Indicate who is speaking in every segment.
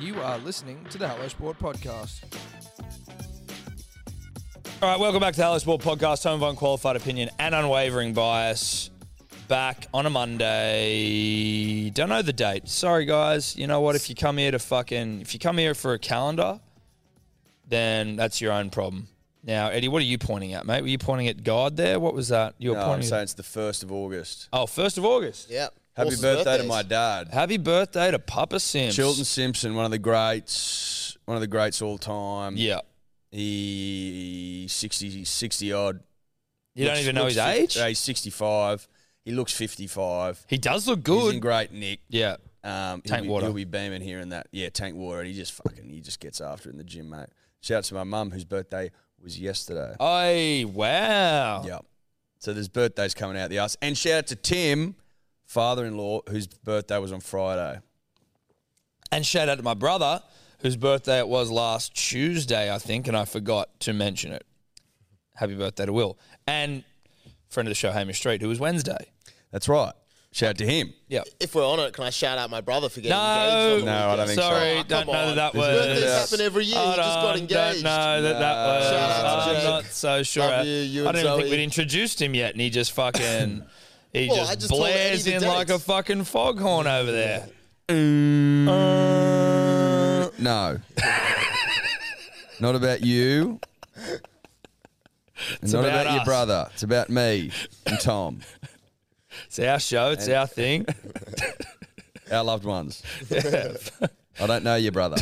Speaker 1: You are listening to the Hello Sport podcast.
Speaker 2: All right, welcome back to the Hello Sport Podcast, home of unqualified opinion and unwavering bias. Back on a Monday. Don't know the date. Sorry, guys. You know what? If you come here to fucking, if you come here for a calendar, then that's your own problem. Now, Eddie, what are you pointing at, mate? Were you pointing at God there? What was that? You were
Speaker 3: No, I'm
Speaker 2: pointing.
Speaker 3: saying it's the first of August.
Speaker 2: oh, first of August.
Speaker 4: Yep.
Speaker 3: Happy
Speaker 4: Horses'
Speaker 3: birthday to
Speaker 4: birthdays.
Speaker 3: my dad,
Speaker 2: Happy birthday to Papa Sims.
Speaker 3: Chilton Simpson, one of the greats, one of the greats all time.
Speaker 2: Yeah.
Speaker 3: he 60, 60 odd.
Speaker 2: You don't
Speaker 3: Looks-
Speaker 2: even know
Speaker 3: looks
Speaker 2: his
Speaker 3: fif-
Speaker 2: age.
Speaker 3: yeah, he's sixty five. He looks fifty five.
Speaker 2: He does look
Speaker 3: He's
Speaker 2: good.
Speaker 3: in great nick.
Speaker 2: yeah.
Speaker 3: Um, he'll
Speaker 2: Tank
Speaker 3: be,
Speaker 2: water.
Speaker 3: He'll be beaming here and that. Yeah, tank water. And he just fucking he just gets after it in the gym, mate. Shout out to my mum whose birthday was yesterday.
Speaker 2: Ay, wow.
Speaker 3: Yeah. So there's birthdays coming out the ass. And shout out to Tim, father in law, whose birthday was on Friday.
Speaker 2: And shout out to my brother, whose birthday it was last Tuesday, I think, and I forgot to mention it. Happy birthday to Will. And friend of the show, Hamish Street, who was Wednesday.
Speaker 3: That's right. Shout out to him.
Speaker 2: Yeah.
Speaker 4: If we're on it, can I shout out my brother for getting
Speaker 2: No,
Speaker 4: engaged?
Speaker 3: No, I don't think so.
Speaker 2: Sorry,
Speaker 4: Oh,
Speaker 2: don't
Speaker 4: come
Speaker 2: know that
Speaker 4: on.
Speaker 2: that
Speaker 3: His
Speaker 2: was.
Speaker 3: birthdays
Speaker 4: happen every year.
Speaker 2: I
Speaker 4: He just got
Speaker 2: don't- Don't
Speaker 4: engaged.
Speaker 2: know that that was.
Speaker 4: Shout out to
Speaker 2: I'm
Speaker 4: Jake.
Speaker 2: not so sure.
Speaker 4: Love you, you
Speaker 2: I
Speaker 4: and
Speaker 2: don't even think
Speaker 4: Zoe.
Speaker 2: we'd introduced him yet, and he just fucking. He
Speaker 4: Well, I
Speaker 2: just,
Speaker 4: just told Eddie
Speaker 2: blares
Speaker 4: the
Speaker 2: in like a
Speaker 4: dates.
Speaker 2: fucking foghorn over there. Uh.
Speaker 3: No. Not about you. It's not
Speaker 2: about
Speaker 3: about, your
Speaker 2: us.
Speaker 3: brother. It's about me and Tom,
Speaker 2: It's our show. It's our thing.
Speaker 3: our loved ones. I don't know your brother.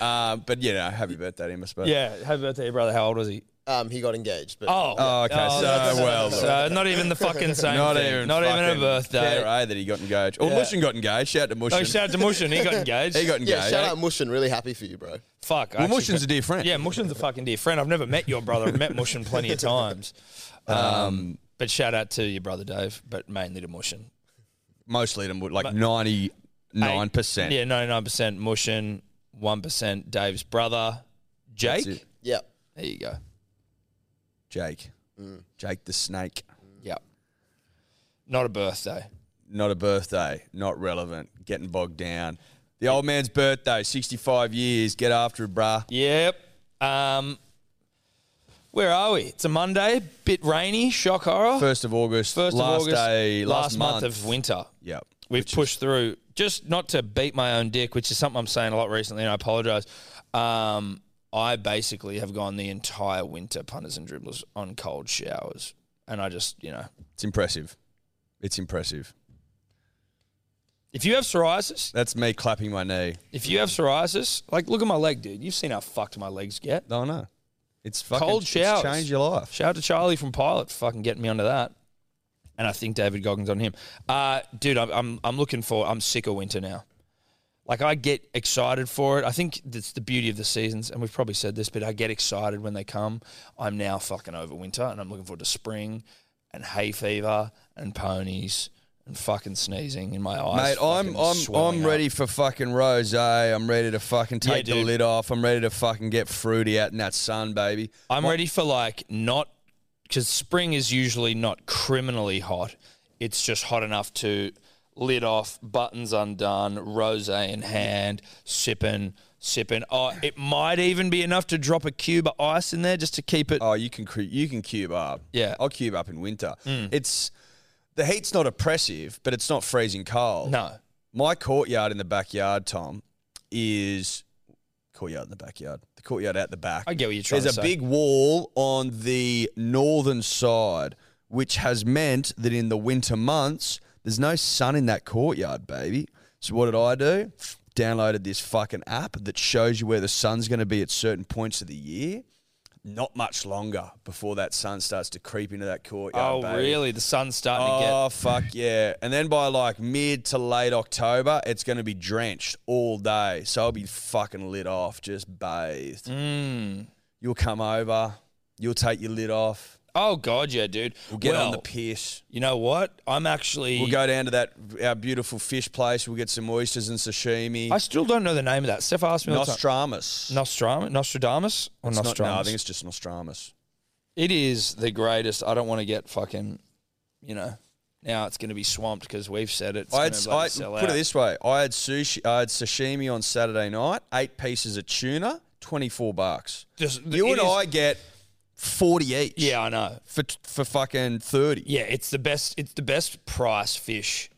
Speaker 3: um, but you know, happy birthday to him, I suppose.
Speaker 2: Yeah. Happy birthday, brother. How old was he?
Speaker 4: Um, he got engaged, but
Speaker 2: Oh,
Speaker 3: Oh, okay. So,
Speaker 2: that's-
Speaker 3: well,
Speaker 2: so not even the fucking same.
Speaker 3: Not
Speaker 2: thing.
Speaker 3: even,
Speaker 2: not even a
Speaker 3: fucking
Speaker 2: birthday.
Speaker 3: Care, eh, that he got engaged. Or
Speaker 2: Yeah.
Speaker 3: Mushin got engaged. Shout out to Mushin.
Speaker 2: Oh, shout out to Mushin. He got engaged.
Speaker 3: he got engaged.
Speaker 4: yeah, shout out Mushin. Really happy for you, bro.
Speaker 2: Fuck. I
Speaker 3: well,
Speaker 2: actually
Speaker 3: Mushin's a
Speaker 2: got-
Speaker 3: dear friend.
Speaker 2: Yeah, Mushin's a fucking dear friend. I've never met your brother. I've met Mushin plenty of times. Um, but shout out to your brother Dave, but mainly to Mushin.
Speaker 3: Mostly to Mu- like ninety nine percent.
Speaker 2: Yeah, ninety nine percent Mushin, one percent Dave's brother,
Speaker 3: That's
Speaker 2: Jake.
Speaker 3: it.
Speaker 4: Yeah.
Speaker 2: There you go.
Speaker 3: Jake. Jake the snake.
Speaker 2: Yep. Not a birthday.
Speaker 3: Not a birthday. Not relevant. Getting bogged down. The old man's birthday, 65 years. Get after it, bruh.
Speaker 2: Yep. Um, where are we? It's a Monday. Bit rainy. Shock horror.
Speaker 3: First of August.
Speaker 2: First
Speaker 3: last
Speaker 2: of August,
Speaker 3: day. Last,
Speaker 2: month. of winter.
Speaker 3: Yep.
Speaker 2: We've pushed through. Just not to beat my own dick, which is something I'm saying a lot recently, and I apologise. Um, I basically have gone the entire winter punters and dribblers on cold showers, and I just, you know,
Speaker 3: It's impressive. It's impressive.
Speaker 2: if you have psoriasis,
Speaker 3: That's me clapping my knee.
Speaker 2: if you have psoriasis, like look at my leg, dude. You've seen how fucked my legs get.
Speaker 3: No, no. It's fucking
Speaker 2: Cold
Speaker 3: it's
Speaker 2: showers.
Speaker 3: changed your life.
Speaker 2: Shout out to Charlie from Pilot for fucking getting me onto that. And I think David Goggins on him. Uh, dude, I'm, I'm, I'm looking for, I'm sick of winter now. Like, I get excited for it. I think that's the beauty of the seasons. And we've probably said this, but I get excited when they come. I'm now fucking over winter and I'm looking forward to spring and hay fever and ponies and fucking sneezing in my eyes.
Speaker 3: Mate, I'm
Speaker 2: Oh, fucking
Speaker 3: I'm
Speaker 2: swelling
Speaker 3: I'm
Speaker 2: up.
Speaker 3: ready for fucking rose. I'm ready to fucking
Speaker 2: Yeah,
Speaker 3: take the
Speaker 2: dude.
Speaker 3: lid off. I'm ready to fucking get fruity out in that sun, baby.
Speaker 2: I'm ready for like not because spring is usually not criminally hot. It's just hot enough to lid off, buttons undone, rosé in hand, sipping, sipping. Oh, it might even be enough to drop a cube of ice in there just to keep it.
Speaker 3: Oh, you can cre- you can cube up.
Speaker 2: Yeah. Mm.
Speaker 3: I'll cube up in winter. It's the heat's not oppressive, but it's not freezing cold.
Speaker 2: No,
Speaker 3: My courtyard in the backyard, Tom, is courtyard in the backyard. The courtyard out the back.
Speaker 2: I get what you're trying
Speaker 3: There's
Speaker 2: to
Speaker 3: a
Speaker 2: say.
Speaker 3: big wall on the northern side, which has meant that in the winter months, there's no sun in that courtyard, baby. So what did I do? Downloaded this fucking app that shows you where the sun's going to be at certain points of the year. Not much longer before that sun starts to creep into that
Speaker 2: Oh,
Speaker 3: courtyard. baby.
Speaker 2: really? The sun's starting to get.
Speaker 3: Oh fuck yeah! And then by like mid to late October, it's going to be drenched all day, so I'll be fucking lit off, just bathed.
Speaker 2: Mm.
Speaker 3: You'll come over, you'll take your lid off,
Speaker 2: Oh god, yeah, dude.
Speaker 3: we'll get on the
Speaker 2: Well,
Speaker 3: piss,
Speaker 2: You know what? I'm actually.
Speaker 3: we'll go down to that our beautiful fish place, we'll get some oysters and sashimi.
Speaker 2: I still don't know the name of that. Steph asked me. all the time.
Speaker 3: Nostramus.
Speaker 2: Nostradamus. Nostradamus or
Speaker 3: It's not-
Speaker 2: Nostradamus?
Speaker 3: no, I think it's just Nostramus.
Speaker 2: It is the greatest. I don't want to get fucking, you know, Now it's going to be swamped because we've said it. It's
Speaker 3: I had,
Speaker 2: gonna bloody
Speaker 3: I,
Speaker 2: sell
Speaker 3: put
Speaker 2: out.
Speaker 3: it this way: I had sushi, I had sashimi on Saturday night, eight pieces of tuna, twenty four bucks.
Speaker 2: Just-
Speaker 3: you
Speaker 2: it
Speaker 3: and
Speaker 2: is-
Speaker 3: I get forty each.
Speaker 2: Yeah, I know.
Speaker 3: for for fucking thirty.
Speaker 2: Yeah, it's the best. It's the best price fish,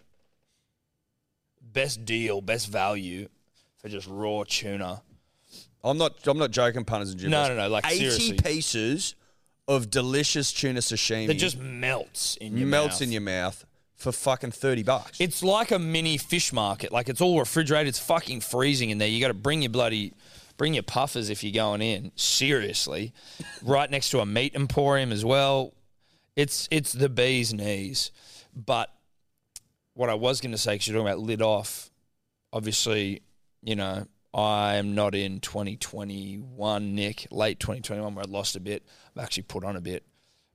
Speaker 2: best deal, best value for just raw tuna.
Speaker 3: I'm not. I'm not joking, punters and
Speaker 2: No,
Speaker 3: jibbers.
Speaker 2: no, no. Like
Speaker 3: Eighty
Speaker 2: seriously,
Speaker 3: pieces of delicious tuna sashimi
Speaker 2: that just melts in your
Speaker 3: melts
Speaker 2: mouth.
Speaker 3: in your mouth for fucking thirty bucks.
Speaker 2: It's like a mini fish market. Like it's all refrigerated. It's fucking freezing in there. You got to bring your bloody, bring your puffers if you're going in. Seriously, right next to a meat emporium as well. It's it's the bee's knees. But what I was going to say, because you're talking about lid off. Obviously, you know I am not in 2021, Nick. Late 2021, where I lost a bit. I've actually put on a bit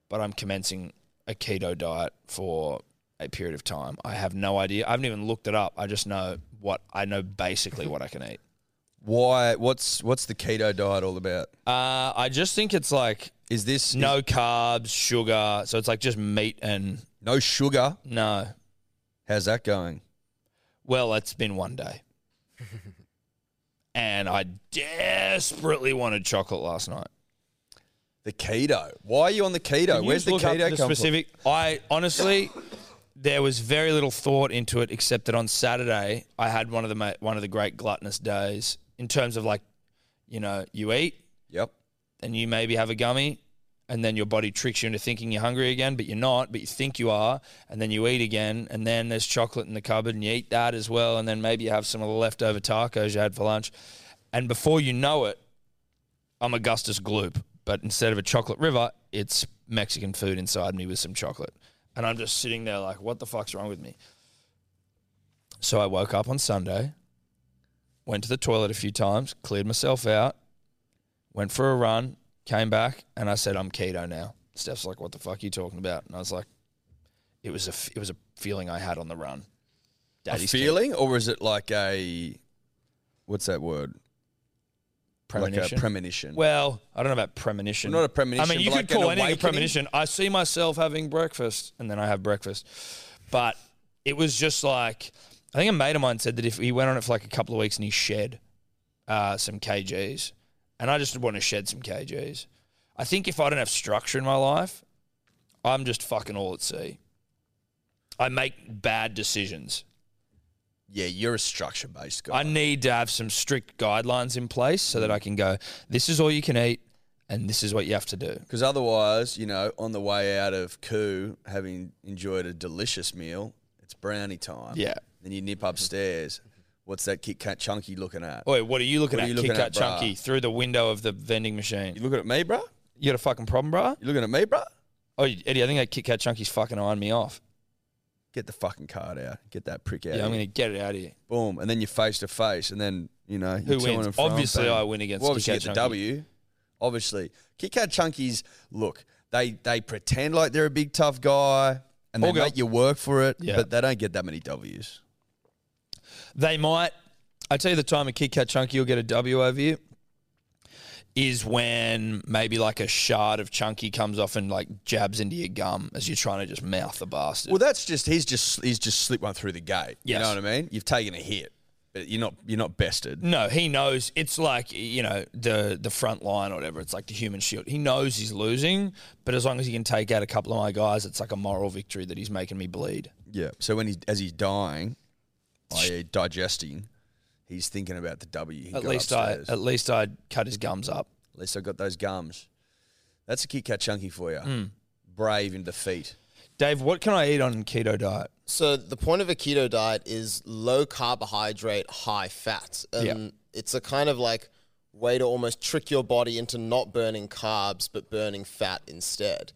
Speaker 2: but I'm commencing a keto diet for a period of time. I have no idea. I haven't even looked it up. I just know what I know basically what I can eat.
Speaker 3: Why? What's what's the keto diet all about?
Speaker 2: Uh, I just think it's like
Speaker 3: Is this
Speaker 2: no carbs, sugar. So it's like just meat and
Speaker 3: no sugar?
Speaker 2: no.
Speaker 3: How's that going?
Speaker 2: Well, it's been one day. and I desperately wanted chocolate last night.
Speaker 3: The keto. Why are you on the keto?
Speaker 2: Can you
Speaker 3: Where's
Speaker 2: just
Speaker 3: the
Speaker 2: look up
Speaker 3: keto come from?
Speaker 2: specific? I honestly, there was very little thought into it, except that on Saturday I had one of the ma- one of the great gluttonous days in terms of like, you know, you eat,
Speaker 3: Yep.
Speaker 2: then you maybe have a gummy, and then your body tricks you into thinking you're hungry again, but you're not, but you think you are, and then you eat again, and then there's chocolate in the cupboard, and you eat that as well, and then maybe you have some of the leftover tacos you had for lunch, and before you know it, I'm Augustus Gloop, but instead of a chocolate river, it's Mexican food inside me with some chocolate, and I'm just sitting there like, what the fuck's wrong with me? So I woke up on Sunday, went to the toilet a few times, cleared myself out, went for a run, came back, and I said, I'm keto now. Steph's like, what the fuck are you talking about? And I was like, it was a, f- it was a feeling I had on the run.
Speaker 3: A
Speaker 2: Daddy's
Speaker 3: feeling, or is it like a what's that word?
Speaker 2: keto premonition.
Speaker 3: Like a premonition.
Speaker 2: well, I don't know about premonition.
Speaker 3: Not a premonition,
Speaker 2: I mean, you
Speaker 3: but
Speaker 2: could
Speaker 3: like an
Speaker 2: call anything a
Speaker 3: awakening?
Speaker 2: premonition. I see myself having breakfast, and then I have breakfast. But it was just like, I think a mate of mine said that if he went on it for like a couple of weeks and he shed uh, some kgs, and I just want to shed some kgs. I think if I don't have structure in my life, I'm just fucking all at sea. I make bad decisions.
Speaker 3: yeah, you're a structure based guy.
Speaker 2: I need to have some strict guidelines in place so that I can go, this is all you can eat and this is what you have to do.
Speaker 3: Because otherwise, you know, on the way out of Koo, having enjoyed a delicious meal, it's brownie time.
Speaker 2: Yeah.
Speaker 3: Then you nip upstairs. What's that Kit Kat chunky looking at?
Speaker 2: Oi, what are you looking
Speaker 3: What are
Speaker 2: at?
Speaker 3: you looking
Speaker 2: Kit Kat
Speaker 3: at, bruh?
Speaker 2: Chunky through the window of the vending machine.
Speaker 3: You looking at me, bruh?
Speaker 2: You got a fucking problem, bro?
Speaker 3: You looking at me, bruh?
Speaker 2: Oh, Eddie, I think that Kit Kat Chunky's fucking eyeing me off.
Speaker 3: Get the fucking card out. Get that prick out.
Speaker 2: Yeah, I'm
Speaker 3: here.
Speaker 2: going to get it out of here.
Speaker 3: Boom. And then you're face to face. And then, you know, you're
Speaker 2: Who
Speaker 3: to
Speaker 2: wins?
Speaker 3: and fro,
Speaker 2: Obviously,
Speaker 3: bang.
Speaker 2: I win against
Speaker 3: well,
Speaker 2: Kit
Speaker 3: obviously
Speaker 2: Kat
Speaker 3: it's a
Speaker 2: Chunky.
Speaker 3: W. Obviously. Kit Kat Chunkies, look, they, they pretend like they're a big tough guy and they
Speaker 2: Or girl.
Speaker 3: make you work for it,
Speaker 2: Yeah.
Speaker 3: but they don't get that many W's.
Speaker 2: They might. I tell you, the time a Kit Kat Chunky will get a W over you is when maybe like a shard of Chunky comes off and like jabs into your gum as you're trying to just mouth the bastard.
Speaker 3: Well, that's just he's just he's just slipped one through the gate.
Speaker 2: Yes.
Speaker 3: You know what I mean? You've taken a hit, but you're not you're not bested.
Speaker 2: No, he knows. It's like you know the the front line or whatever. It's like the human shield. He knows he's losing, but as long as he can take out a couple of my guys, it's like a moral victory that he's making me bleed.
Speaker 3: Yeah. So when he's as he's dying, i.e. digesting, he's thinking about the W. He got
Speaker 2: At least
Speaker 3: upstairs.
Speaker 2: I at least I cut his gums up.
Speaker 3: at least I got those gums. That's a Kit Kat chunky for you. Brave in defeat.
Speaker 2: Mm. Dave, what can I eat on keto diet?
Speaker 4: So the point of a keto diet is low carbohydrate, high fat. And
Speaker 2: Yeah.
Speaker 4: it's a kind of like way to almost trick your body into not burning carbs but burning fat instead.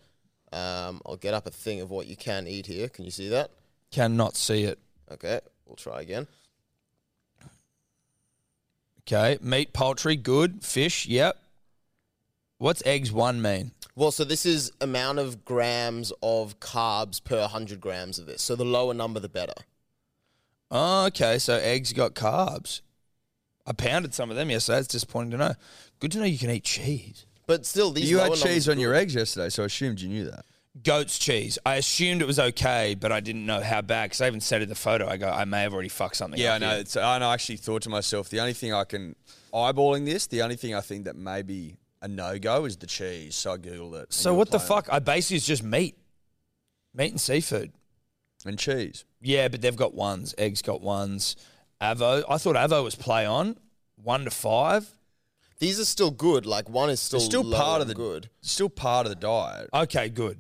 Speaker 4: Um, I'll get up a thing of what you can eat here. Can you see that?
Speaker 2: Cannot see it.
Speaker 4: Okay, we'll try again.
Speaker 2: Okay, meat, poultry, good. Fish, yep. What's eggs one mean?
Speaker 4: Well, so this is amount of grams of carbs per 100 grams of this. So the lower number, the better.
Speaker 2: Oh, okay, so eggs got carbs. I pounded some of them yesterday. It's disappointing to know. Good to know you can eat cheese.
Speaker 4: But still, these
Speaker 3: you
Speaker 4: lower
Speaker 3: had
Speaker 4: numbers-
Speaker 3: cheese on your eggs yesterday, so I assumed you knew that.
Speaker 2: goat's cheese. I assumed it was okay, but I didn't know how bad because I even said in the photo, I go, I may have already fucked something
Speaker 3: Yeah, I
Speaker 2: up.
Speaker 3: know.
Speaker 2: here.
Speaker 3: It's, uh, I know. I actually thought to myself, the only thing I can eyeballing this, the only thing I think that may be a no go is the cheese. So I googled it. and
Speaker 2: So
Speaker 3: you were
Speaker 2: what the
Speaker 3: playing
Speaker 2: fuck? I basically it's just meat, meat and seafood.
Speaker 3: it. And cheese.
Speaker 2: Yeah, but they've got ones. Eggs got ones. Avo. I thought Avo was play on one to five.
Speaker 4: These are still good. Like one is still
Speaker 3: It's still
Speaker 4: low
Speaker 3: part of
Speaker 4: and
Speaker 3: the
Speaker 4: good.
Speaker 3: Still part of the diet.
Speaker 2: Okay, good.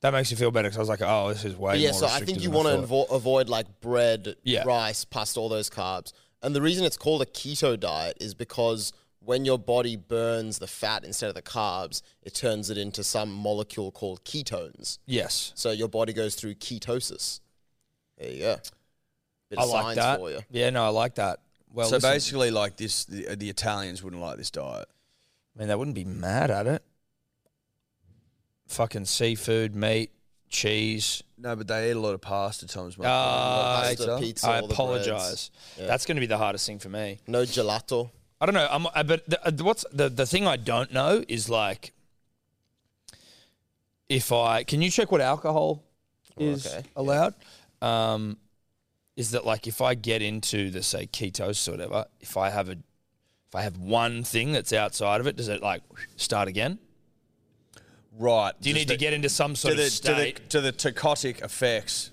Speaker 2: That makes me feel better because I was like, oh, this is way.
Speaker 4: But yeah,
Speaker 2: more
Speaker 4: so I think
Speaker 2: restrictive
Speaker 4: you
Speaker 2: than
Speaker 4: want to
Speaker 2: thought.
Speaker 4: invo- avoid like bread,
Speaker 2: Yeah.
Speaker 4: rice, pasta, all those carbs. And the reason it's called a keto diet is because when your body burns the fat instead of the carbs, it turns it into some molecule called ketones.
Speaker 2: Yes,
Speaker 4: So your body goes through ketosis. There you go. Bit
Speaker 2: I
Speaker 4: of
Speaker 2: like
Speaker 4: science
Speaker 2: that.
Speaker 4: for you.
Speaker 2: Yeah, no, I like that. Well,
Speaker 3: so
Speaker 2: listen,
Speaker 3: basically, like this, the, the Italians wouldn't like this diet.
Speaker 2: I mean, they wouldn't be mad at it. Fucking seafood, meat, cheese.
Speaker 3: No, but they eat a lot of pasta, Tom's. mate.
Speaker 2: Ah,
Speaker 3: They eat a
Speaker 4: Pasta,
Speaker 3: lot of pizza.
Speaker 4: pizza,
Speaker 2: I
Speaker 4: all the breads.
Speaker 2: apologize.
Speaker 4: Yeah.
Speaker 2: That's going to be the hardest thing for me.
Speaker 4: No gelato.
Speaker 2: I don't know. I'm, I, but the, uh, what's the the thing I don't know is like if I can you check what alcohol is
Speaker 4: okay.
Speaker 2: allowed? Um, is that like if I get into the say ketosis or whatever? If I have a if I have one thing that's outside of it, does it like start again?
Speaker 3: Right.
Speaker 2: Do you
Speaker 3: Just
Speaker 2: need
Speaker 3: the-
Speaker 2: to get into some sort
Speaker 3: to the,
Speaker 2: of state?
Speaker 3: to the to the tachotic effects?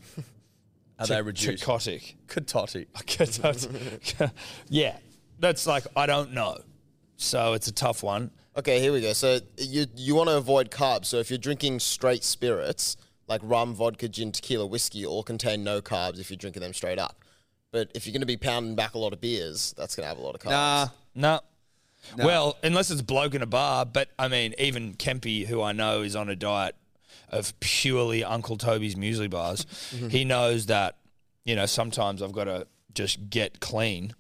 Speaker 3: Are they reduced?
Speaker 2: Psychotic.
Speaker 3: Ketotic.
Speaker 2: Okay, so it's- yeah, that's like I don't know, so it's a tough one.
Speaker 4: Okay, here we go. So you you want to avoid carbs. So if you're drinking straight spirits like rum, vodka, gin, tequila, whiskey, all contain no carbs if you're drinking them straight up. But if you're going to be pounding back a lot of beers, that's going to have a lot of carbs.
Speaker 3: Nah.
Speaker 2: No. Well, unless it's bloke in a bar, but I mean, even Kempy, who I know is on a diet of purely Uncle Toby's muesli bars, he knows that, you know, sometimes I've got to just get clean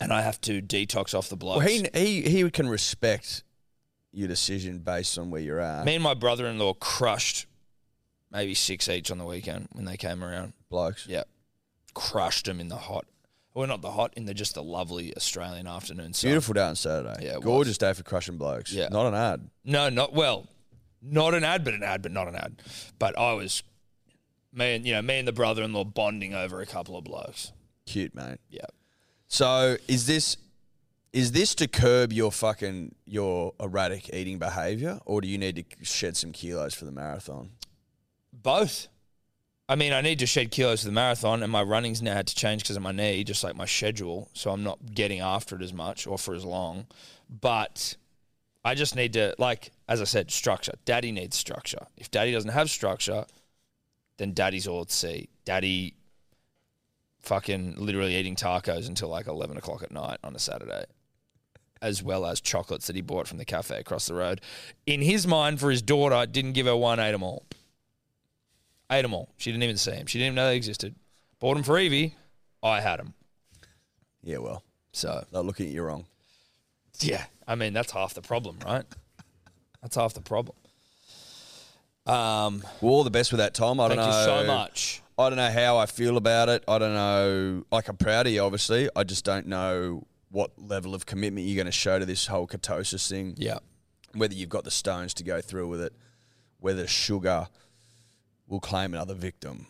Speaker 2: and I have to detox off the blokes.
Speaker 3: Well, he, he he can respect your decision based on where you're at.
Speaker 2: Me and my brother in law crushed maybe six each on the weekend when they came around.
Speaker 3: blokes.
Speaker 2: Yeah. Crushed them in the hot. Well, not the hot, in the just the lovely Australian afternoon sun.
Speaker 3: Beautiful day on Saturday.
Speaker 2: Yeah, it
Speaker 3: Gorgeous day for crushing blokes.
Speaker 2: Yeah.
Speaker 3: Not an ad.
Speaker 2: No, not well, not an ad, but an ad, but not an ad. But I was, me and you know, me and the brother-in-law bonding over a couple of blokes.
Speaker 3: Cute, mate.
Speaker 2: Yeah,
Speaker 3: So is this is this to curb your fucking your erratic eating behavior, or do you need to shed some kilos for the marathon?
Speaker 2: both. I mean, I need to shed kilos for the marathon, and my running's now had to change because of my knee, just like my schedule. So I'm not getting after it as much or for as long. But I just need to, like, as I said, structure. Daddy needs structure. If daddy doesn't have structure, then daddy's all at sea. Daddy fucking literally eating tacos until like 11 o'clock at night on a Saturday, as well as chocolates that he bought from the cafe across the road. In his mind, for his daughter, didn't give her one, ate them all. Ate them all. She didn't even see him. She didn't even know they existed. Bought them for Evie. I had them.
Speaker 3: Yeah, well,
Speaker 2: So,
Speaker 3: they're looking at you wrong.
Speaker 2: yeah. I mean, that's half the problem, right? That's half the problem. Um,
Speaker 3: Well, all the best with that, Tom. I
Speaker 2: thank
Speaker 3: don't
Speaker 2: you
Speaker 3: know.
Speaker 2: so much.
Speaker 3: I don't know how I feel about it. I don't know. Like I'm proud of you, obviously. I just don't know what level of commitment you're going to show to this whole ketosis thing.
Speaker 2: Yeah.
Speaker 3: Whether you've got the stones to go through with it. Whether sugar will claim another victim.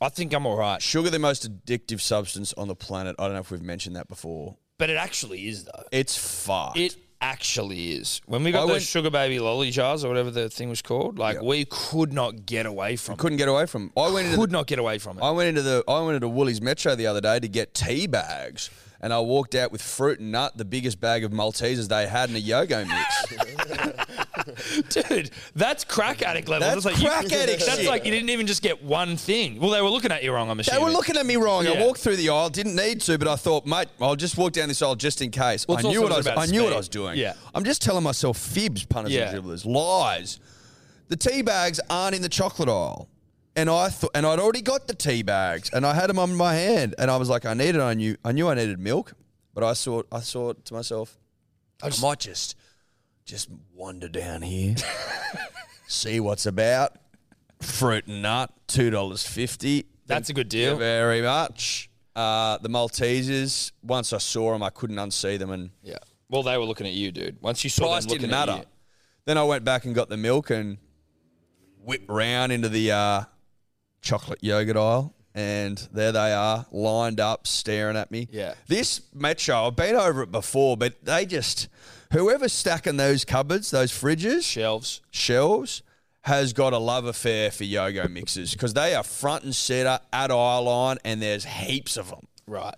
Speaker 2: I think I'm all right.
Speaker 3: Sugar, the most addictive substance on the planet. I don't know if we've mentioned that before.
Speaker 2: But it actually is, though.
Speaker 3: It's fucked.
Speaker 2: It actually is. When we
Speaker 3: I
Speaker 2: got those
Speaker 3: went-
Speaker 2: sugar baby lolly jars or whatever the thing was called, like
Speaker 3: Yeah.
Speaker 2: we could not get away from
Speaker 3: couldn't get away from. I went
Speaker 2: it.
Speaker 3: into
Speaker 2: Could not get away from it.
Speaker 3: I went into the I went into Woolies Metro the other day to get tea bags, and I walked out with fruit and nut, the biggest bag of Maltesers they had, and a yogo mix.
Speaker 2: Dude, that's crack addict level.
Speaker 3: That's
Speaker 2: you-
Speaker 3: crack addict
Speaker 2: That's
Speaker 3: shit.
Speaker 2: like you didn't even just get one thing. Well, they were looking at you wrong, I'm
Speaker 3: they
Speaker 2: assuming.
Speaker 3: were looking at me wrong.
Speaker 2: Yeah.
Speaker 3: I walked through the aisle, didn't need to, but I thought, mate, I'll just walk down this aisle just in case.
Speaker 2: Well, it's
Speaker 3: I knew
Speaker 2: also
Speaker 3: what I
Speaker 2: not
Speaker 3: was.
Speaker 2: about
Speaker 3: I knew what
Speaker 2: speed.
Speaker 3: I was doing.
Speaker 2: Yeah.
Speaker 3: I'm just telling myself fibs, punters
Speaker 2: Yeah.
Speaker 3: and dribblers, lies. The tea bags aren't in the chocolate aisle. And I thought, and I'd already got the tea bags, and I had them on my hand, and I was like, I needed, I knew, I knew I needed milk, but I saw, I saw to myself, I, might just just wander down here, see what's about. Fruit and nut, two dollars fifty.
Speaker 2: That's a good deal.
Speaker 3: very much. Uh, the Maltesers. Once I saw them, I couldn't unsee them, and
Speaker 2: Yeah. Well, they were looking at you, dude. Once you saw
Speaker 3: price
Speaker 2: them looking
Speaker 3: didn't
Speaker 2: at
Speaker 3: matter.
Speaker 2: you-
Speaker 3: Then I went back and got the milk, and whip round into the uh, chocolate yogurt aisle, and there they are, lined up, staring at me.
Speaker 4: Yeah.
Speaker 3: This metro, I've been over it before, but they just, whoever's stacking those cupboards, those fridges,
Speaker 2: Shelves.
Speaker 3: shelves has got a love affair for yo-go mixers because they are front and center at aisle line and there's heaps of them.
Speaker 2: Right.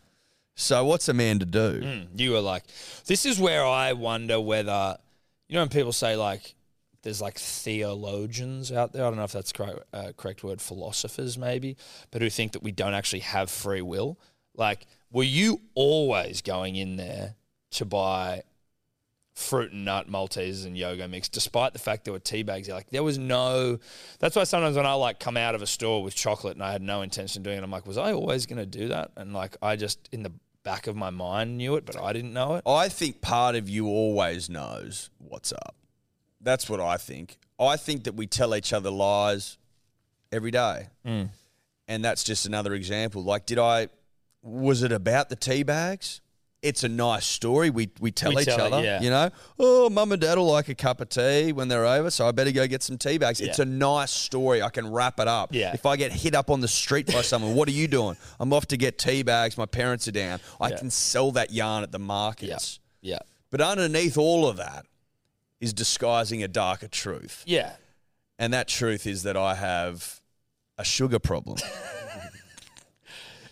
Speaker 3: So what's a man to do?
Speaker 2: Hmm, You were like, this is where I wonder whether, you know, when people say like, there's like theologians out there. I don't know if that's correct, uh, correct word, philosophers maybe, but who think that we don't actually have free will. Like, were you always going in there to buy fruit and nut Maltesers and yoga mix, despite the fact there were tea bags. Like there was no. That's why sometimes when I like come out of a store with chocolate and I had no intention of doing it, I'm like, was I always going to do that? And like I just in the back of my mind knew it, but I didn't know it.
Speaker 3: I think part of you always knows what's up. That's what I think. I think that we tell each other lies every day.
Speaker 2: Mm.
Speaker 3: And that's just another example. Like, did I, was it about the tea bags? It's a nice story. We, we tell
Speaker 2: We
Speaker 3: each
Speaker 2: tell it,
Speaker 3: other,
Speaker 2: yeah.
Speaker 3: you know, oh, mum and dad will like a cup of tea when they're over, so I better go get some tea bags. It's
Speaker 2: Yeah.
Speaker 3: a nice story. I can wrap it up.
Speaker 2: Yeah.
Speaker 3: If I get hit up on the street by someone, what are you doing? I'm off to get tea bags. My parents are down. I
Speaker 2: Yeah.
Speaker 3: can sell that yarn at the markets.
Speaker 2: Yeah.
Speaker 3: But underneath all of that is disguising a darker truth.
Speaker 2: Yeah.
Speaker 3: And that truth is that I have a sugar problem.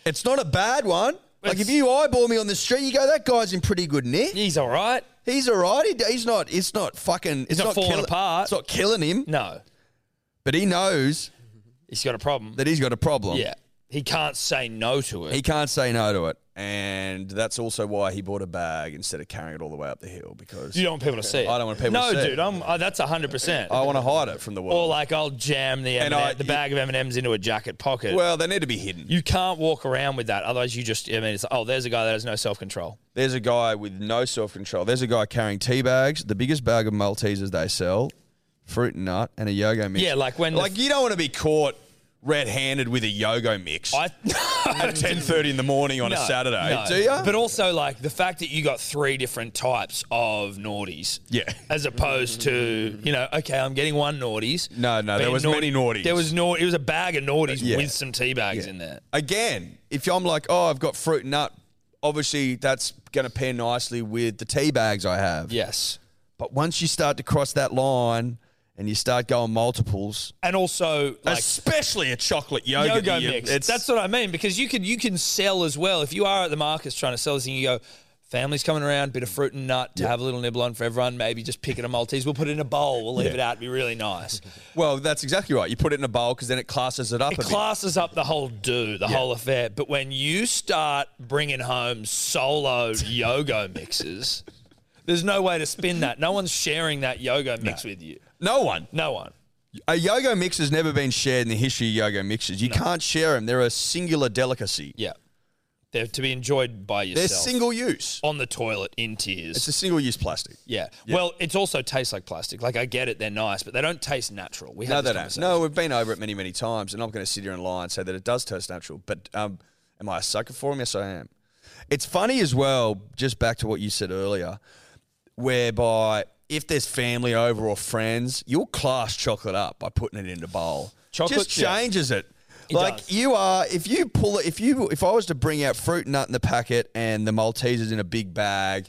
Speaker 3: it's not a bad one. like if
Speaker 2: It's-
Speaker 3: you eyeball me on the street, you go, that guy's in pretty good nick.
Speaker 2: He's all right.
Speaker 3: He's all right. He- he's not. It's not fucking. It's,
Speaker 2: not falling
Speaker 3: kill-
Speaker 2: apart.
Speaker 3: It's not killing him.
Speaker 2: No,
Speaker 3: But he knows
Speaker 2: he's got a problem.
Speaker 3: that he's got a problem.
Speaker 2: Yeah. He can't say no to it.
Speaker 3: He can't say no to it, and that's also why he bought a bag instead of carrying it all the way up the hill because
Speaker 2: you don't want people to see it.
Speaker 3: I don't want people
Speaker 2: no,
Speaker 3: to see it.
Speaker 2: dude, I'm, uh, that's 100%.
Speaker 3: I want to hide it from the world.
Speaker 2: or like I'll jam the, M&M,
Speaker 3: And I-
Speaker 2: the bag of M&Ms into a jacket pocket.
Speaker 3: well, they need to be hidden.
Speaker 2: You can't walk around with that. Otherwise, you just, I mean, it's like, oh, there's a guy that has no self control.
Speaker 3: There's a guy with no self control. There's a guy carrying tea bags, the biggest bag of Maltesers they sell, fruit and nut, and a yogo mix.
Speaker 2: Yeah, like when. the
Speaker 3: like you don't want to be caught red handed with a yogo mix
Speaker 2: f- I.
Speaker 3: at ten thirty in the morning on a
Speaker 2: No,
Speaker 3: Saturday.
Speaker 2: no.
Speaker 3: Do you?
Speaker 2: But also, like, the fact that you got three different types of naughties.
Speaker 3: Yeah.
Speaker 2: As opposed to, you know, okay, I'm getting one naughties.
Speaker 3: No, no, there
Speaker 2: But
Speaker 3: was many naughties.
Speaker 2: There was naughty. It was a bag of naughties
Speaker 3: Yeah.
Speaker 2: with some tea bags in there.
Speaker 3: Again, if I'm like, oh, I've got fruit and nut, obviously that's going to pair nicely with the tea bags I have.
Speaker 2: Yes.
Speaker 3: But once you start to cross that line and you start going multiples,
Speaker 2: And also, like,
Speaker 3: especially a chocolate yoga,
Speaker 2: yoga mix. That's what I mean because you can you can sell as well. If you are at the markets trying to sell this thing, you go. Family's coming around, bit of fruit and nut to have a little nibble on for everyone. Maybe just picking a Maltese. We'll put it in a bowl. We'll leave it out. It'd be really nice.
Speaker 3: Well, that's exactly right. You put it in a bowl because then it classes it up.
Speaker 2: It
Speaker 3: a bit.
Speaker 2: classes up the whole do, the whole affair. But when you start bringing home solo yoga mixes, there's no way to spin that. No one's sharing that yoga mix with you.
Speaker 3: no one.
Speaker 2: No one.
Speaker 3: A yoga mix has never been shared in the history of yoga mixes. You can't share them. They're a singular delicacy.
Speaker 2: Yeah, they're to be enjoyed by
Speaker 3: They're
Speaker 2: yourself.
Speaker 3: single use.
Speaker 2: on the toilet in tears.
Speaker 3: It's a single use plastic.
Speaker 2: Yeah. Well, it's also tastes like plastic. Like I get it, they're nice, but they don't taste natural. We
Speaker 3: No,
Speaker 2: had
Speaker 3: they
Speaker 2: this
Speaker 3: don't.
Speaker 2: conversation.
Speaker 3: No, we've been over it many, many times, and I'm going to sit here and lie and say that it does taste natural. But um, am I a sucker for them? Yes, I am. It's funny as well, just back to what you said earlier, whereby if there's family over or friends, you'll class chocolate up by putting it in a bowl.
Speaker 2: Chocolate,
Speaker 3: just
Speaker 2: yeah.
Speaker 3: changes it.
Speaker 2: It
Speaker 3: like
Speaker 2: does.
Speaker 3: you are, if you pull it, if you, if I was to bring out fruit nut in the packet and the Maltesers in a big bag,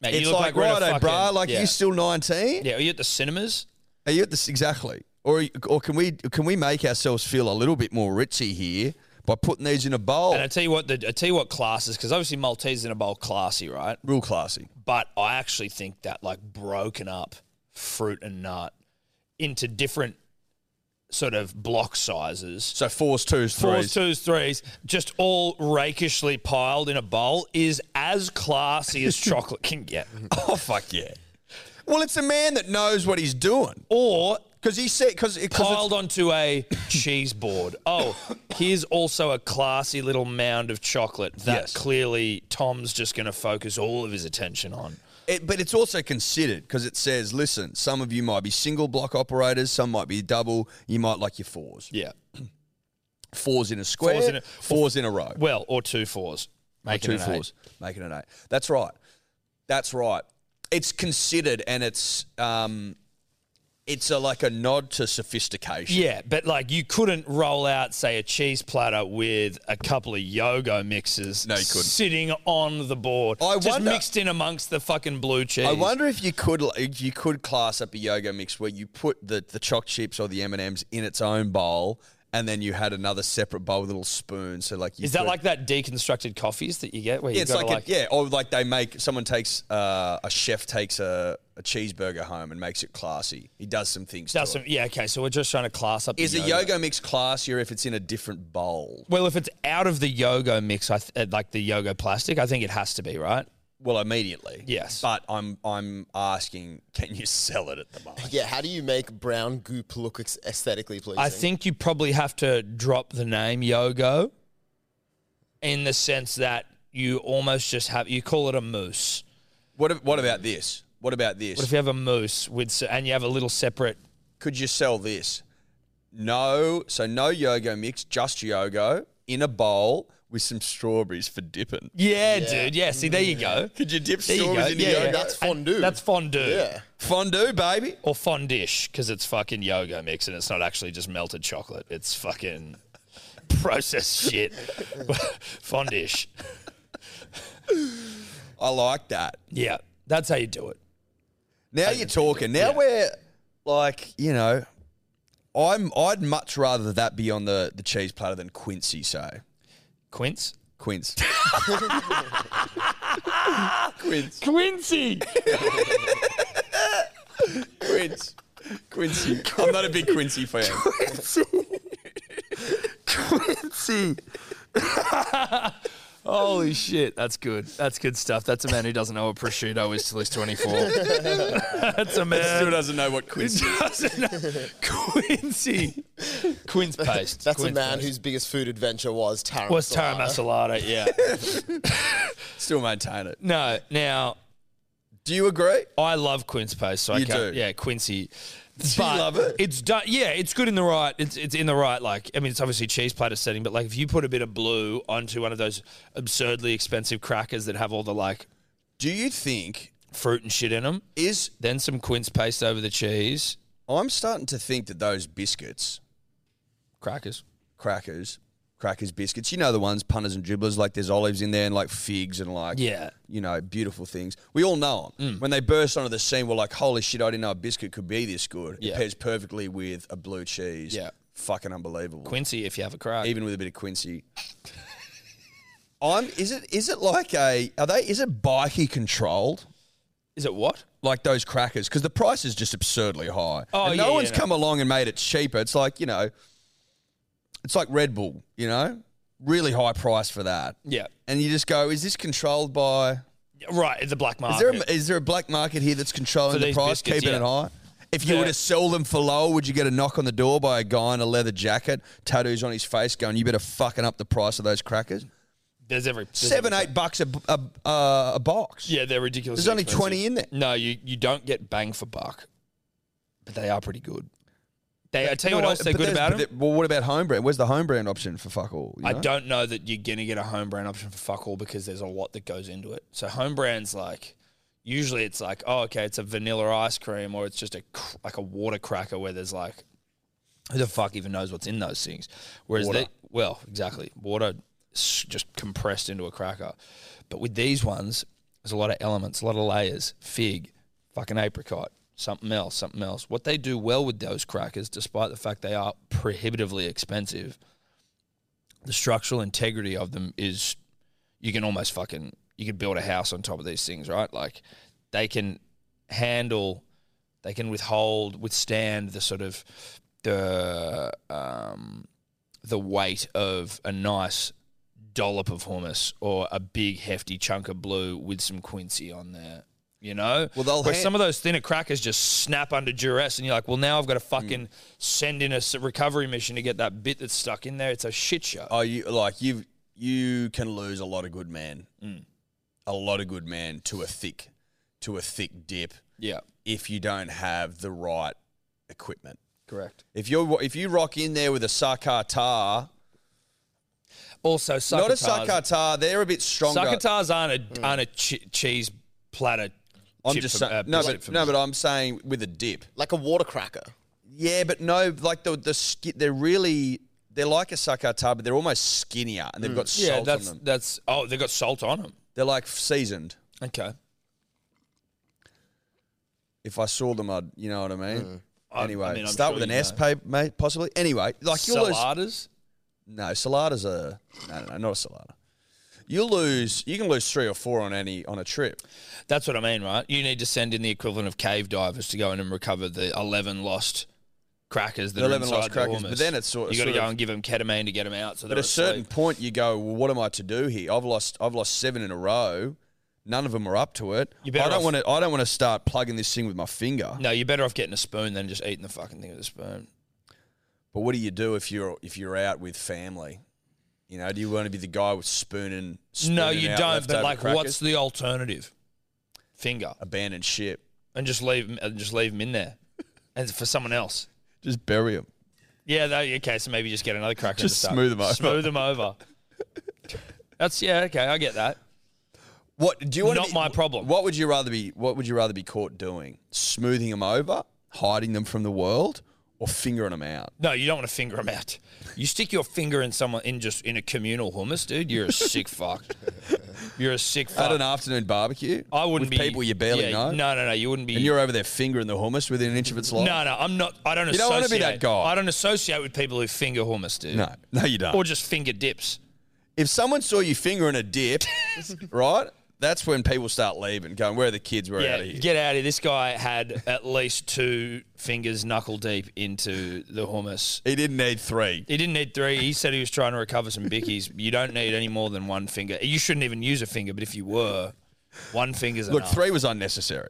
Speaker 2: Mate, you
Speaker 3: it's
Speaker 2: look
Speaker 3: like,
Speaker 2: we're in a
Speaker 3: righto,
Speaker 2: fucking-
Speaker 3: brah, like
Speaker 2: yeah.
Speaker 3: you still 19.
Speaker 2: Yeah, are you at the cinemas?
Speaker 3: Are you at this exactly? Or or can we can we make ourselves feel a little bit more ritzy here by putting these in a bowl?
Speaker 2: And I tell you what, the, I tell you what classes, because obviously Maltese in a bowl classy, right?
Speaker 3: Real classy.
Speaker 2: But I actually think that like broken up fruit and nut into different sort of block sizes.
Speaker 3: So fours, twos,
Speaker 2: Fours,
Speaker 3: threes.
Speaker 2: twos, threes, just all rakishly piled in a bowl is as classy as chocolate can get.
Speaker 3: Oh fuck yeah! Well, it's a man that knows what he's doing
Speaker 2: Or
Speaker 3: because he said because
Speaker 2: piled onto a cheese board. Oh, here's also a classy little mound of chocolate that
Speaker 3: Yes.
Speaker 2: clearly Tom's just going to focus all of his attention on.
Speaker 3: It, but it's also considered because it says, listen, some of you might be single block operators, some might be double. You might like your fours,
Speaker 2: Yeah.
Speaker 3: fours in a square,
Speaker 2: Fours in a-
Speaker 3: fours in a row.
Speaker 2: Well, or two fours. Making
Speaker 3: two
Speaker 2: it an eight.
Speaker 3: fours, making an eight. That's right. That's right. It's considered and it's um, it's a, like a nod to sophistication.
Speaker 2: Yeah, but like you couldn't roll out, say, a cheese platter with a couple of yogo mixes
Speaker 3: No, you couldn't.
Speaker 2: sitting on the board.
Speaker 3: I
Speaker 2: just
Speaker 3: wonder-
Speaker 2: mixed in amongst the fucking blue cheese.
Speaker 3: I wonder if you could if you could class up a yoga mix where you put the the choc chips or the M and M's in its own bowl, and then you had another separate bowl with a little spoon. So like, you
Speaker 2: Is that
Speaker 3: could-
Speaker 2: like that deconstructed coffees that you get where
Speaker 3: Yeah,
Speaker 2: you
Speaker 3: it's
Speaker 2: got
Speaker 3: like,
Speaker 2: like,
Speaker 3: a- yeah, or like they make someone takes uh, a chef takes a, a cheeseburger home and makes it classy. He does some things.
Speaker 2: does
Speaker 3: to
Speaker 2: some, yeah, okay, so we're just trying to class up
Speaker 3: it. Is
Speaker 2: the
Speaker 3: a yoga mix classier if it's in a different bowl?
Speaker 2: Well, if it's out of the yoga mix, I th- uh, like the yoga plastic, I think it has to be, right?
Speaker 3: Well, immediately,
Speaker 2: Yes.
Speaker 3: But I'm I'm asking, can you sell it at the moment?
Speaker 4: Yeah, how do you make brown goop look ex- aesthetically pleasing?
Speaker 2: I think you probably have to drop the name Yogo in the sense that you almost just have you call it a moose.
Speaker 3: What ab- What about this? What about this?
Speaker 2: What if you have a moose with s- and you have a little separate?
Speaker 3: could you sell this? No, so no yoga mix, just yoga in a bowl with some strawberries for dipping.
Speaker 2: Yeah, dude. Yeah. See, there you go.
Speaker 3: Could you dip
Speaker 2: There you go.
Speaker 3: strawberries in
Speaker 2: Yeah,
Speaker 3: yoga?
Speaker 2: yeah.
Speaker 4: That's
Speaker 2: And
Speaker 4: fondue.
Speaker 2: That's fondue.
Speaker 4: Yeah.
Speaker 3: Fondue, baby.
Speaker 2: Or fondish because it's fucking yoga mix and it's not actually just melted chocolate. It's fucking processed shit. fondish.
Speaker 3: I like that.
Speaker 2: Yeah. That's how you do it.
Speaker 3: Now you're talking. Now we're like, you know, I'm I'd much rather that be on the, the cheese platter than Quincy say.
Speaker 2: Quince.
Speaker 3: Quince. Quince.
Speaker 2: Quincy.
Speaker 3: Quince. Quincy. I'm not a big Quincy fan.
Speaker 2: Quincy. Holy shit, that's good. That's good stuff. That's a man who doesn't know what prosciutto is till he's 24. that's a
Speaker 3: Still
Speaker 2: man
Speaker 3: doesn't know what
Speaker 2: who
Speaker 3: Quincy
Speaker 2: doesn't know. Quincy. Quince paste.
Speaker 4: That's
Speaker 2: Quince
Speaker 4: a man
Speaker 2: paste.
Speaker 4: whose biggest food adventure was Taram.
Speaker 2: Was Tara Masalata, yeah.
Speaker 3: still maintain it.
Speaker 2: No, now,
Speaker 3: Do you agree?
Speaker 2: I love quince paste, so
Speaker 3: You
Speaker 2: I can't.
Speaker 3: do?
Speaker 2: Yeah, Quincy.
Speaker 3: you love it?
Speaker 2: It's done. Yeah, it's good in the right. It's it's in the right. Like I mean, it's obviously cheese platter setting, but like if you put a bit of blue onto one of those absurdly expensive crackers that have all the like
Speaker 3: Do you think
Speaker 2: fruit and shit in them,
Speaker 3: is
Speaker 2: then some quince paste over the cheese
Speaker 3: Oh, I'm starting to think that those biscuits,
Speaker 2: crackers.
Speaker 3: crackers, crackers biscuits, you know the ones punters and dribblers like there's olives in there and like figs and like
Speaker 2: Yeah. Mm.
Speaker 3: you know beautiful things. We all know them. When they burst onto the scene, we're like, holy shit! I didn't know a biscuit could be this good. It
Speaker 2: Yeah.
Speaker 3: pairs perfectly with a blue cheese.
Speaker 2: Yeah.
Speaker 3: fucking unbelievable.
Speaker 2: Quincy, if you have a crack.
Speaker 3: Even with a bit of Quincy. I'm. Is it? Is it like a? Are they? Is it bikey controlled?
Speaker 2: Is it what?
Speaker 3: like those crackers because the price is just absurdly high.
Speaker 2: Oh,
Speaker 3: and
Speaker 2: yeah,
Speaker 3: no
Speaker 2: yeah,
Speaker 3: one's
Speaker 2: no.
Speaker 3: come along and made it cheaper. It's like, you know, it's like Red Bull, you know? Really high price for that.
Speaker 2: Yeah.
Speaker 3: And you just go, is this controlled by
Speaker 2: Right, the black market.
Speaker 3: is there a, is there a black market here that's controlling
Speaker 2: For
Speaker 3: the
Speaker 2: these
Speaker 3: price,
Speaker 2: biscuits,
Speaker 3: keeping
Speaker 2: yeah.
Speaker 3: it high? If you were
Speaker 2: Yeah.
Speaker 3: to sell them for low, would you get a knock on the door by a guy in a leather jacket, tattoos on his face, going, "You better fucking up the price of those crackers"?
Speaker 2: there's every there's
Speaker 3: Seven,
Speaker 2: every-
Speaker 3: eight bucks a, a, uh, a box.
Speaker 2: Yeah, they're ridiculous.
Speaker 3: There's only 20 in there.
Speaker 2: No, you, you don't get bang for buck, but they are pretty good. They, I tell you
Speaker 3: No,
Speaker 2: what else
Speaker 3: I-
Speaker 2: they're
Speaker 3: but
Speaker 2: good
Speaker 3: there's-
Speaker 2: about
Speaker 3: but there-
Speaker 2: them.
Speaker 3: Well, what about home brand? Where's the home brand option for fuck all? you
Speaker 2: I
Speaker 3: know?
Speaker 2: don't know that you're gonna get a home brand option for fuck all because there's a lot that goes into it. So home brands like usually it's like oh okay it's a vanilla ice cream or it's just a cr- like a water cracker where there's like who the fuck even knows what's in those things? Whereas
Speaker 3: Water.
Speaker 2: they well exactly water s- just compressed into a cracker, but with these ones there's a lot of elements, a lot of layers, fig, fucking apricot. Something else, something else. What they do well with those crackers, despite the fact they are prohibitively expensive, the structural integrity of them is you can almost fucking you could build a house on top of these things, right? Like they can handle, they can withhold, withstand the sort of the um, the weight of a nice dollop of hummus or a big hefty chunk of blue with some quincy on there. You know,
Speaker 3: Well, they'll
Speaker 2: where
Speaker 3: ha-
Speaker 2: some of those thinner crackers just snap under duress, and you're like, "Well, now I've got to
Speaker 3: Mm.
Speaker 2: fucking send in a s- recovery mission to get that bit that's stuck in there." It's a shit show.
Speaker 3: Oh, you like you you can lose a lot of good man,
Speaker 2: Mm.
Speaker 3: a lot of good man to a thick to a thick dip
Speaker 2: Yeah,
Speaker 3: if you don't have the right equipment.
Speaker 2: correct.
Speaker 3: If you if you rock in there with a sakatar,
Speaker 2: Also,
Speaker 3: not a
Speaker 2: succotars.
Speaker 3: sakatar, they're a bit stronger.
Speaker 4: Hmm.
Speaker 2: Succotars aren't a aren't a ch- cheese platter
Speaker 3: I'm
Speaker 2: Chip
Speaker 3: just
Speaker 2: for-
Speaker 3: saying,
Speaker 2: uh,
Speaker 3: no,
Speaker 2: biscuit
Speaker 3: but
Speaker 2: for
Speaker 3: no, but I'm saying with a dip.
Speaker 4: Like a water cracker.
Speaker 3: Yeah, but no, like the the skin, they're really they're like a sakata, but they're almost skinnier and they've got salt
Speaker 2: Mm. yeah,
Speaker 3: on
Speaker 2: that's
Speaker 3: them.
Speaker 2: that's. Oh, they got salt on them.
Speaker 3: They're like seasoned.
Speaker 2: Okay.
Speaker 3: If I saw them, I'd you know what I mean.
Speaker 2: Mm. I-
Speaker 3: Anyway,
Speaker 2: I mean, I'm
Speaker 3: start
Speaker 2: sure
Speaker 3: with an
Speaker 2: you
Speaker 3: S,
Speaker 2: know.
Speaker 3: pa- mate, possibly. Anyway, like you'll lose.
Speaker 2: Saladas.
Speaker 3: No, salada's a no, no, no, not a salada. You lose. You can lose three or four on any on a trip.
Speaker 2: That's what I mean, right? You need to send in the equivalent of cave divers to go in and recover the eleven lost crackers. That
Speaker 3: The
Speaker 2: are
Speaker 3: 11
Speaker 2: inside
Speaker 3: lost
Speaker 2: the
Speaker 3: crackers,
Speaker 2: hummus.
Speaker 3: but then it's sort-
Speaker 2: you got to
Speaker 3: sort
Speaker 2: go
Speaker 3: of-
Speaker 2: and give them ketamine to get them out. So
Speaker 3: But
Speaker 2: they're
Speaker 3: at a certain
Speaker 2: asleep.
Speaker 3: point, you go, well, "What am I to do here? I've lost. I've lost seven in a row. None of them are up to it. I
Speaker 2: better
Speaker 3: don't
Speaker 2: off-
Speaker 3: want to. I don't want to start plugging this thing with my finger.
Speaker 2: No, you're better off getting a spoon than just eating the fucking thing with a spoon.
Speaker 3: But what do you do if you're if you're out with family? You know, do you want to be the guy with spoon and spooning
Speaker 2: no, you
Speaker 3: out
Speaker 2: don't.
Speaker 3: leftover
Speaker 2: But like,
Speaker 3: crackers?
Speaker 2: what's the alternative? Finger
Speaker 3: abandoned ship?
Speaker 2: and just leave 'em- and just leave them in there, and for someone else.
Speaker 3: Just bury him.
Speaker 2: Yeah, though, okay, so maybe just get another cracker. and
Speaker 3: Just
Speaker 2: start-
Speaker 3: smooth 'em over.
Speaker 2: Smooth them over. That's yeah, okay, I get that.
Speaker 3: What do you want?
Speaker 2: Not my problem.
Speaker 3: What would you rather be? What would you rather be caught doing? Smoothing them over, hiding them from the world, or fingering them out?
Speaker 2: No, you don't want to finger them out. You stick your finger in someone in just in a communal hummus, dude. You're a sick fuck. You're a sick fuck.
Speaker 3: At an afternoon barbecue,
Speaker 2: I wouldn't
Speaker 3: with
Speaker 2: be
Speaker 3: people you barely
Speaker 2: yeah,
Speaker 3: know,
Speaker 2: No, no, no. You wouldn't be.
Speaker 3: and you're over there fingering the hummus within an inch of its life.
Speaker 2: no, no. I'm not. I don't.
Speaker 3: You don't wanna
Speaker 2: want to
Speaker 3: be that guy.
Speaker 2: I don't associate with people who finger hummus, dude.
Speaker 3: no, no, you don't.
Speaker 2: Or just finger dips.
Speaker 3: if someone saw you fingering a dip, right? That's when people start leaving, going, "Where are the kids? We're
Speaker 2: Yeah,
Speaker 3: out of here."
Speaker 2: get out of here. This guy had at least two fingers knuckle deep into the hummus.
Speaker 3: He didn't need three.
Speaker 2: He didn't need three. He said he was trying to recover some bickies. You don't need any more than one finger. You shouldn't even use a finger, but if you were, one finger's
Speaker 3: Look,
Speaker 2: enough.
Speaker 3: three was unnecessary.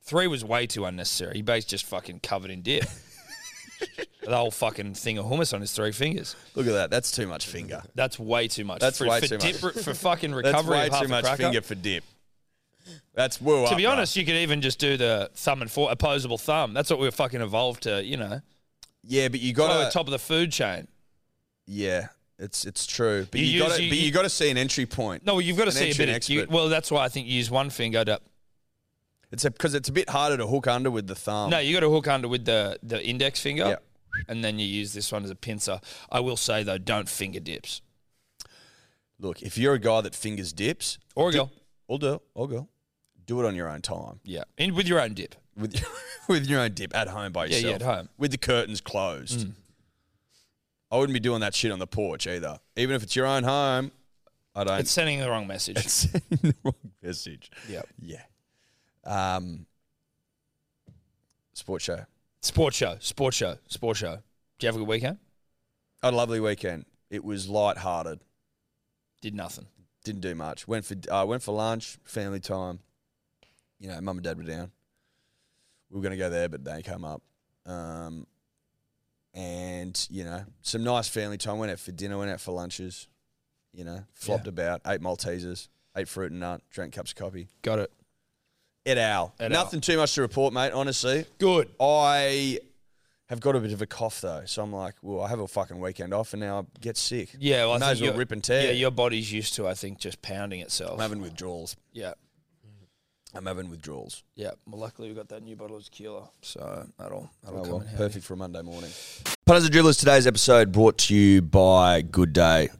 Speaker 2: Three was way too unnecessary. He basically just fucking covered in dip. the whole fucking thing of hummus on his three fingers.
Speaker 3: Look at that. That's too much finger.
Speaker 2: That's way too much.
Speaker 3: That's
Speaker 2: for,
Speaker 3: way
Speaker 2: for
Speaker 3: too
Speaker 2: dip,
Speaker 3: much.
Speaker 2: For fucking
Speaker 3: That's
Speaker 2: recovery
Speaker 3: way
Speaker 2: of half
Speaker 3: too
Speaker 2: a
Speaker 3: much
Speaker 2: cracker.
Speaker 3: finger for dip. That's woo
Speaker 2: To be honest, you could even just do the thumb and four opposable thumb. That's what we were fucking evolved to, you know.
Speaker 3: yeah, but you
Speaker 2: Go to the
Speaker 3: got to.
Speaker 2: top of the food chain.
Speaker 3: Yeah, it's it's true. But
Speaker 2: You
Speaker 3: you,
Speaker 2: use-
Speaker 3: got to.
Speaker 2: you-
Speaker 3: But
Speaker 2: you-
Speaker 3: you got to see an entry point.
Speaker 2: No, well, you've got to
Speaker 3: An
Speaker 2: see a
Speaker 3: entry
Speaker 2: bit of.
Speaker 3: expert.
Speaker 2: You, well, that's why I think you use one finger to.
Speaker 3: It's because it's a bit harder to hook under with the thumb.
Speaker 2: No, you got to hook under with the the index finger,
Speaker 3: Yeah.
Speaker 2: and then you use this one as a pincer. I will say though, don't finger dips
Speaker 3: Look, if you're a guy that fingers dips,
Speaker 2: or a girl.
Speaker 3: I'll do. it. I'll go. Do it on your own time
Speaker 2: Yeah, in with your own dip.
Speaker 3: with with your own dip at home by
Speaker 2: Yeah,
Speaker 3: yourself.
Speaker 2: yeah, at home. Mm.
Speaker 3: with the curtains closed. I wouldn't be doing that shit on the porch either. Even if it's your own home, I don't.
Speaker 2: It's sending the wrong message.
Speaker 3: sending the wrong message.
Speaker 2: Yep.
Speaker 3: Yeah. Um, sports show.
Speaker 2: Sports show, sports show, sports show. Did you have a good weekend?
Speaker 3: I had a lovely weekend. It was light-hearted.
Speaker 2: Did nothing.
Speaker 3: Didn't do much. Went for uh, went for lunch, family time. You know, mum and dad were down. We were going to go there, but they come up. Um, and you know, some nice family time. Went out for dinner. Went out for lunches. You know, flopped about. Ate Maltesers. Ate fruit and nut. Drank cups of coffee.
Speaker 2: Got it.
Speaker 3: Et al.
Speaker 2: Et al.
Speaker 3: Nothing too much to report, mate. Honestly,
Speaker 2: Good.
Speaker 3: I have got a bit of a cough though, so I'm like, well, I have a fucking weekend off, and now I get sick.
Speaker 2: Yeah, well, I
Speaker 3: May
Speaker 2: think
Speaker 3: as well
Speaker 2: your-
Speaker 3: rip and tear.
Speaker 2: Yeah, your body's used to, I think, just pounding itself.
Speaker 3: I'm having withdrawals.
Speaker 2: Yeah,
Speaker 3: I'm having withdrawals.
Speaker 2: yeah. Well, luckily we got that new bottle of tequila, so that'll that'll
Speaker 3: Oh,
Speaker 2: come
Speaker 3: well,
Speaker 2: in handy.
Speaker 3: perfect for a Monday morning. Punters and Dribblers, today's episode brought to you by Good Day,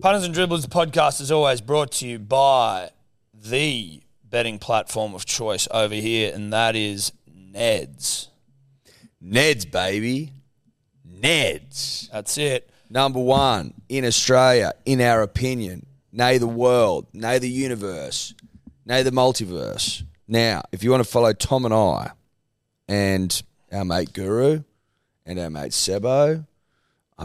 Speaker 2: Punters and Dribblers podcast is always brought to you by the betting platform of choice over here, and that is Ned's.
Speaker 3: Ned's, baby. Ned's.
Speaker 2: That's it.
Speaker 3: Number one in Australia, in our opinion, nay the world, nay the universe, nay the multiverse. Now, if you want to follow Tom and I and our mate Guru and our mate Sebo, I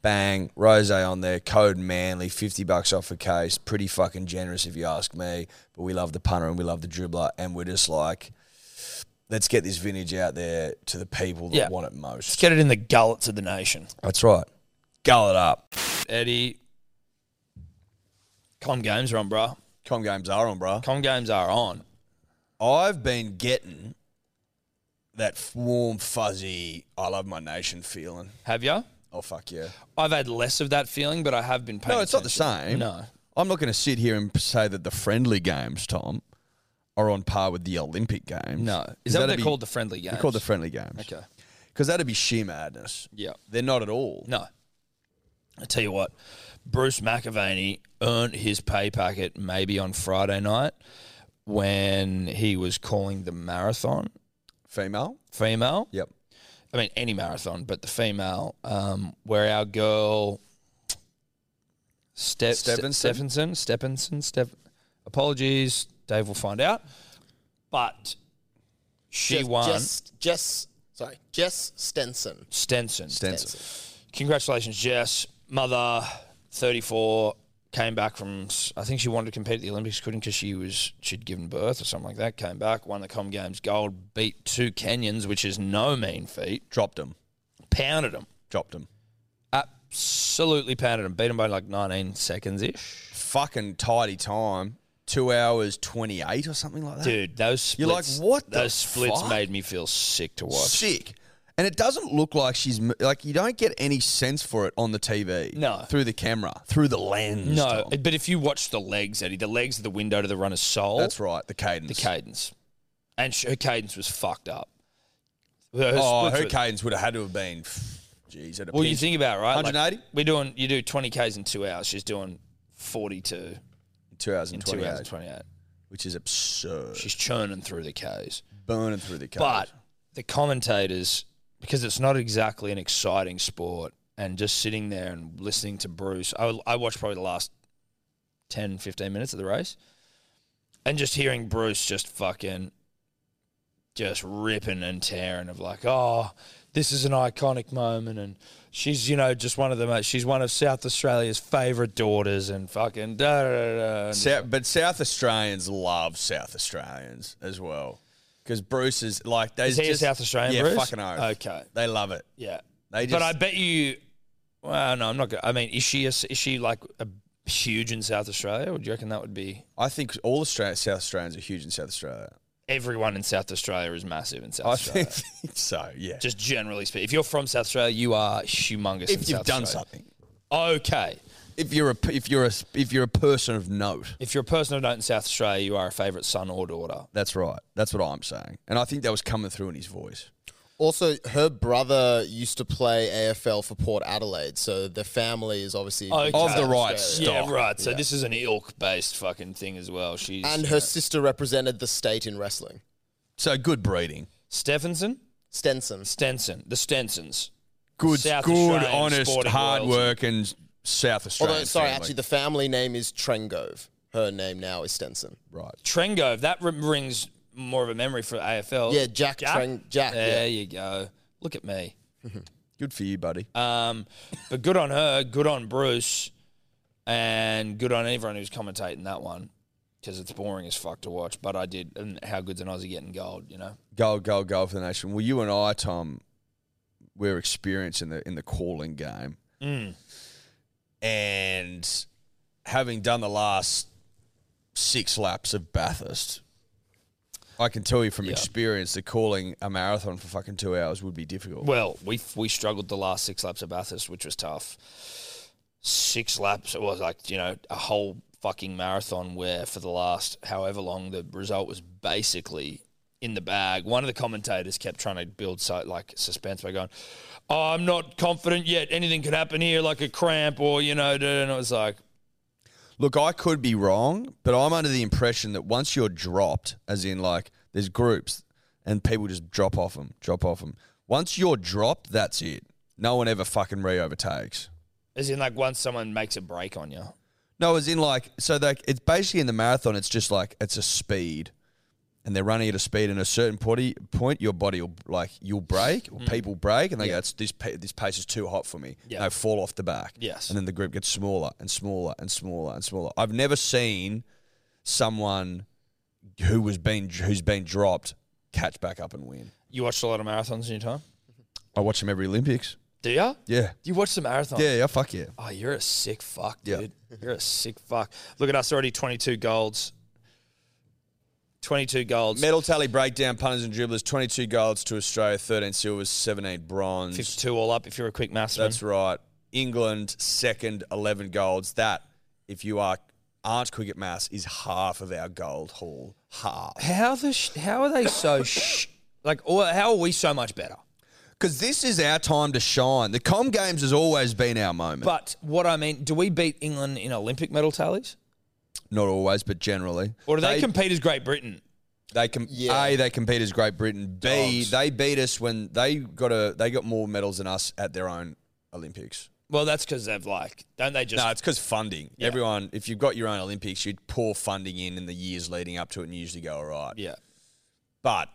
Speaker 3: bang, rose on there, code Manly, 50 bucks off a case. Pretty fucking generous if you ask me. But we love the punter and we love the dribbler. And we're just like, let's get this vintage out there to the people that
Speaker 2: Yeah.
Speaker 3: want it most.
Speaker 2: Let's get it in the gullets of the nation,
Speaker 3: That's right. Gull it up.
Speaker 2: Eddie. Com games are on, bruh.
Speaker 3: Com games are on, bro.
Speaker 2: Com games are on.
Speaker 3: I've been getting that f- warm, fuzzy, I love my nation feeling.
Speaker 2: Have you?
Speaker 3: Oh, fuck yeah.
Speaker 2: I've had less of that feeling, but I have been paying.
Speaker 3: No, it's not the
Speaker 2: attention.
Speaker 3: same.
Speaker 2: No.
Speaker 3: I'm not going to sit here and say that the friendly games, Tom, are on par with the Olympic games.
Speaker 2: No. Is that what they're called? The friendly games?
Speaker 3: They're called the friendly games.
Speaker 2: Okay.
Speaker 3: Because that'd be sheer madness.
Speaker 2: Yeah.
Speaker 3: They're not at all.
Speaker 2: No. I tell you what, Bruce McAvaney earned his pay packet maybe on Friday night when he was calling the marathon
Speaker 3: Female?
Speaker 2: female.
Speaker 3: Yep.
Speaker 2: I mean, any marathon, but the female, um, where our girl Ste-
Speaker 3: Stephenson?
Speaker 2: Stephenson, Stephenson, Step. Apologies, Dave will find out, but she
Speaker 4: Jess-
Speaker 2: won.
Speaker 4: Jess, Jess, sorry, Jess Stenson.
Speaker 2: Stenson.
Speaker 3: Stenson.
Speaker 2: Congratulations, Jess. Mother, 34, came back from, I think she wanted to compete at the Olympics, couldn't because she was, she'd given birth or something like that. Came back, won the Com Games gold, beat two Kenyans, which is no mean feat,
Speaker 3: Dropped them.
Speaker 2: pounded them.
Speaker 3: Dropped them.
Speaker 2: Absolutely pounded them. Beat them by like 19 seconds ish.
Speaker 3: Fucking tidy time. Two hours, 28 or something like that.
Speaker 2: Dude, those splits.
Speaker 3: You're like, what the
Speaker 2: Those splits
Speaker 3: fuck?
Speaker 2: made me feel sick to watch.
Speaker 3: sick. And it doesn't look like she's mo- like you don't get any sense for it on the TV.
Speaker 2: No.
Speaker 3: through the camera, through the lens.
Speaker 2: No,
Speaker 3: Tom.
Speaker 2: but if you watch the legs, Eddie, the legs are the window to the runner's soul.
Speaker 3: that's right. The cadence.
Speaker 2: the cadence, and sh- her cadence was fucked up. Her
Speaker 3: oh,
Speaker 2: splits
Speaker 3: her
Speaker 2: were-
Speaker 3: cadence would have had to have been. Jeez, at a
Speaker 2: well, you
Speaker 3: pinch.
Speaker 2: think about it, right? Like,
Speaker 3: 180?
Speaker 2: we're doing you do twenty k's in two hours. She's doing forty two
Speaker 3: two hours
Speaker 2: in
Speaker 3: and
Speaker 2: two
Speaker 3: twenty
Speaker 2: hours and
Speaker 3: eight,
Speaker 2: twenty eight.
Speaker 3: which is absurd.
Speaker 2: She's churning through the k's.
Speaker 3: burning through the
Speaker 2: But
Speaker 3: cadence.
Speaker 2: the commentators, because it's not exactly an exciting sport, and just sitting there and listening to Bruce, I, I watched probably the last 10, 15 minutes of the race, and just hearing Bruce just fucking just ripping and tearing of like, oh, this is an iconic moment, and she's you know just one of the most, she's one of South Australia's favourite daughters, and fucking da da da. da and-
Speaker 3: Sou- but South Australians love South Australians as well, because Bruce is like they
Speaker 2: is he
Speaker 3: just,
Speaker 2: a South Australian?
Speaker 3: Yeah,
Speaker 2: Bruce?
Speaker 3: fucking oath.
Speaker 2: Okay,
Speaker 3: They love it.
Speaker 2: yeah.
Speaker 3: They just
Speaker 2: But I bet you. Well, no, I'm not. Gonna, I mean, is she a, is she like a huge in South Australia? Would you reckon that would be
Speaker 3: I think all Australia, South Australians are huge in South Australia.
Speaker 2: everyone in South Australia is massive in South
Speaker 3: I
Speaker 2: Australia?
Speaker 3: think so. Yeah.
Speaker 2: Just generally speaking, if you're from South Australia, you are humongous. in
Speaker 3: if you've
Speaker 2: South
Speaker 3: done
Speaker 2: Australia.
Speaker 3: something,
Speaker 2: okay.
Speaker 3: if you're a p- if you're a s- if you're a person of note,
Speaker 2: If you're a person of note in South Australia, you are a favourite son or daughter.
Speaker 3: that's right. That's what I'm saying, and I think that was coming through in his voice.
Speaker 4: Also, her brother used to play AFL for Port Adelaide, so the family is obviously
Speaker 2: Okay.
Speaker 4: from
Speaker 2: Of the
Speaker 4: South
Speaker 3: right
Speaker 4: Australia.
Speaker 2: Yeah,
Speaker 3: Stock.
Speaker 2: right. So this is an ilk-based fucking thing as well. She's
Speaker 4: And her sister represented the state in wrestling.
Speaker 3: So good breeding.
Speaker 2: Stephenson,
Speaker 4: Stenson.
Speaker 2: Stenson, the Stensons.
Speaker 3: Good,
Speaker 2: South
Speaker 3: good,
Speaker 2: Australian
Speaker 3: honest,
Speaker 2: sporting
Speaker 3: hard
Speaker 2: royalty.
Speaker 3: work and South Australian.
Speaker 4: Although, sorry,
Speaker 3: family.
Speaker 4: actually, the family name is Trengove. Her name now is Stenson.
Speaker 3: right.
Speaker 2: Trengove, that re- rings more of a memory for AFL.
Speaker 4: Yeah, Jack, Treng. Jack. Yeah.
Speaker 2: There you go. Look at me.
Speaker 3: Good for you, buddy.
Speaker 2: Um, but good on her, good on Bruce, and good on everyone who's commentating that one because it's boring as fuck to watch. But I did. And how good's an Aussie getting gold, you know?
Speaker 3: Goal, goal, goal for the nation. Well, you and I, Tom, we're experienced in the in the calling game,
Speaker 2: Mm.
Speaker 3: and having done the last six laps of Bathurst, I can tell you from experience that calling a marathon for fucking two hours would be difficult.
Speaker 2: Well, we we struggled the last six laps of Bathurst, which was tough. Six laps, it was like you know a whole fucking marathon where for the last however long the result was basically in the bag. One of the commentators kept trying to build so, like suspense by going, oh, "I'm not confident yet. Anything could happen here, like a cramp or you know." duh, duh," And it was like,
Speaker 3: Look, I could be wrong, but I'm under the impression that once you're dropped, as in like there's groups and people just drop off them, drop off them. Once you're dropped, that's it. No one ever fucking re overtakes.
Speaker 2: as in like once someone makes a break on you,
Speaker 3: No, as in like so like it's basically in the marathon. It's just like it's a speed, and they're running at a speed. And at a certain potty, point, your body will like you'll break, or people break, and they go, "It's this pa- this pace is too hot for me."
Speaker 2: Mm. Yeah.
Speaker 3: They fall off the back.
Speaker 2: Yes.
Speaker 3: and then the group gets smaller and smaller and smaller and smaller. I've never seen someone who was been who's been dropped catch back up and win.
Speaker 2: you watched a lot of marathons in your time.
Speaker 3: I watch them every Olympics.
Speaker 2: Do you?
Speaker 3: Yeah,
Speaker 2: Do you watch the marathon?
Speaker 3: yeah, yeah. Fuck yeah.
Speaker 2: Oh, you're a sick fuck,
Speaker 3: Yeah.
Speaker 2: dude. You're a sick fuck. Look at us already 22 golds. 22 golds.
Speaker 3: Medal tally breakdown, punters and dribblers, 22 golds to Australia, 13 silvers, 17 bronze.
Speaker 2: 52 all up if you're a quick maths man.
Speaker 3: That's right. England, second, 11 golds. That, if you are, aren't quick at maths, is half of our gold haul. Half.
Speaker 2: How the sh- how are they so sh- like or how are we so much better?
Speaker 3: Because this is our time to shine. The Com Games has always been our moment.
Speaker 2: But what I mean, do we beat England in Olympic medal tallies?
Speaker 3: Not always, but generally.
Speaker 2: Or do they,
Speaker 3: They-
Speaker 2: compete as Great Britain?
Speaker 3: They com-
Speaker 4: Yeah.
Speaker 3: A, they compete as Great Britain. B,
Speaker 2: Dogs.
Speaker 3: they beat us when they got a they got more medals than us at their own Olympics.
Speaker 2: Well, that's because they've like don't they just
Speaker 3: No, it's because funding. Everyone, if you've got your own Olympics, you'd pour funding in in the years leading up to it and usually go all right.
Speaker 2: yeah.
Speaker 3: But,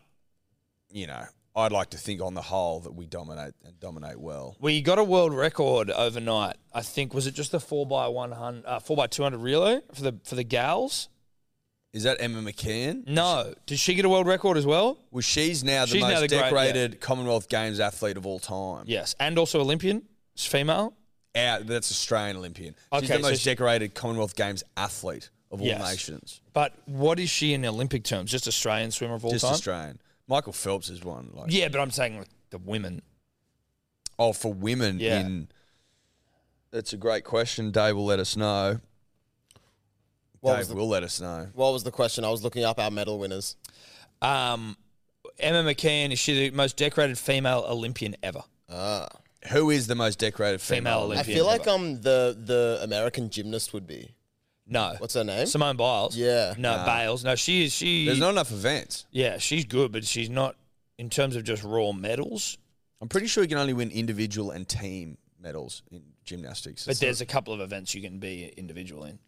Speaker 3: you know, I'd like to think on the whole that we dominate and dominate well.
Speaker 2: We got a world record overnight. I think was it just the 4 by 100 uh, 4 by 200 relay for the for the gals?
Speaker 3: Is that Emma McCann?
Speaker 2: No. Did she get a world record as well?
Speaker 3: Well, she's now the
Speaker 2: She's
Speaker 3: most
Speaker 2: now the great- yeah.
Speaker 3: decorated Commonwealth Games athlete of all time.
Speaker 2: Yes, and also Olympian. It's female.
Speaker 3: Out, that's Australian Olympian. She's
Speaker 2: Okay,
Speaker 3: the
Speaker 2: so
Speaker 3: most
Speaker 2: she-
Speaker 3: decorated Commonwealth Games athlete of all
Speaker 2: Yes.
Speaker 3: nations.
Speaker 2: But what is she in Olympic terms? Just Australian swimmer of all
Speaker 3: Just
Speaker 2: time.
Speaker 3: Australian. Michael Phelps is one. Like,
Speaker 2: yeah, but I'm saying like the women.
Speaker 3: Oh, for women
Speaker 2: Yeah.
Speaker 3: in. That's a great question. Dave will let us know.
Speaker 4: What was,
Speaker 3: Dave
Speaker 4: the,
Speaker 3: will let us know.
Speaker 4: what was the question? I was looking up our medal winners.
Speaker 2: Um, Emma McCann is she the most decorated female Olympian ever?
Speaker 3: Ah. Who is the most decorated female?
Speaker 2: Female
Speaker 3: Olympian?
Speaker 4: I
Speaker 2: Olympian.
Speaker 4: feel like
Speaker 2: ever.
Speaker 4: um the the American gymnast would be.
Speaker 2: no.
Speaker 4: What's her name?
Speaker 2: Simone Biles.
Speaker 4: Yeah.
Speaker 2: No Bales. No, she is she.
Speaker 3: There's not enough events.
Speaker 2: yeah, she's good, but she's not in terms of just raw medals.
Speaker 3: I'm pretty sure you can only win individual and team medals in gymnastics.
Speaker 2: But
Speaker 3: It's
Speaker 2: there's a couple of events you can be individual in.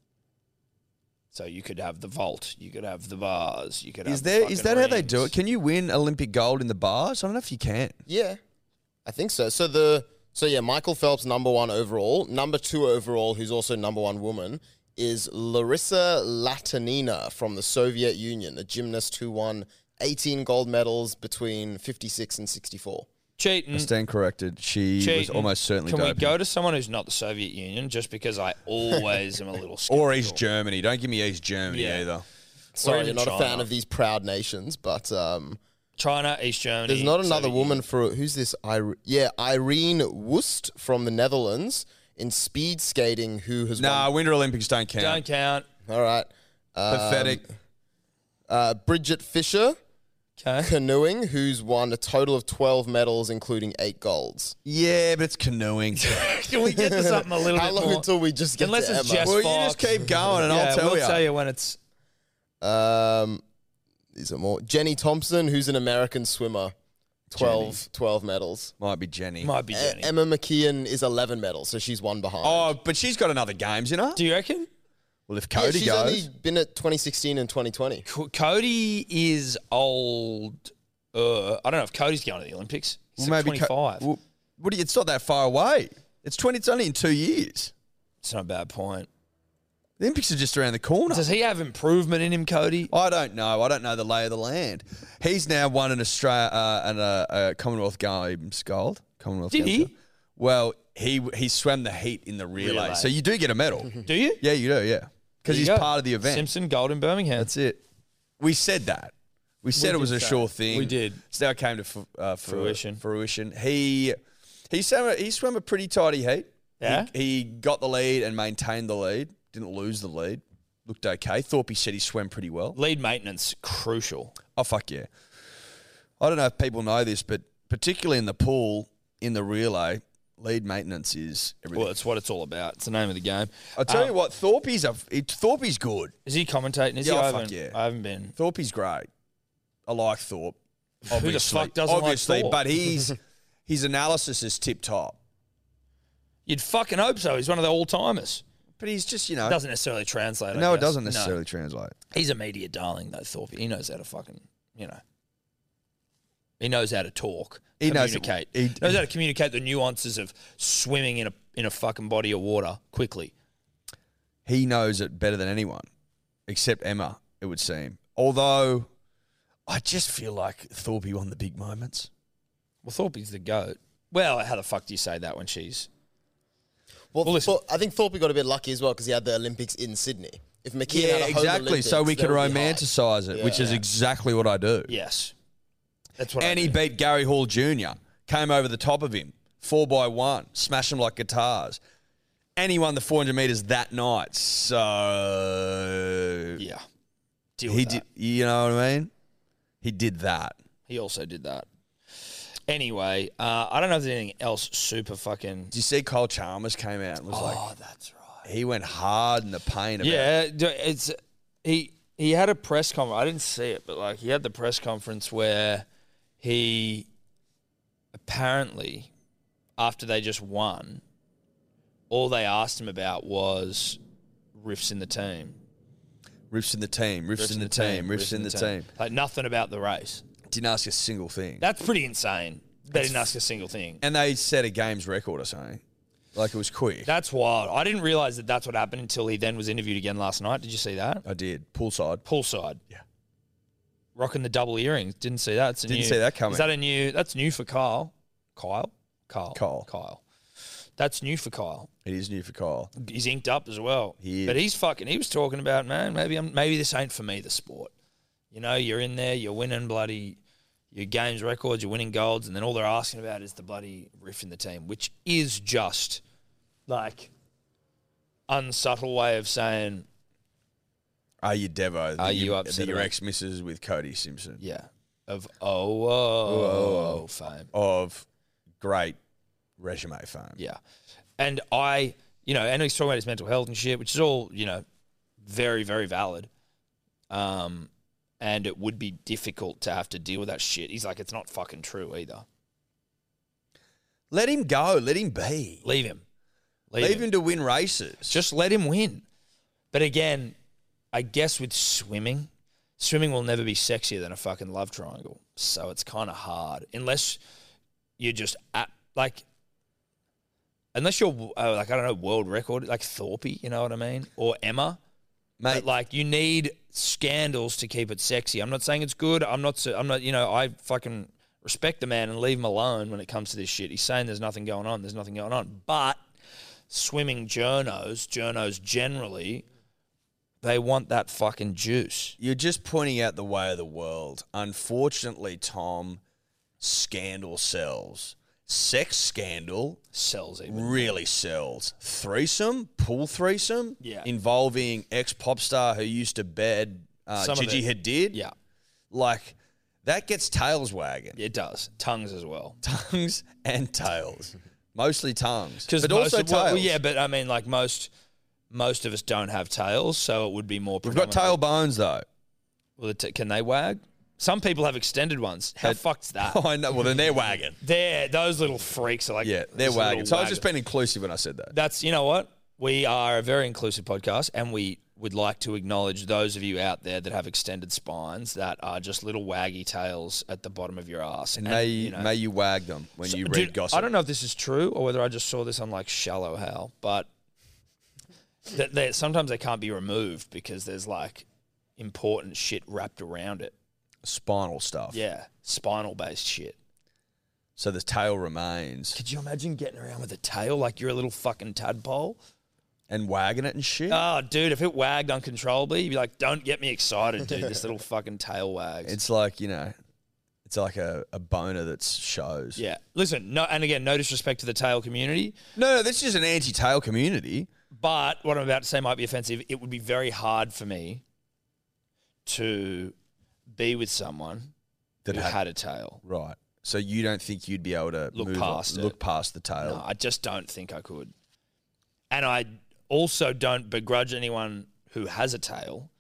Speaker 2: So you could have the vault, you could have the bars, you could.
Speaker 3: not- is
Speaker 2: have the
Speaker 3: there is
Speaker 2: fucking
Speaker 3: that how they do
Speaker 2: rings.
Speaker 3: it? Can you win Olympic gold in the bars? I don't know if you can.
Speaker 4: Yeah, I think so. So the so yeah, Michael Phelps number one overall, number two overall, who's also number one woman, is Larissa Latinina from the Soviet Union, a gymnast who won 18 gold medals between 56 and 64.
Speaker 2: Cheating.
Speaker 3: I stand corrected. She was
Speaker 2: Cheating.
Speaker 3: almost certainly
Speaker 2: Can
Speaker 3: doping.
Speaker 2: we go to someone who's not the Soviet Union just because I always am a little skeptical?
Speaker 3: or East Germany? Don't give me East Germany
Speaker 2: Yeah.
Speaker 3: either.
Speaker 4: Sorry, you're
Speaker 2: even
Speaker 4: not a fan
Speaker 2: China.
Speaker 4: of these proud nations, but um,
Speaker 2: China, East Germany.
Speaker 4: there's not another
Speaker 2: Soviet
Speaker 4: woman for who's this? Ire- yeah, Irene Wust from the Netherlands in speed skating who has
Speaker 3: Nah,
Speaker 4: won.
Speaker 3: Winter Olympics don't count.
Speaker 2: Union. Don't count.
Speaker 4: All right, Um,
Speaker 3: Pathetic.
Speaker 4: uh, Bridget Fisher.
Speaker 2: Okay.
Speaker 4: canoeing, who's won a total of 12 medals, including eight golds.
Speaker 3: yeah, but it's canoeing.
Speaker 2: Can we get to something a little
Speaker 4: How
Speaker 2: bit
Speaker 4: long
Speaker 2: more?
Speaker 4: until we just get
Speaker 2: Unless
Speaker 4: to
Speaker 2: it's
Speaker 4: Emma?
Speaker 2: Jess
Speaker 3: well, you just
Speaker 2: Fox.
Speaker 3: keep going, and
Speaker 2: yeah,
Speaker 3: I'll tell
Speaker 2: we'll
Speaker 3: you.
Speaker 2: tell you when it's.
Speaker 4: um, these are more. Jenny Thompson, who's an American swimmer. 12, 12 medals.
Speaker 3: Might be Jenny.
Speaker 2: Might be
Speaker 4: E-
Speaker 2: Jenny.
Speaker 4: Emma Mckeon is 11 medals, so she's one behind.
Speaker 3: Oh, but she's got another games in her.
Speaker 2: Do you reckon?
Speaker 3: Well, if
Speaker 4: yeah,
Speaker 3: Cody
Speaker 4: she's
Speaker 3: goes,
Speaker 4: only been at 2016 and 2020.
Speaker 2: Co- Cody is old. Uh, I don't know if Cody's going to the Olympics. He's
Speaker 3: well, maybe Co-
Speaker 2: 25.
Speaker 3: well, what do you, it's not that far away. It's twenty. It's only in two years.
Speaker 2: it's not a bad point.
Speaker 3: The Olympics are just around the corner.
Speaker 2: Does he have improvement in him, Cody?
Speaker 3: I don't know. I don't know the lay of the land. He's now won an Australia uh, and a, a Commonwealth Games gold. Commonwealth.
Speaker 2: Did
Speaker 3: Games
Speaker 2: he?
Speaker 3: gold. Well, he he swam the heat in the relay,
Speaker 2: Relay.
Speaker 3: so you do get a medal.
Speaker 2: Do you?
Speaker 3: yeah, you do. Yeah,
Speaker 2: There
Speaker 3: because
Speaker 2: you
Speaker 3: he's
Speaker 2: go.
Speaker 3: part of the event.
Speaker 2: Simpson Gold in Birmingham.
Speaker 3: That's it. We said that. We said it was a
Speaker 2: did say
Speaker 3: sure
Speaker 2: it.
Speaker 3: thing.
Speaker 2: We did.
Speaker 3: So now it came to fu- uh, fu-
Speaker 2: Fruition.
Speaker 3: Fruition. He he swam a, he swam a pretty tidy heat.
Speaker 2: Yeah?
Speaker 3: He, he got the lead and maintained the lead. Didn't lose the lead. Looked okay. Thorpe said he swam pretty well.
Speaker 2: Lead maintenance crucial.
Speaker 3: Oh fuck yeah! I don't know if people know this, but particularly in the pool in the relay, lead maintenance is everything.
Speaker 2: Well, it's what it's all about. It's the name of the game.
Speaker 3: I tell you what, Thorpe's a it- Thorpe's good.
Speaker 2: Uh, Is he commentating? Is
Speaker 3: Yeah,
Speaker 2: he?
Speaker 3: oh,
Speaker 2: I
Speaker 3: fuck
Speaker 2: haven't,
Speaker 3: yeah.
Speaker 2: I haven't been.
Speaker 3: Thorpe's great. I like Thorpe.
Speaker 2: the
Speaker 3: Obviously,
Speaker 2: fuck doesn't like
Speaker 3: obviously,
Speaker 2: Thorpe?
Speaker 3: but he's his analysis is tip top.
Speaker 2: You'd fucking hope so. He's one of the all timers.
Speaker 3: But he's just you know
Speaker 2: Doesn't necessarily translate. I
Speaker 3: no, it
Speaker 2: guess.
Speaker 3: doesn't
Speaker 2: No.
Speaker 3: necessarily translate.
Speaker 2: He's a media darling though, Thorpe. He knows how to fucking you know. He knows how to talk.
Speaker 3: He knows-
Speaker 2: communicate.
Speaker 3: he-
Speaker 2: He knows how to communicate the nuances of swimming in a in a fucking body of water quickly.
Speaker 3: He knows it better than anyone, except Emma. It would seem. Although, I just feel like Thorpe won the big moments.
Speaker 2: Well, Thorpe's the goat. Well, how the fuck do you say that when she's?
Speaker 4: Well,
Speaker 2: Well, listen.
Speaker 4: Thor- I think Thorpe got a bit lucky as well because he had the Olympics in Sydney. If McKeon had a
Speaker 3: Yeah,
Speaker 4: home
Speaker 3: exactly. So
Speaker 4: Olympics,
Speaker 3: we
Speaker 4: that
Speaker 3: can
Speaker 4: would be hype.
Speaker 3: romanticize it, which is
Speaker 2: Yeah.
Speaker 3: exactly what I do.
Speaker 2: Yes, that's what. I
Speaker 3: And he
Speaker 2: do.
Speaker 3: beat Gary Hall Jr. Came over the top of him, four by one, smashed him like guitars. And he won the 400 meters that night. So
Speaker 2: Yeah, deal
Speaker 3: he
Speaker 2: with
Speaker 3: did.
Speaker 2: that.
Speaker 3: You know what I mean? He did that.
Speaker 2: He also did that. Anyway, uh, I don't know if there's anything else super fucking. Oh,
Speaker 3: Did you see Cole Chalmers came out and was like,
Speaker 2: that's right.
Speaker 3: he went hard in the paint. About
Speaker 2: Yeah, d- it's he. He had a press conference. I didn't see it, but like he had the press conference where he apparently, after they just won, all they asked him about was riffs in the team.
Speaker 3: Riffs in the team, riffs, in the, team, riffs in the team.
Speaker 2: Like nothing about the race.
Speaker 3: Didn't ask a single thing.
Speaker 2: That's pretty insane. They didn't ask a single thing.
Speaker 3: and they set a games record or something. Like it was quick.
Speaker 2: That's wild. I didn't realize that that's what happened until he then was interviewed again last night. Did you see that?
Speaker 3: I did. Poolside.
Speaker 2: Poolside.
Speaker 3: Yeah.
Speaker 2: Rocking the double earrings. Didn't see that. It's a
Speaker 3: Didn't
Speaker 2: new-
Speaker 3: see that coming.
Speaker 2: Is that a new? That's new for Kyle. Kyle. Kyle.
Speaker 3: Kyle.
Speaker 2: Kyle. That's new for Kyle.
Speaker 3: It is new for Kyle.
Speaker 2: He's inked up as well.
Speaker 3: He is.
Speaker 2: But he's fucking. He was talking about man. Maybe I'm. Maybe this ain't for me. The sport. You know, you're in there. You're winning bloody. Your games records. You're winning golds, and then all they're asking about is the bloody riff in the team, which is just like unsubtle way of saying
Speaker 3: Are you Devo?
Speaker 2: Are
Speaker 3: that
Speaker 2: you
Speaker 3: that
Speaker 2: upset
Speaker 3: Your
Speaker 2: about-
Speaker 3: ex misses with Cody Simpson
Speaker 2: yeah of oh oh, oh fame.
Speaker 3: of great resume fame.
Speaker 2: Yeah. And I, you know, and he's talking about his mental health and shit, which is all, you know, very, very valid. Um, and it would be difficult to have to deal with that shit. He's like, it's not fucking true either.
Speaker 3: Let him go. Let him be.
Speaker 2: Leave him. Leave,
Speaker 3: Leave,
Speaker 2: him.
Speaker 3: him. to win races.
Speaker 2: Just let him win. But again, I guess with swimming, swimming will never be sexier than a fucking love triangle. So it's kind of hard unless you're just at, like, unless you're uh, like I don't know world record like Thorpe, you know what I mean, or Emma.
Speaker 3: mate.
Speaker 2: But like you need scandals to keep it sexy. I'm not saying it's good. I'm not. so- I'm not. You know, I fucking respect the man and leave him alone when it comes to this shit. He's saying there's nothing going on. There's nothing going on. But swimming journos, journos generally, they want that fucking juice.
Speaker 3: you're just pointing out the way of the world. Unfortunately, Tom, scandal sells. Sex scandal
Speaker 2: Sells even.
Speaker 3: really sells. Threesome, pool threesome,
Speaker 2: Yeah.
Speaker 3: involving ex pop star who used to bed uh,
Speaker 2: Some of
Speaker 3: Gigi
Speaker 2: it-
Speaker 3: Hadid.
Speaker 2: Yeah,
Speaker 3: like that gets tails wagging.
Speaker 2: it does. Tongues as well.
Speaker 3: Tongues and tails. Mostly tongues.
Speaker 2: Because
Speaker 3: But also
Speaker 2: of,
Speaker 3: tails.
Speaker 2: what- well, yeah, but I mean, like most, most of us don't have tails, so it would be more.
Speaker 3: We've got
Speaker 2: predominant-
Speaker 3: tail bones though.
Speaker 2: Well, the t- can they wag? Some people have extended ones. How
Speaker 3: They-
Speaker 2: fucked's that?
Speaker 3: I know. Well, then they're wagging.
Speaker 2: They're those little freaks are like
Speaker 3: Yeah, they're
Speaker 2: this
Speaker 3: wagging.
Speaker 2: little
Speaker 3: So I was just
Speaker 2: wagger.
Speaker 3: being inclusive when I said that.
Speaker 2: That's you know what we are a very inclusive podcast, and we would like to acknowledge those of you out there that have extended spines that are just little waggy tails at the bottom of your ass. And,
Speaker 3: may
Speaker 2: you know-
Speaker 3: may you wag them when
Speaker 2: So-
Speaker 3: you read
Speaker 2: dude,
Speaker 3: gossip.
Speaker 2: I don't know if this is true or whether I just saw this on like Shallow Hal, but that they, sometimes they can't be removed because there's like important shit wrapped around it.
Speaker 3: Spinal stuff.
Speaker 2: Yeah, spinal based shit.
Speaker 3: So the tail remains
Speaker 2: Could you imagine getting around with a tail like you're a little fucking tadpole?
Speaker 3: and wagging it and shit.
Speaker 2: Oh, dude, if it wagged uncontrollably, you'd be like, don't get me excited, dude. This little fucking tail wags.
Speaker 3: it's like you know, it's like a, a boner that shows.
Speaker 2: yeah. Listen, no, and again, no disrespect to the tail community,
Speaker 3: No, no, this is an anti-tail community.
Speaker 2: but what I'm about to say might be offensive. It would be very hard for me to be with someone
Speaker 3: That
Speaker 2: who
Speaker 3: had-
Speaker 2: had a tail.
Speaker 3: Right. So you don't think you'd be able to
Speaker 2: Look
Speaker 3: move-
Speaker 2: past it.
Speaker 3: look past the tail?
Speaker 2: No, I just don't think I could. And I also don't begrudge anyone who has a tail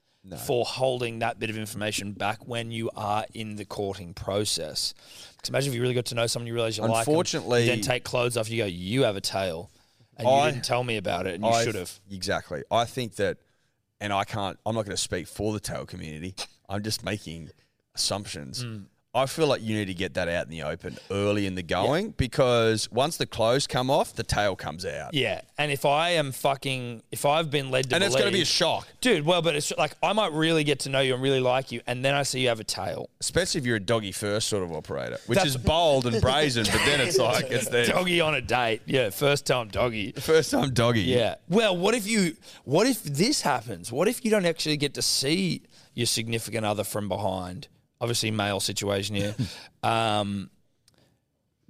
Speaker 2: for holding that bit of information back when you are in the courting process. Because imagine if you really got to know someone, you realize you like 'em,
Speaker 3: Unfortunately-
Speaker 2: you then take clothes off, you go, you have a tail. And
Speaker 3: I-
Speaker 2: you didn't tell me about it, and you
Speaker 3: I-
Speaker 2: should have.
Speaker 3: Exactly. I think that, and I can't, I'm not going to speak for the tail community. I'm just making assumptions.
Speaker 2: Mm.
Speaker 3: I feel like you need to get that out in the open early in the going because once the clothes come off, the tail comes out.
Speaker 2: Yeah, and if I am fucking, if I've been led to
Speaker 3: And it's going to be a
Speaker 2: believe-
Speaker 3: shock,
Speaker 2: dude. Well, but it's like I might really get to know you and really like you, and then I see you have a tail.
Speaker 3: especially if you're a doggy first sort of operator, which is bold and brazen, but then it's like, it's the
Speaker 2: Doggy on a date, yeah, first time doggy.
Speaker 3: first time doggy.
Speaker 2: Yeah. Well, what if you? What if this happens? What if you don't actually get to see your significant other from behind? Obviously, male situation here, um,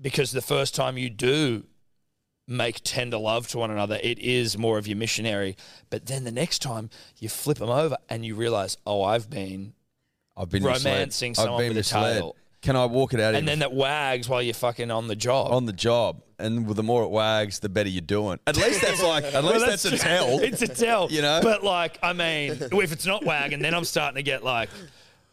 Speaker 2: because the first time you do make tender love to one another, it is more of your missionary. But then the next time you flip them over and you realize, oh, I've been,
Speaker 3: I've been
Speaker 2: Romancing
Speaker 3: misled.
Speaker 2: someone
Speaker 3: I've been
Speaker 2: with a
Speaker 3: misled.
Speaker 2: tail.
Speaker 3: Can I walk it out
Speaker 2: and
Speaker 3: even
Speaker 2: then that wags while you're fucking on the job.
Speaker 3: on the job, and the more it wags, the better you're doing. At least that's like, at least
Speaker 2: Well,
Speaker 3: that's, a tell.
Speaker 2: It's a tell.
Speaker 3: You know?
Speaker 2: But like, I mean, if it's not wagging, then I'm starting to get like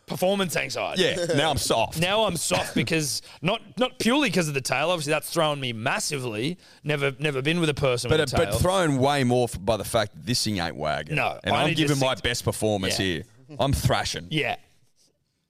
Speaker 2: performance anxiety.
Speaker 3: Yeah, now I'm soft.
Speaker 2: Now I'm soft because not not purely because of the tail. Obviously, that's thrown me massively. Never never been with a person
Speaker 3: but
Speaker 2: with a tail.
Speaker 3: but thrown way more f- by the fact that this thing ain't wagging.
Speaker 2: No,
Speaker 3: and
Speaker 2: I
Speaker 3: I'm
Speaker 2: need to
Speaker 3: giving my
Speaker 2: sit-
Speaker 3: best performance
Speaker 2: Yeah.
Speaker 3: here. I'm thrashing.
Speaker 2: yeah,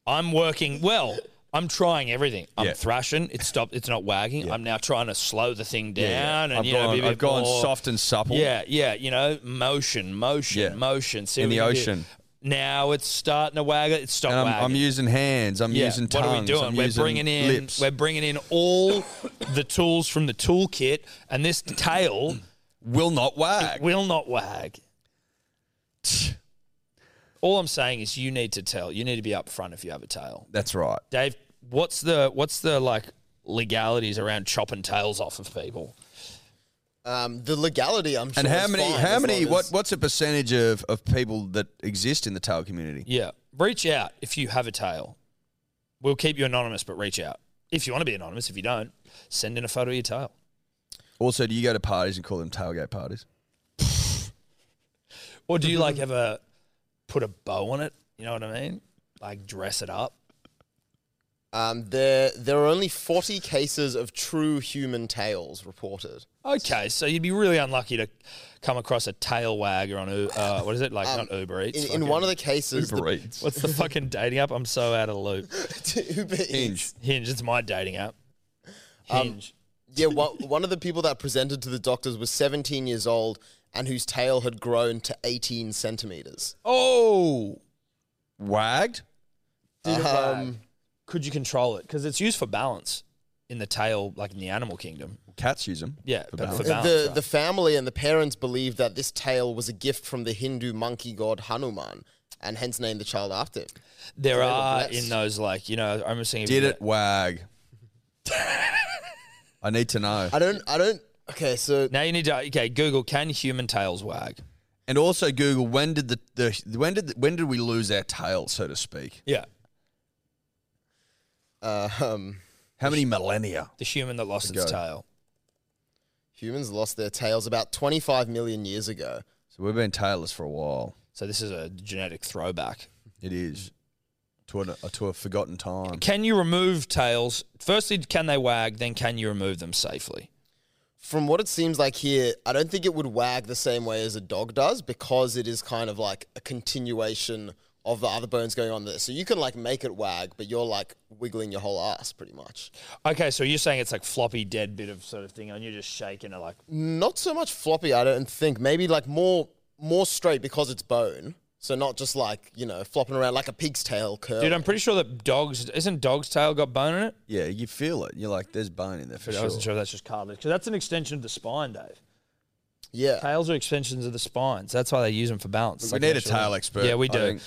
Speaker 2: I'm working well. I'm trying everything. I'm
Speaker 3: Yeah.
Speaker 2: thrashing. It's stopped. It's not wagging. I'm now trying to slow the thing down and
Speaker 3: I've
Speaker 2: you know,
Speaker 3: gone,
Speaker 2: be a bit
Speaker 3: I've gone
Speaker 2: more-
Speaker 3: soft and supple.
Speaker 2: Yeah, yeah, you know, motion, motion,
Speaker 3: Yeah.
Speaker 2: motion. See
Speaker 3: In
Speaker 2: what
Speaker 3: the
Speaker 2: we can do.
Speaker 3: ocean.
Speaker 2: Now it's starting to wag. It's stopped
Speaker 3: and I'm,
Speaker 2: wagging.
Speaker 3: I'm using hands. I'm
Speaker 2: Yeah,
Speaker 3: using
Speaker 2: what
Speaker 3: tongues.
Speaker 2: are we doing?
Speaker 3: I'm
Speaker 2: we're
Speaker 3: using
Speaker 2: bringing in
Speaker 3: lips.
Speaker 2: we're bringing in all the tools from the toolkit, and this tail
Speaker 3: Will not wag.
Speaker 2: will not wag. All I'm saying is you need to tell. You need to be upfront if you have a tail,
Speaker 3: That's right.
Speaker 2: Dave. What's the what's the like legalities around chopping tails off of people?
Speaker 4: Um, the legality, I'm sure.
Speaker 3: And how
Speaker 4: is
Speaker 3: many?
Speaker 4: fine
Speaker 3: How
Speaker 4: as
Speaker 3: many?
Speaker 4: long
Speaker 3: What?
Speaker 4: as-
Speaker 3: What's a percentage of, of people that exist in the tail community?
Speaker 2: Yeah, reach out if you have a tail. We'll keep you anonymous, but reach out if you want to be anonymous. If you don't, send in a photo of your tail.
Speaker 3: Also, do you go to parties and call them tailgate parties?
Speaker 2: Or do you like ever put a bow on it? You know what I mean? Like dress it up.
Speaker 4: Um, there, there are only 40 cases of true human tails reported.
Speaker 2: Okay, so you'd be really unlucky to come across a tail wagger on U- uh, what is it like? not Uber Eats.
Speaker 4: Um, In, in
Speaker 2: fucking-
Speaker 4: one of the cases,
Speaker 3: Uber Eats.
Speaker 2: what's the fucking dating app? I'm so out of the loop.
Speaker 4: the, Uber Eats.
Speaker 3: Hinge.
Speaker 2: Hinge. It's my dating app. Hinge.
Speaker 4: Um, Yeah, one, one of the people that presented to the doctors was 17 years old and whose tail had grown to 18 centimeters.
Speaker 3: Oh, wagged. uh,
Speaker 4: Um,
Speaker 2: Could you control it? Because it's used for balance in the tail, like in the animal kingdom.
Speaker 3: Cats use them.
Speaker 2: Yeah, but for
Speaker 3: balance.
Speaker 2: balance.
Speaker 4: the,
Speaker 2: right?
Speaker 4: the family and the parents believed that this tail was a gift from the Hindu monkey god Hanuman and hence named the child after him.
Speaker 2: there
Speaker 4: They were
Speaker 2: are
Speaker 4: blessed.
Speaker 2: in those like you know I remember seeing a
Speaker 3: Did
Speaker 2: video-
Speaker 3: it wag? I need to know.
Speaker 4: I don't, I don't, okay, so
Speaker 2: Now you need to okay Google can human tails wag?
Speaker 3: And also Google when did the, the when did when did we lose our tail, so to speak?
Speaker 2: Yeah,
Speaker 4: uh, um,
Speaker 3: How many millennia?
Speaker 2: the human that lost its
Speaker 3: Go.
Speaker 2: tail.
Speaker 4: humans lost their tails about 25 million years ago.
Speaker 3: So we've been tailless for a while.
Speaker 2: So this is a genetic throwback.
Speaker 3: It is. to an, uh, to a forgotten time.
Speaker 2: Can you remove tails? Firstly, can they wag? Then can you remove them safely?
Speaker 4: From what it seems like here, I don't think it would wag the same way as a dog does because it is kind of like a continuation of the other bones going on there. So you can like make it wag, but you're like wiggling your whole ass pretty much.
Speaker 2: Okay, so you're saying it's like floppy, dead bit of sort of thing, and you're just shaking it like.
Speaker 4: Not so much floppy, I don't think. Maybe like more more straight because it's bone. So not just like, you know, flopping around like a pig's tail curl.
Speaker 2: Dude, I'm pretty sure that dogs isn't dog's tail got bone in it.
Speaker 3: Yeah, you feel it. You're like, there's bone in there for
Speaker 2: I
Speaker 3: sure.
Speaker 2: wasn't sure if that's just cartilage because that's an extension of the spine, Dave.
Speaker 4: yeah.
Speaker 2: Tails are extensions of the spines. That's why they use them for balance. It's
Speaker 3: We
Speaker 2: like
Speaker 3: need
Speaker 2: an
Speaker 3: a
Speaker 2: actual-
Speaker 3: tail expert,
Speaker 2: Yeah, we
Speaker 3: I
Speaker 2: do. I,
Speaker 3: think.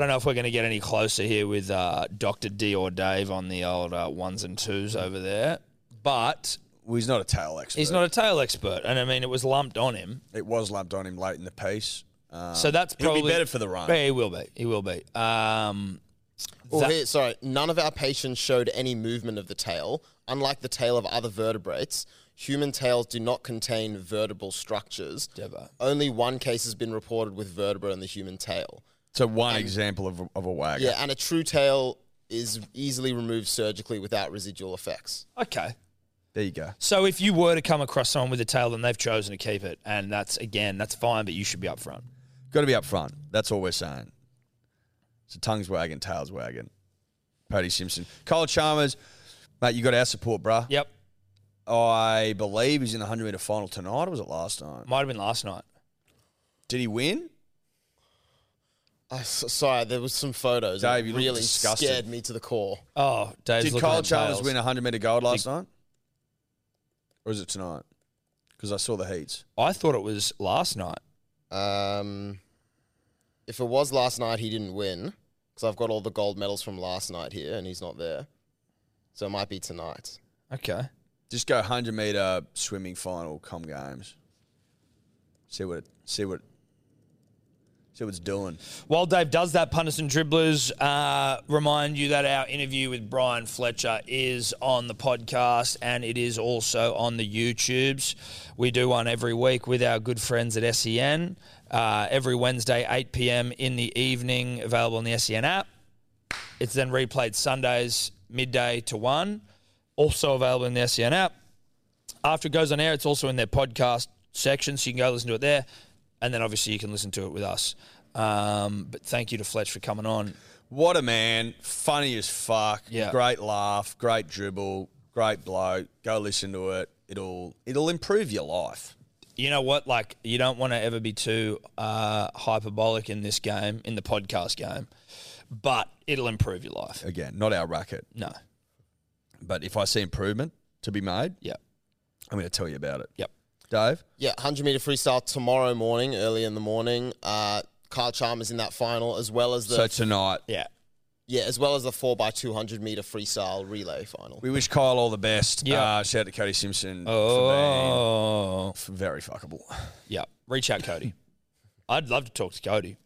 Speaker 2: don't know if we're going to get any closer here with uh, Doctor D or Dave on the old uh, ones and twos over there, but
Speaker 3: Well, he's not a tail expert.
Speaker 2: he's not a tail expert, and I mean it was lumped on him,
Speaker 3: It was lumped on him late in the piece. Um,
Speaker 2: so that's
Speaker 3: he'll
Speaker 2: probably
Speaker 3: be better for the run.
Speaker 2: Yeah, he will be. He will be. Um,
Speaker 4: Oh,
Speaker 2: That-
Speaker 4: here, sorry. None of our patients showed any movement of the tail. Unlike the tail of other vertebrates, human tails do not contain vertebral structures.
Speaker 2: Devo.
Speaker 4: Only one case has been reported with vertebra in the human tail.
Speaker 3: So one example of a, of a wag.
Speaker 4: Yeah, and a true tail is easily removed surgically without residual effects.
Speaker 2: okay.
Speaker 3: There you go.
Speaker 2: So if you were to come across someone with a tail, then they've chosen to keep it, and that's again, that's fine. But you should be upfront.
Speaker 3: Got to be up front. That's all we're saying. So tongues wagging, tails wagging. Paddy Simpson, Cole Chalmers, mate, you got our support, bruh.
Speaker 2: Yep,
Speaker 3: I believe he's in the hundred meter final tonight. Or was it last time?
Speaker 2: might have been last night.
Speaker 3: Did he win?
Speaker 4: Uh, s sorry, there was some photos.
Speaker 3: Dave, you
Speaker 4: it
Speaker 3: look
Speaker 4: really
Speaker 3: disgusted.
Speaker 4: scared me to the core.
Speaker 2: Oh, Dave's
Speaker 3: Did
Speaker 2: looking
Speaker 3: Cole
Speaker 2: at
Speaker 3: Chalmers
Speaker 2: tails.
Speaker 3: win a hundred meter gold last night? Or is it tonight? Because I saw the heats.
Speaker 2: I thought it was last night.
Speaker 4: Um, if it was last night, he didn't win because I've got all the gold medals from last night here, and he's not there. So it might be tonight.
Speaker 2: Okay.
Speaker 3: Just go hundred meter swimming final com games. See what it, see what see what it's doing.
Speaker 2: While Dave does that, punters and dribblers, uh, remind you that our interview with Brian Fletcher is on the podcast and it is also on the YouTubes. We do one every week with our good friends at SEN, uh, every Wednesday, 8 p.m. in the evening, available on the SEN app. It's then replayed Sundays, midday to 1, also available in the SEN app. After it goes on air, it's also in their podcast section, so you can go listen to it there. And then obviously you can listen to it with us. Um, but thank you to Fletch for coming on.
Speaker 3: What a man. Funny as fuck.
Speaker 2: Yeah.
Speaker 3: Great laugh, great dribble, great blow. Go listen to it. It'll it'll improve your life.
Speaker 2: You know what? Like, you don't want to ever be too uh, hyperbolic in this game, in the podcast game, but it'll improve your life.
Speaker 3: Again, not our racket.
Speaker 2: No.
Speaker 3: But if I see improvement to be made,
Speaker 2: Yep.
Speaker 3: I'm gonna tell you about it.
Speaker 2: Yep.
Speaker 3: Dave?
Speaker 4: Yeah, 100 meter freestyle tomorrow morning, early in the morning. Uh, Kyle Chalmers in that final, as well as the
Speaker 3: so tonight
Speaker 2: Yeah.
Speaker 4: yeah, as well as the four x 200 meter freestyle relay final.
Speaker 3: we wish Kyle all the best.
Speaker 2: Yeah.
Speaker 3: Uh, shout out to Cody Simpson for
Speaker 2: Oh.
Speaker 3: being very fuckable.
Speaker 2: Yep. Reach out, Cody. I'd love to talk to Cody.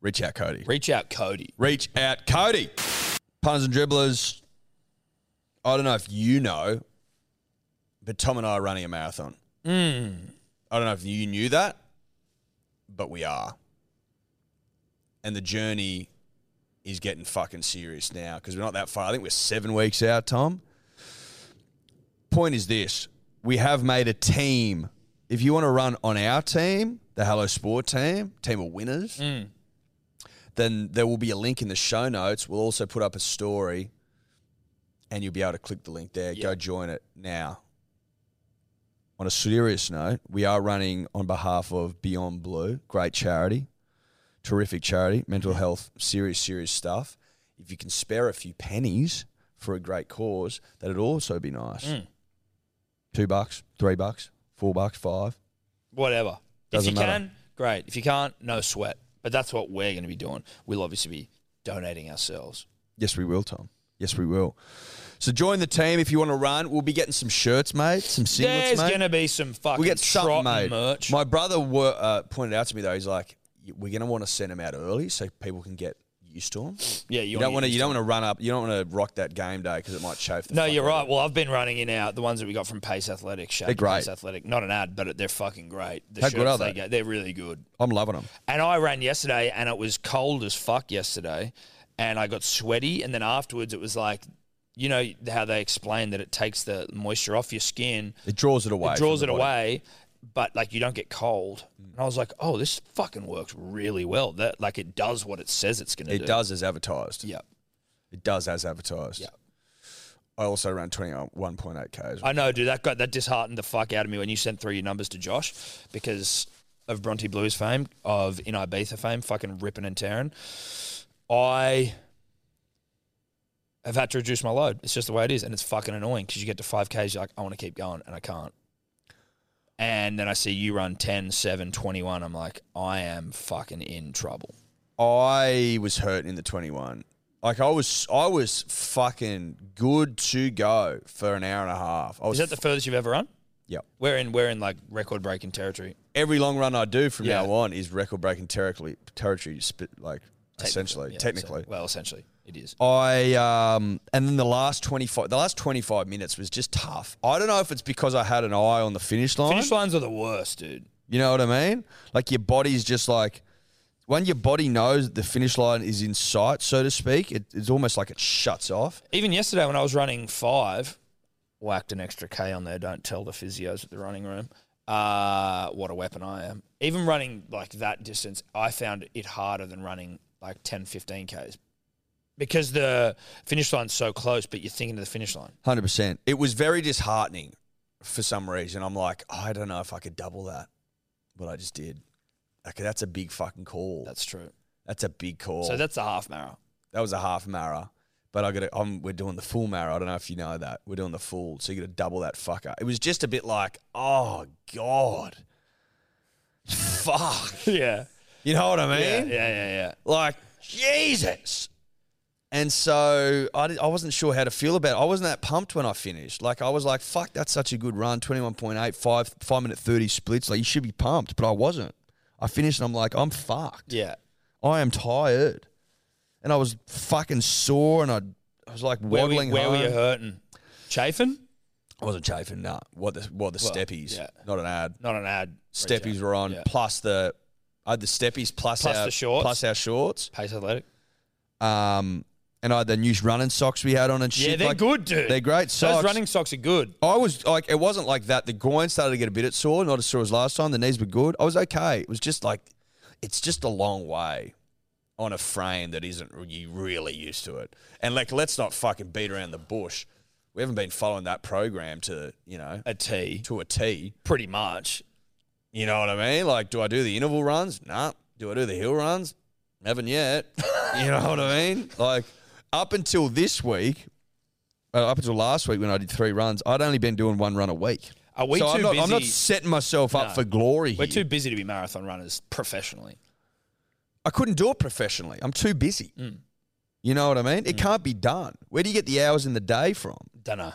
Speaker 3: Reach out, Cody.
Speaker 2: Reach out, Cody.
Speaker 3: Reach out, Cody. Punters and dribblers. I don't know if you know, but Tom and I are running a marathon. I don't know if you knew that, but we are. And the journey is getting fucking serious now because we're not that far. I think we're seven weeks out, Tom. Point is this we have made a team. If you want to run on our team, the Hello Sport team, team of winners, then there will be a link in the show notes. We'll also put up a story and you'll be able to click the link there. Go join it now. On a serious note, we are running on behalf of Beyond Blue, great charity, terrific charity, mental health, serious, serious stuff. If you can spare a few pennies for a great cause, that'd also be nice. Two bucks, three bucks, four bucks, five.
Speaker 2: whatever.
Speaker 3: Doesn't
Speaker 2: if you
Speaker 3: matter.
Speaker 2: can, great. If you can't, no sweat. But that's what we're going to be doing. We'll obviously be donating ourselves.
Speaker 3: Yes, we will, Tom. Yes, we will. So join the team if you want to run. We'll be getting some shirts, mate. Some singlets,
Speaker 2: There's
Speaker 3: mate.
Speaker 2: going to be some fucking
Speaker 3: we get something,
Speaker 2: trot
Speaker 3: mate.
Speaker 2: merch.
Speaker 3: My brother were, uh, pointed out to me though. He's like, we're going to want to send them out early so people can get You storm?
Speaker 2: Yeah,
Speaker 3: You
Speaker 2: wanna
Speaker 3: don't want to.
Speaker 2: use
Speaker 3: You don't want to run up. You don't want to rock that game day because it might chafe. The
Speaker 2: No,
Speaker 3: fuck
Speaker 2: you're
Speaker 3: out of
Speaker 2: right. Well, I've been running in out the ones that we got from Pace Athletic. Shout
Speaker 3: They're
Speaker 2: out to Pace
Speaker 3: great.
Speaker 2: Athletic. Not an ad, but they're fucking great. The
Speaker 3: How good
Speaker 2: shirts
Speaker 3: are they?
Speaker 2: Go, they're really good.
Speaker 3: it. I'm loving them.
Speaker 2: And I ran yesterday, and it was cold as fuck yesterday, and I got sweaty. And then afterwards, it was like, you know how they explain that it takes the moisture off your skin,
Speaker 3: It draws it away.
Speaker 2: it draws
Speaker 3: from
Speaker 2: it
Speaker 3: the body. Mm.
Speaker 2: away, but like you don't get cold. And I was like, oh, this fucking works really well. That like it does what it says it's gonna do.
Speaker 3: It does as advertised.
Speaker 2: Yeah.
Speaker 3: It does as advertised.
Speaker 2: Yeah.
Speaker 3: I also ran uh, 21.8 k's.
Speaker 2: I know, Oh, dude. That got that disheartened the fuck out of me when you sent through your numbers to Josh because of Bronte Blues fame, of In Ibiza fame, fucking ripping and tearing. I have had to reduce my load. It's just the way it is, and it's fucking annoying because you get to five k's, you're like, I want to keep going, and I can't. And then I see you run 10, 7, 21. I'm like, I am fucking in trouble.
Speaker 3: I was hurting in the 21. Like I was, I was fucking good to go for an hour and a half. I was
Speaker 2: Is that the furthest you've ever run?
Speaker 3: Yep.
Speaker 2: We're in we're in like record breaking territory.
Speaker 3: every long run I do from
Speaker 2: Yeah.
Speaker 3: now on is record breaking territory, territory sp- like essentially,
Speaker 2: Yeah, so-
Speaker 3: technically.
Speaker 2: well, essentially, it is.
Speaker 3: I um, and then the last twenty five, the last twenty five minutes was just tough. I don't know if it's because I had an eye on the finish line.
Speaker 2: Finish lines are the worst, dude.
Speaker 3: You know what I mean? Like your body's just like when your body knows that the finish line is in sight, so to speak. It, it's almost like it shuts off.
Speaker 2: Even yesterday when I was running five, whacked an extra K on there. Don't tell the physios at the running room. Uh, what a weapon I am. Even running like that distance, I found it harder than running like 10, 15 Ks because the finish line's so close, but you're thinking of the finish line.
Speaker 3: Hundred percent. It was very disheartening for some reason. I'm like, I don't know if I could double that, but I just did. Okay, that's a big fucking call.
Speaker 2: That's true.
Speaker 3: That's a big call.
Speaker 2: So that's the half marathon.
Speaker 3: that was a half mara. But I got to, I'm, we're doing the full mara. I don't know if you know that. We're doing the full. So you got to double that fucker. It was just a bit like, oh, God. Fuck.
Speaker 2: Yeah.
Speaker 3: You know what I mean?
Speaker 2: Yeah, yeah, yeah, yeah.
Speaker 3: Like, Jesus. And so I, di- I wasn't sure how to feel about it. I wasn't that pumped when I finished. Like, I was like, fuck, that's such a good run 21.8, five, 5 minute 30 splits. Like, you should be pumped, but I wasn't. I finished and I'm like, I'm fucked.
Speaker 2: Yeah.
Speaker 3: I am tired. And I was fucking sore and I, I was like
Speaker 2: Where, were,
Speaker 3: waddling
Speaker 2: where were
Speaker 3: home.
Speaker 2: you hurting? Chafing?
Speaker 3: I wasn't chafing, nah. uh, What the what the
Speaker 2: Well,
Speaker 3: steppies.
Speaker 2: yeah.
Speaker 3: Not an ad.
Speaker 2: Not an ad.
Speaker 3: Steppies were on
Speaker 2: Yeah.
Speaker 3: plus the I had the steppies plus,
Speaker 2: Plus
Speaker 3: our
Speaker 2: the shorts.
Speaker 3: plus our shorts.
Speaker 2: Pace Athletic.
Speaker 3: Um and I had the new running socks we had on and shit.
Speaker 2: Yeah, they're
Speaker 3: like,
Speaker 2: good, dude.
Speaker 3: They're great socks.
Speaker 2: Those running socks are good.
Speaker 3: I was like, it wasn't like that. The groin started to get a bit sore, not as sore as last time. The knees were good. I was okay. It was just like, it's just a long way on a frame that isn't re- you really used to it. And like, let's not fucking beat around the bush. We haven't been following that program to you know
Speaker 2: A T,
Speaker 3: to a T.
Speaker 2: pretty much.
Speaker 3: You know what I mean? Like, do I do the interval runs? Nah. Do I do the hill runs? Haven't yet. you know what I mean? Like, up until this week, uh, up until last week when I did three runs, I'd only been doing one run a week.
Speaker 2: Are we
Speaker 3: so
Speaker 2: too
Speaker 3: I'm not, I'm not
Speaker 2: busy-
Speaker 3: setting myself up
Speaker 2: No.
Speaker 3: for glory
Speaker 2: We're
Speaker 3: here.
Speaker 2: too busy to be marathon runners professionally.
Speaker 3: I couldn't do it professionally. I'm too busy.
Speaker 2: Mm.
Speaker 3: You know what I mean? It can't be done. Where do you get the hours in the day from?
Speaker 2: Dunno.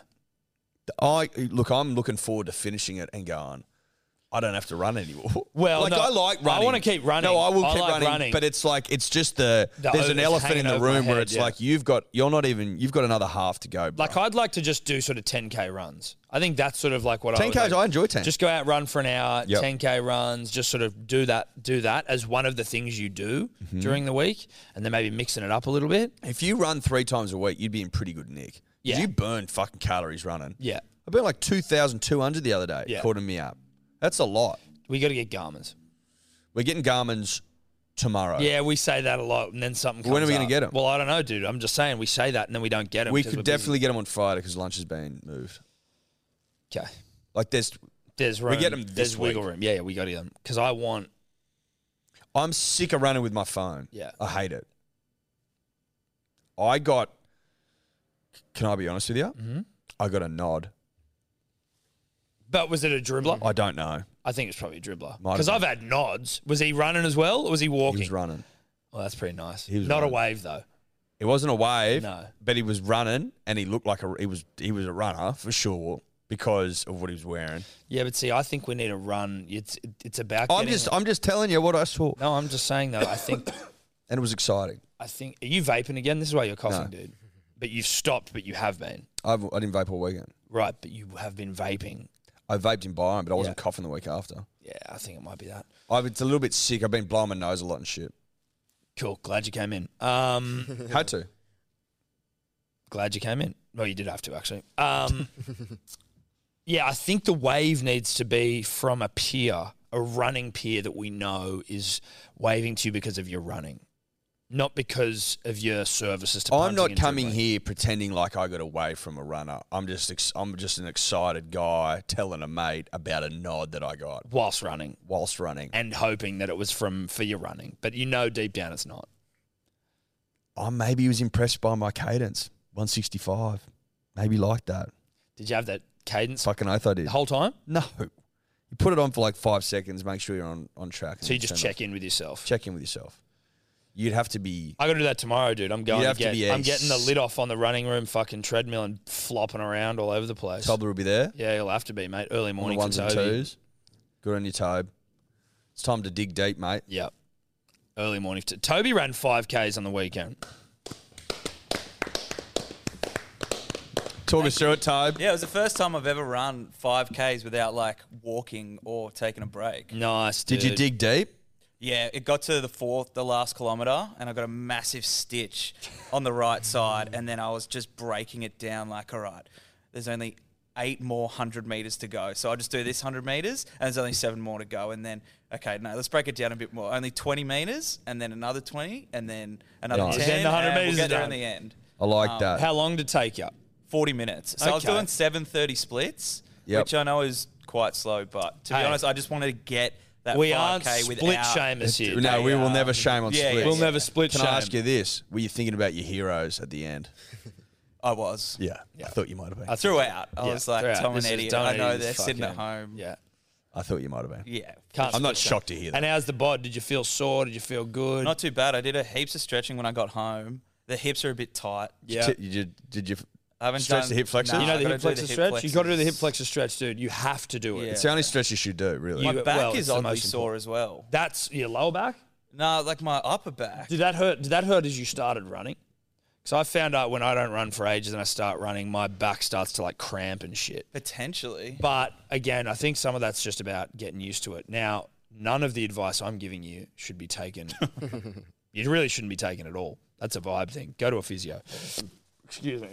Speaker 3: I look. I'm looking forward to finishing it and going. I don't have to run anymore.
Speaker 2: Well,
Speaker 3: like
Speaker 2: no,
Speaker 3: I like
Speaker 2: I
Speaker 3: running.
Speaker 2: wanna keep running.
Speaker 3: No, I will
Speaker 2: I
Speaker 3: keep
Speaker 2: like
Speaker 3: running,
Speaker 2: running.
Speaker 3: But it's like it's just the,
Speaker 2: The
Speaker 3: there's
Speaker 2: over-
Speaker 3: an
Speaker 2: it's
Speaker 3: elephant in
Speaker 2: hanging
Speaker 3: the
Speaker 2: over my
Speaker 3: room where
Speaker 2: head,
Speaker 3: it's
Speaker 2: yeah.
Speaker 3: like you've got you're not even you've got another half to go.
Speaker 2: Like I'd like to just do sort of 10k runs. I think that's sort of like what I
Speaker 3: ten
Speaker 2: would
Speaker 3: k's,
Speaker 2: like-
Speaker 3: I enjoy ten.
Speaker 2: Just go out run for an hour,
Speaker 3: Yep.
Speaker 2: 10k runs, just sort of do that do that as one of the things you do during the week and then maybe mixing it up a little bit.
Speaker 3: Mm-hmm. if you run three times a week, you'd be in pretty good nick. 'Cause
Speaker 2: Yeah.
Speaker 3: you burn fucking calories running.
Speaker 2: Yeah.
Speaker 3: I burned like two thousand two hundred the other day,
Speaker 2: Yeah.
Speaker 3: according me up. That's a lot.
Speaker 2: We got to get Garmin's.
Speaker 3: We're getting Garmin's tomorrow.
Speaker 2: Yeah, we say that a lot and then something comes
Speaker 3: When are we gonna
Speaker 2: up.
Speaker 3: get 'em?
Speaker 2: Well, I don't know, dude. I'm just saying we say that and then we don't get them.
Speaker 3: we could definitely get 'em get them on Friday because lunch has been moved.
Speaker 2: Okay.
Speaker 3: Like there's
Speaker 2: There's room.
Speaker 3: get 'em this
Speaker 2: There's wiggle
Speaker 3: week.
Speaker 2: room. Yeah, yeah, we got to get them cuz I want
Speaker 3: I'm sick of running with my phone.
Speaker 2: Yeah.
Speaker 3: I hate it. I got, can I be honest with you? Mm-hmm. I got a nod.
Speaker 2: But was it a dribbler?
Speaker 3: I don't know.
Speaker 2: I think it's probably a dribbler
Speaker 3: Might have
Speaker 2: because
Speaker 3: been.
Speaker 2: I've had nods. Was he running as well, or was he
Speaker 3: He
Speaker 2: walking?
Speaker 3: was running.
Speaker 2: Well, that's pretty nice.
Speaker 3: He was
Speaker 2: Not
Speaker 3: running.
Speaker 2: a wave though.
Speaker 3: It wasn't a wave,
Speaker 2: No.
Speaker 3: but he was running and he looked like a, he was, he was a runner for sure because of what he was wearing.
Speaker 2: Yeah, but see, I think we need a run. It's it's about.
Speaker 3: I'm
Speaker 2: getting-
Speaker 3: just, I'm just telling you what I saw
Speaker 2: no, I'm just saying though. I think
Speaker 3: and it was exciting.
Speaker 2: I think are you vaping again? This is why you're coughing,
Speaker 3: No.
Speaker 2: dude. But you've stopped, but you have been.
Speaker 3: I've, I didn't vape all weekend.
Speaker 2: Right, but you have been vaping.
Speaker 3: I vaped in Byron, but I wasn't
Speaker 2: Yeah.
Speaker 3: coughing the week after.
Speaker 2: Yeah, I think it might be that.
Speaker 3: I've, it's a little bit sick. I've been blowing my nose a lot and shit.
Speaker 2: Cool. Glad you came in. Um
Speaker 3: Had to.
Speaker 2: glad you came in. Well, you did have to actually. Um, yeah, I think the wave needs to be from a peer, a running peer that we know is waving to you because of your running, not because of your services. To
Speaker 3: I'm
Speaker 2: punting
Speaker 3: not
Speaker 2: and
Speaker 3: coming
Speaker 2: dribbling.
Speaker 3: here pretending like I got away from a runner. I'm just ex- I'm just an excited guy telling a mate about a nod that I got
Speaker 2: whilst running
Speaker 3: whilst running.
Speaker 2: and hoping that it was from for your running, but you know deep down it's not.
Speaker 3: I maybe he was impressed by my cadence, 165, maybe like that.
Speaker 2: Did you have that cadence
Speaker 3: Fucking oath I did.
Speaker 2: the whole time?
Speaker 3: No, you put it on for like five seconds. Make sure you're on on track. and
Speaker 2: So you
Speaker 3: then
Speaker 2: just
Speaker 3: turn
Speaker 2: check in with yourself.
Speaker 3: off. check in with yourself. You'd have to be.
Speaker 2: I got to do that tomorrow, dude. I'm going
Speaker 3: You'd
Speaker 2: to
Speaker 3: have to
Speaker 2: get.
Speaker 3: be a
Speaker 2: I'm getting the
Speaker 3: s-
Speaker 2: lid off on the running room fucking treadmill and flopping around all over the place.
Speaker 3: Tobler will be there.
Speaker 2: Yeah, you'll have to be, mate. Early
Speaker 3: On the
Speaker 2: morning
Speaker 3: ones and
Speaker 2: Katobe.
Speaker 3: twos. Good on your Tobe. It's time to dig deep, mate.
Speaker 2: Yep. Early morning. T- Toby ran 5Ks on the weekend.
Speaker 3: Talk us through it, Tobe.
Speaker 5: Yeah, it was the first time I've ever run 5Ks without like walking or taking a break.
Speaker 2: Nice, dude.
Speaker 3: Did you dig deep?
Speaker 5: Yeah, it got to the fourth, the last kilometer, and I got a massive stitch on the right side, and then I was just breaking it down like, all right, there's only eight more hundred meters to go, so I'll just do this hundred meters, and there's only seven more to go, and then okay, no, let's break it down a bit more. Only twenty meters, and then another twenty, and then another
Speaker 3: Nice.
Speaker 5: ten,
Speaker 2: Then the 100
Speaker 5: and we'll
Speaker 2: meters is
Speaker 5: get there
Speaker 2: done.
Speaker 5: in the end.
Speaker 3: I like
Speaker 5: Um,
Speaker 3: that.
Speaker 2: How long did it take you?
Speaker 5: 40 minutes. So I was
Speaker 2: Okay.
Speaker 5: doing 730 splits,
Speaker 3: Yep.
Speaker 5: which I know is quite slow, but to
Speaker 2: Hey.
Speaker 5: be honest, I just wanted to get that
Speaker 2: We
Speaker 5: 5K
Speaker 2: aren't split
Speaker 5: without
Speaker 2: shamers here.
Speaker 3: no, we will
Speaker 5: um,
Speaker 3: never shame on
Speaker 5: yeah, yeah,
Speaker 3: splits.
Speaker 5: We'll never
Speaker 2: split
Speaker 3: Can
Speaker 2: shame.
Speaker 3: I ask you this? Were you thinking about your heroes at the end?
Speaker 5: I was.
Speaker 3: Yeah, I thought you might have been. I,
Speaker 2: th-
Speaker 5: Throughout, I
Speaker 2: Yeah,
Speaker 5: was like,
Speaker 2: throughout.
Speaker 5: Tom
Speaker 2: This
Speaker 5: and
Speaker 2: is
Speaker 5: Eddie,
Speaker 2: Tom
Speaker 5: I
Speaker 2: and
Speaker 5: know
Speaker 2: Eddie's
Speaker 5: they're sitting at
Speaker 2: fucking-
Speaker 5: home. Yeah.
Speaker 2: Yeah.
Speaker 3: thought you might have been.
Speaker 2: Can't
Speaker 3: I'm not
Speaker 2: split
Speaker 3: shocked
Speaker 2: shame.
Speaker 3: to hear
Speaker 2: And
Speaker 3: that.
Speaker 2: how's the bod? Did you feel sore? Did you feel good?
Speaker 5: Not too bad. I did a heaps of stretching when I got home. The hips are a bit tight.
Speaker 2: yeah.
Speaker 3: T- you did, did you?
Speaker 5: I haven't
Speaker 3: Stretch
Speaker 5: done,
Speaker 3: the hip flexors?
Speaker 5: Nah,
Speaker 2: You know
Speaker 5: I
Speaker 2: the
Speaker 5: gotta
Speaker 2: hip
Speaker 5: do
Speaker 2: flexor stretch? you got to do the hip
Speaker 5: flexors.
Speaker 2: flexor stretch, dude. You have to do it.
Speaker 5: Yeah.
Speaker 3: It's the only stretch you should do, really.
Speaker 2: You-
Speaker 5: My
Speaker 2: well,
Speaker 5: back
Speaker 2: it's
Speaker 5: is
Speaker 2: the
Speaker 5: oddly
Speaker 2: most
Speaker 5: sore as well.
Speaker 2: That's your lower back?
Speaker 5: No, like my upper back.
Speaker 2: Did that hurt? Did that hurt as you started running? Because I found out when I don't run for ages and I start running, my back starts to like cramp and shit.
Speaker 5: Potentially.
Speaker 2: But again, I think some of that's just about getting used to it. Now, none of the advice I'm giving you should be taken. you really shouldn't be taken at all. That's a vibe thing. Go to a physio. Excuse me.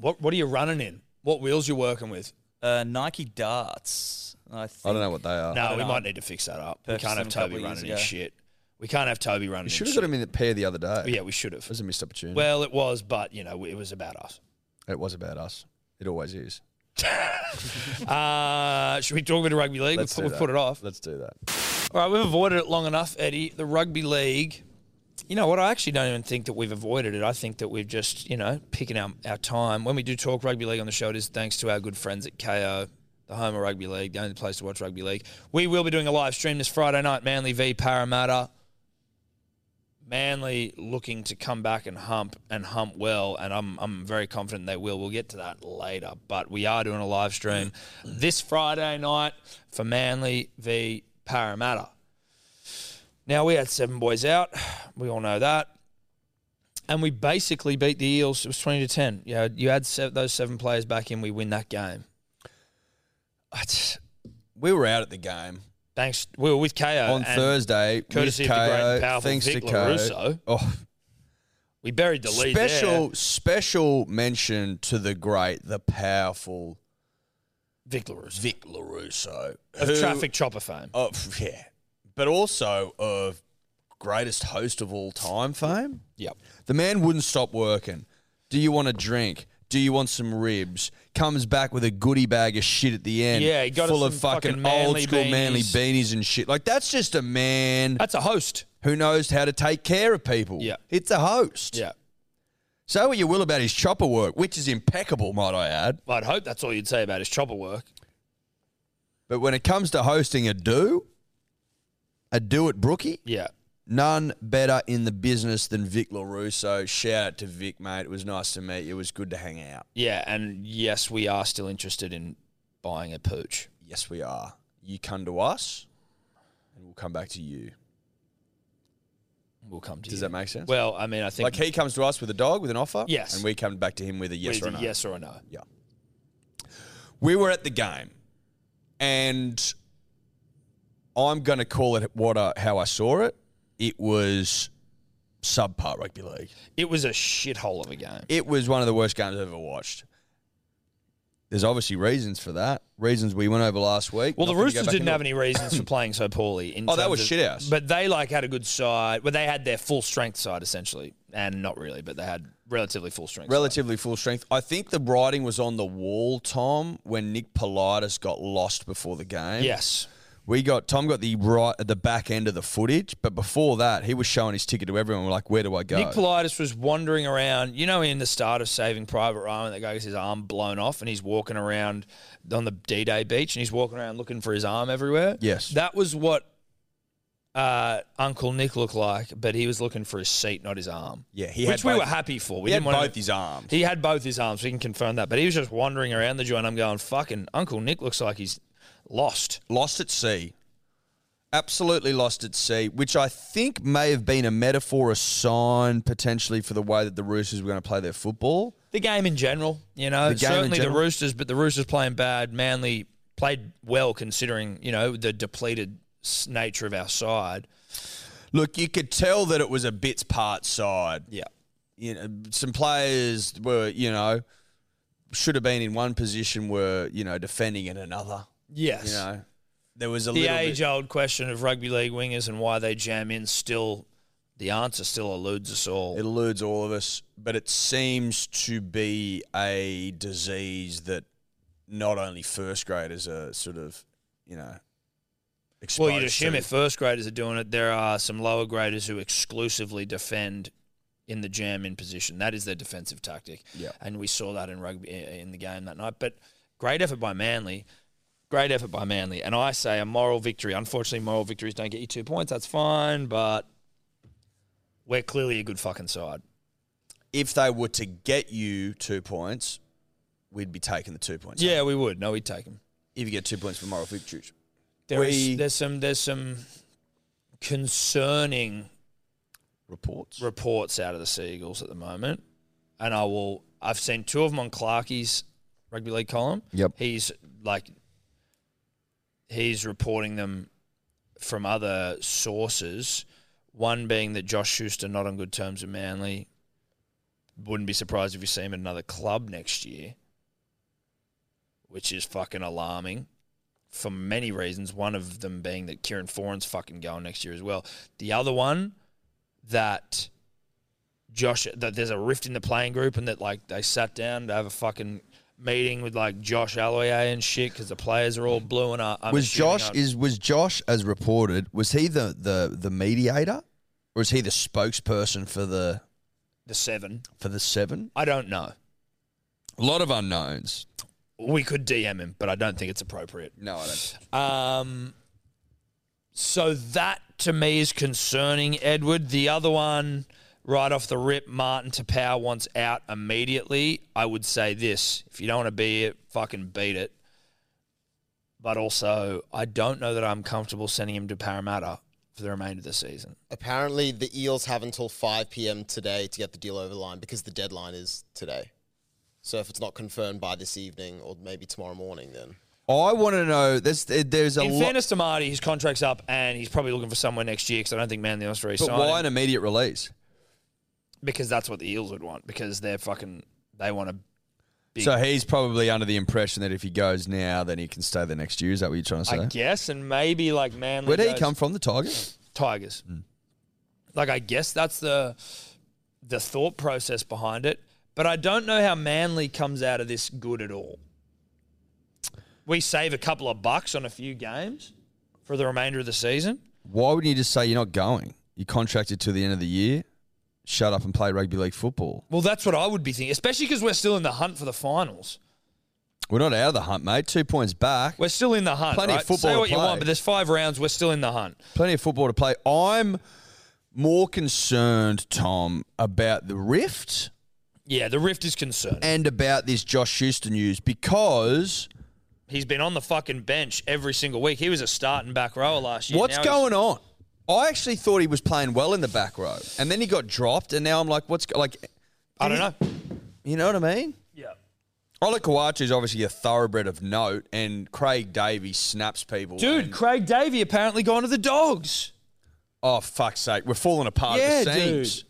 Speaker 2: What What are you running in? What wheels you working with?
Speaker 5: Uh, Nike darts. I, think.
Speaker 3: I don't know what they are.
Speaker 2: No, we
Speaker 5: know.
Speaker 2: might need to fix that up. We
Speaker 5: Purchased
Speaker 2: can't
Speaker 5: them
Speaker 2: have
Speaker 5: a couple
Speaker 2: Toby
Speaker 5: of years
Speaker 2: running his
Speaker 5: ago.
Speaker 2: shit. We can't have Toby running.
Speaker 3: You
Speaker 2: his
Speaker 3: should have
Speaker 2: shit.
Speaker 3: got him in the pair the other day.
Speaker 2: Yeah, we should
Speaker 3: It
Speaker 2: have.
Speaker 3: was a missed opportunity.
Speaker 2: Well, it was, but you know, it was about us.
Speaker 3: it was about us. It always is.
Speaker 2: Uh, should we talk about rugby league?
Speaker 3: Let's
Speaker 2: We've,
Speaker 3: do
Speaker 2: we've
Speaker 3: that.
Speaker 2: put it off.
Speaker 3: Let's do that.
Speaker 2: All right, we've avoided it long enough, Eddie. The rugby league. You know what? I actually don't even think that we've avoided it. I think that we've just, you know, picking our, our time. When we do talk rugby league on the show, it is thanks to our good friends at KO, the home of rugby league, the only place to watch rugby league. We will be doing a live stream this Friday night, Manly v Parramatta. Manly looking to come back and hump and hump well, and I'm I'm very confident they will. We'll get to that later, but we are doing a live stream this Friday night for Manly v Parramatta. Now we had seven boys out, we all know that, and we basically beat the Eels. It was twenty to ten. You know, you add sev those seven players back in, we win that game. I just-
Speaker 3: We were out at the game
Speaker 2: Thanks. We were with KO
Speaker 3: on
Speaker 2: and
Speaker 3: Thursday.
Speaker 2: courtesy
Speaker 3: with
Speaker 2: of the great
Speaker 3: KO,
Speaker 2: and powerful
Speaker 3: thanks
Speaker 2: Vic
Speaker 3: to KO.
Speaker 2: LaRusso.
Speaker 3: Oh,
Speaker 2: We buried the lead. there.
Speaker 3: special special mention to the great, the powerful
Speaker 2: Vic LaRusso.
Speaker 3: Vic Larusso
Speaker 2: of traffic chopper fame.
Speaker 3: Oh yeah, but also of greatest host of all time fame.
Speaker 2: Yep.
Speaker 3: The man wouldn't stop working. Do you want a drink? Do you want some ribs? Comes back with a goodie bag of shit at the end.
Speaker 2: Yeah, he got us
Speaker 3: full of
Speaker 2: some fucking
Speaker 3: fucking, old
Speaker 2: manly
Speaker 3: school manly
Speaker 2: beanies.
Speaker 3: beanies and shit. Like that's just a man
Speaker 2: That's a host.
Speaker 3: who knows how to take care of people.
Speaker 2: Yeah.
Speaker 3: it's a host.
Speaker 2: Yeah.
Speaker 3: Say what you will about his chopper work, which is impeccable, might I add.
Speaker 2: I'd hope that's all you'd say about his chopper work.
Speaker 3: But when it comes to hosting a do, a do at Brookie,
Speaker 2: Yeah.
Speaker 3: None better in the business than Vic LaRusso. Shout out to Vic, mate. It was nice to meet you. It was good to hang out.
Speaker 2: Yeah. And yes, we are still interested in buying a pooch.
Speaker 3: Yes, we are. You come to us, and we'll come back to you.
Speaker 2: we'll come to
Speaker 3: Does
Speaker 2: you.
Speaker 3: that make sense?
Speaker 2: Well, I mean, I think
Speaker 3: like he comes to us with a dog with an offer,
Speaker 2: Yes.
Speaker 3: and we come back to him with a yes
Speaker 2: with
Speaker 3: or
Speaker 2: a
Speaker 3: a no.
Speaker 2: yes or a no.
Speaker 3: Yeah. We were at the game, and I'm going to call it what I, how I saw it. It was subpar rugby league.
Speaker 2: It was a shithole of a game.
Speaker 3: It was one of the worst games I've ever watched. There's obviously reasons for that. Reasons we went over last week.
Speaker 2: Well,
Speaker 3: Nothing
Speaker 2: the
Speaker 3: to go
Speaker 2: Roosters
Speaker 3: back
Speaker 2: didn't
Speaker 3: into
Speaker 2: have
Speaker 3: it.
Speaker 2: any reasons for playing so poorly. In
Speaker 3: Oh, that
Speaker 2: terms
Speaker 3: was
Speaker 2: of-
Speaker 3: shithouse.
Speaker 2: But they like had a good side. Well, they had their full strength side essentially, and not really, but they had relatively full strength. side.
Speaker 3: Relatively full strength. I think the writing was on the wall, Tom, when Nick Politis got lost before the game.
Speaker 2: Yes.
Speaker 3: We got Tom got the right at the back end of the footage, but before that, he was showing his ticket to everyone. We're like, where do I go?
Speaker 2: Nick Politis was wandering around, you know, in the start of Saving Private Ryan, that guy gets his arm blown off and he's walking around on the D Day beach and he's walking around looking for his arm everywhere.
Speaker 3: Yes.
Speaker 2: That was what uh, Uncle Nick looked like, but he was looking for his seat, not his arm.
Speaker 3: Yeah, he had
Speaker 2: Which we
Speaker 3: both-
Speaker 2: were happy for. We
Speaker 3: he had
Speaker 2: didn't want
Speaker 3: both
Speaker 2: to,
Speaker 3: his arms.
Speaker 2: He had both his arms. We can confirm that. But he was just wandering around the joint. I'm going, fucking Uncle Nick looks like he's lost.
Speaker 3: lost at sea. Absolutely lost at sea, which I think may have been a metaphor, a sign potentially for the way that the Roosters were going to play their football.
Speaker 2: The game in general, you know,
Speaker 3: The game in
Speaker 2: certainly the
Speaker 3: general.
Speaker 2: Roosters, but the Roosters playing bad. Manly played well considering, you know, the depleted s- nature of our side.
Speaker 3: Look, you could tell that it was a bits part side.
Speaker 2: Yeah.
Speaker 3: You know, some players were, you know, should have been in one position, were, you know, defending in another.
Speaker 2: Yes.
Speaker 3: You know, there was a
Speaker 2: the
Speaker 3: little bit-
Speaker 2: age old question of rugby league wingers and why they jam in still, the answer still eludes us all.
Speaker 3: It eludes all of us, but it seems to be a disease that not only first graders are sort of, you know,
Speaker 2: well,
Speaker 3: exposed
Speaker 2: you'd assume
Speaker 3: to.
Speaker 2: if first graders are doing it, there are some lower graders who exclusively defend in the jam in position. That is their defensive tactic.
Speaker 3: Yeah.
Speaker 2: And we saw that in rugby in the game that night. But great effort by Manly. Great effort by Manly. And I say a moral victory. Unfortunately, moral victories don't get you two points. That's fine, but we're clearly a good fucking side.
Speaker 3: if they were to get you two points, we'd be taking the two points.
Speaker 2: Yeah, we would. No, we'd take them.
Speaker 3: If you get two points for moral victories.
Speaker 2: There is-
Speaker 3: We-
Speaker 2: there's some there's some concerning
Speaker 3: Reports.
Speaker 2: reports out of the Seagulls at the moment, and I will. I've seen two of them on Clarkie's rugby league column.
Speaker 3: Yep.
Speaker 2: he's like he's reporting them from other sources. One being that Josh Schuster not on good terms with Manly. Wouldn't be surprised if you see him at another club next year, which is fucking alarming for many reasons. One of them being that Kieran Foran's fucking going next year as well. The other one that Josh that there's a rift in the playing group and that like they sat down to have a fucking meeting with like Josh Alloyer and shit because the players are all blue and up. I'm
Speaker 3: was
Speaker 2: assuming
Speaker 3: Josh
Speaker 2: I'm-
Speaker 3: is was Josh as reported? Was he the the the mediator, or is he the spokesperson for the
Speaker 2: the seven?
Speaker 3: for the seven?
Speaker 2: I don't know.
Speaker 3: A lot of unknowns.
Speaker 2: We could DM him, but I don't think it's appropriate.
Speaker 3: No, I don't.
Speaker 2: Um, so that to me is concerning, Edward. The other one, right off the rip, Martin Tapau wants out immediately. I would say this: if you don't want to be it, fucking beat it. But also, I don't know that I'm comfortable sending him to Parramatta for the remainder of the season.
Speaker 4: Apparently, the Eels have until 5 p.m. today to get the deal over the line because the deadline is today. So if it's not confirmed by this evening or maybe tomorrow morning, then
Speaker 3: I want to know. There's there's a
Speaker 2: In
Speaker 3: lot.
Speaker 2: fairness to Marty, his contract's up, and he's probably looking for somewhere next year because I don't think Manly wants to
Speaker 3: But
Speaker 2: resign.
Speaker 3: why
Speaker 2: him
Speaker 3: an immediate release?
Speaker 2: Because that's what the Eels would want. Because they're fucking. They want to. Big
Speaker 3: So he's probably under the impression that if he goes now, then he can stay the next year. Is that what you're trying to
Speaker 2: I
Speaker 3: say?
Speaker 2: guess, and maybe like Manly.
Speaker 3: Where did he
Speaker 2: goes-
Speaker 3: come from? The Tigers. Hmm.
Speaker 2: Tigers. Like I guess that's the the thought process behind it, but I don't know how Manly comes out of this good at all. We save a couple of bucks on a few games for the remainder of the season.
Speaker 3: Why wouldn't you just say you're not going? You're contracted to the end of the year. Shut up and play rugby league football.
Speaker 2: Well, that's what I would be thinking, especially because we're still in the hunt for the finals.
Speaker 3: We're not out of the hunt, mate. Two points back.
Speaker 2: We're still in the hunt.
Speaker 3: Plenty of
Speaker 2: right?
Speaker 3: football
Speaker 2: Say
Speaker 3: to
Speaker 2: what you
Speaker 3: play.
Speaker 2: want, but there's five rounds. We're still in the hunt.
Speaker 3: Plenty of football to play. I'm more concerned, Tom, about the rift
Speaker 2: Yeah, the rift is concerning.
Speaker 3: and about this Josh Schuster news because
Speaker 2: He's been on the fucking bench every single week. He was a starting back rower last year.
Speaker 3: what's
Speaker 2: Now he's-
Speaker 3: going on? I actually thought he was playing well in the back row, and then he got dropped, and now I'm like, what's go- like,
Speaker 2: I don't know.
Speaker 3: you know what I mean? Yeah. Ola Kawachi is obviously a thoroughbred of note, and Craig Davies snaps people.
Speaker 2: Dude,
Speaker 3: and-
Speaker 2: Craig Davey apparently gone to the dogs.
Speaker 3: oh fuck's sake, we're falling apart at the
Speaker 2: Yeah, dude.
Speaker 3: seams.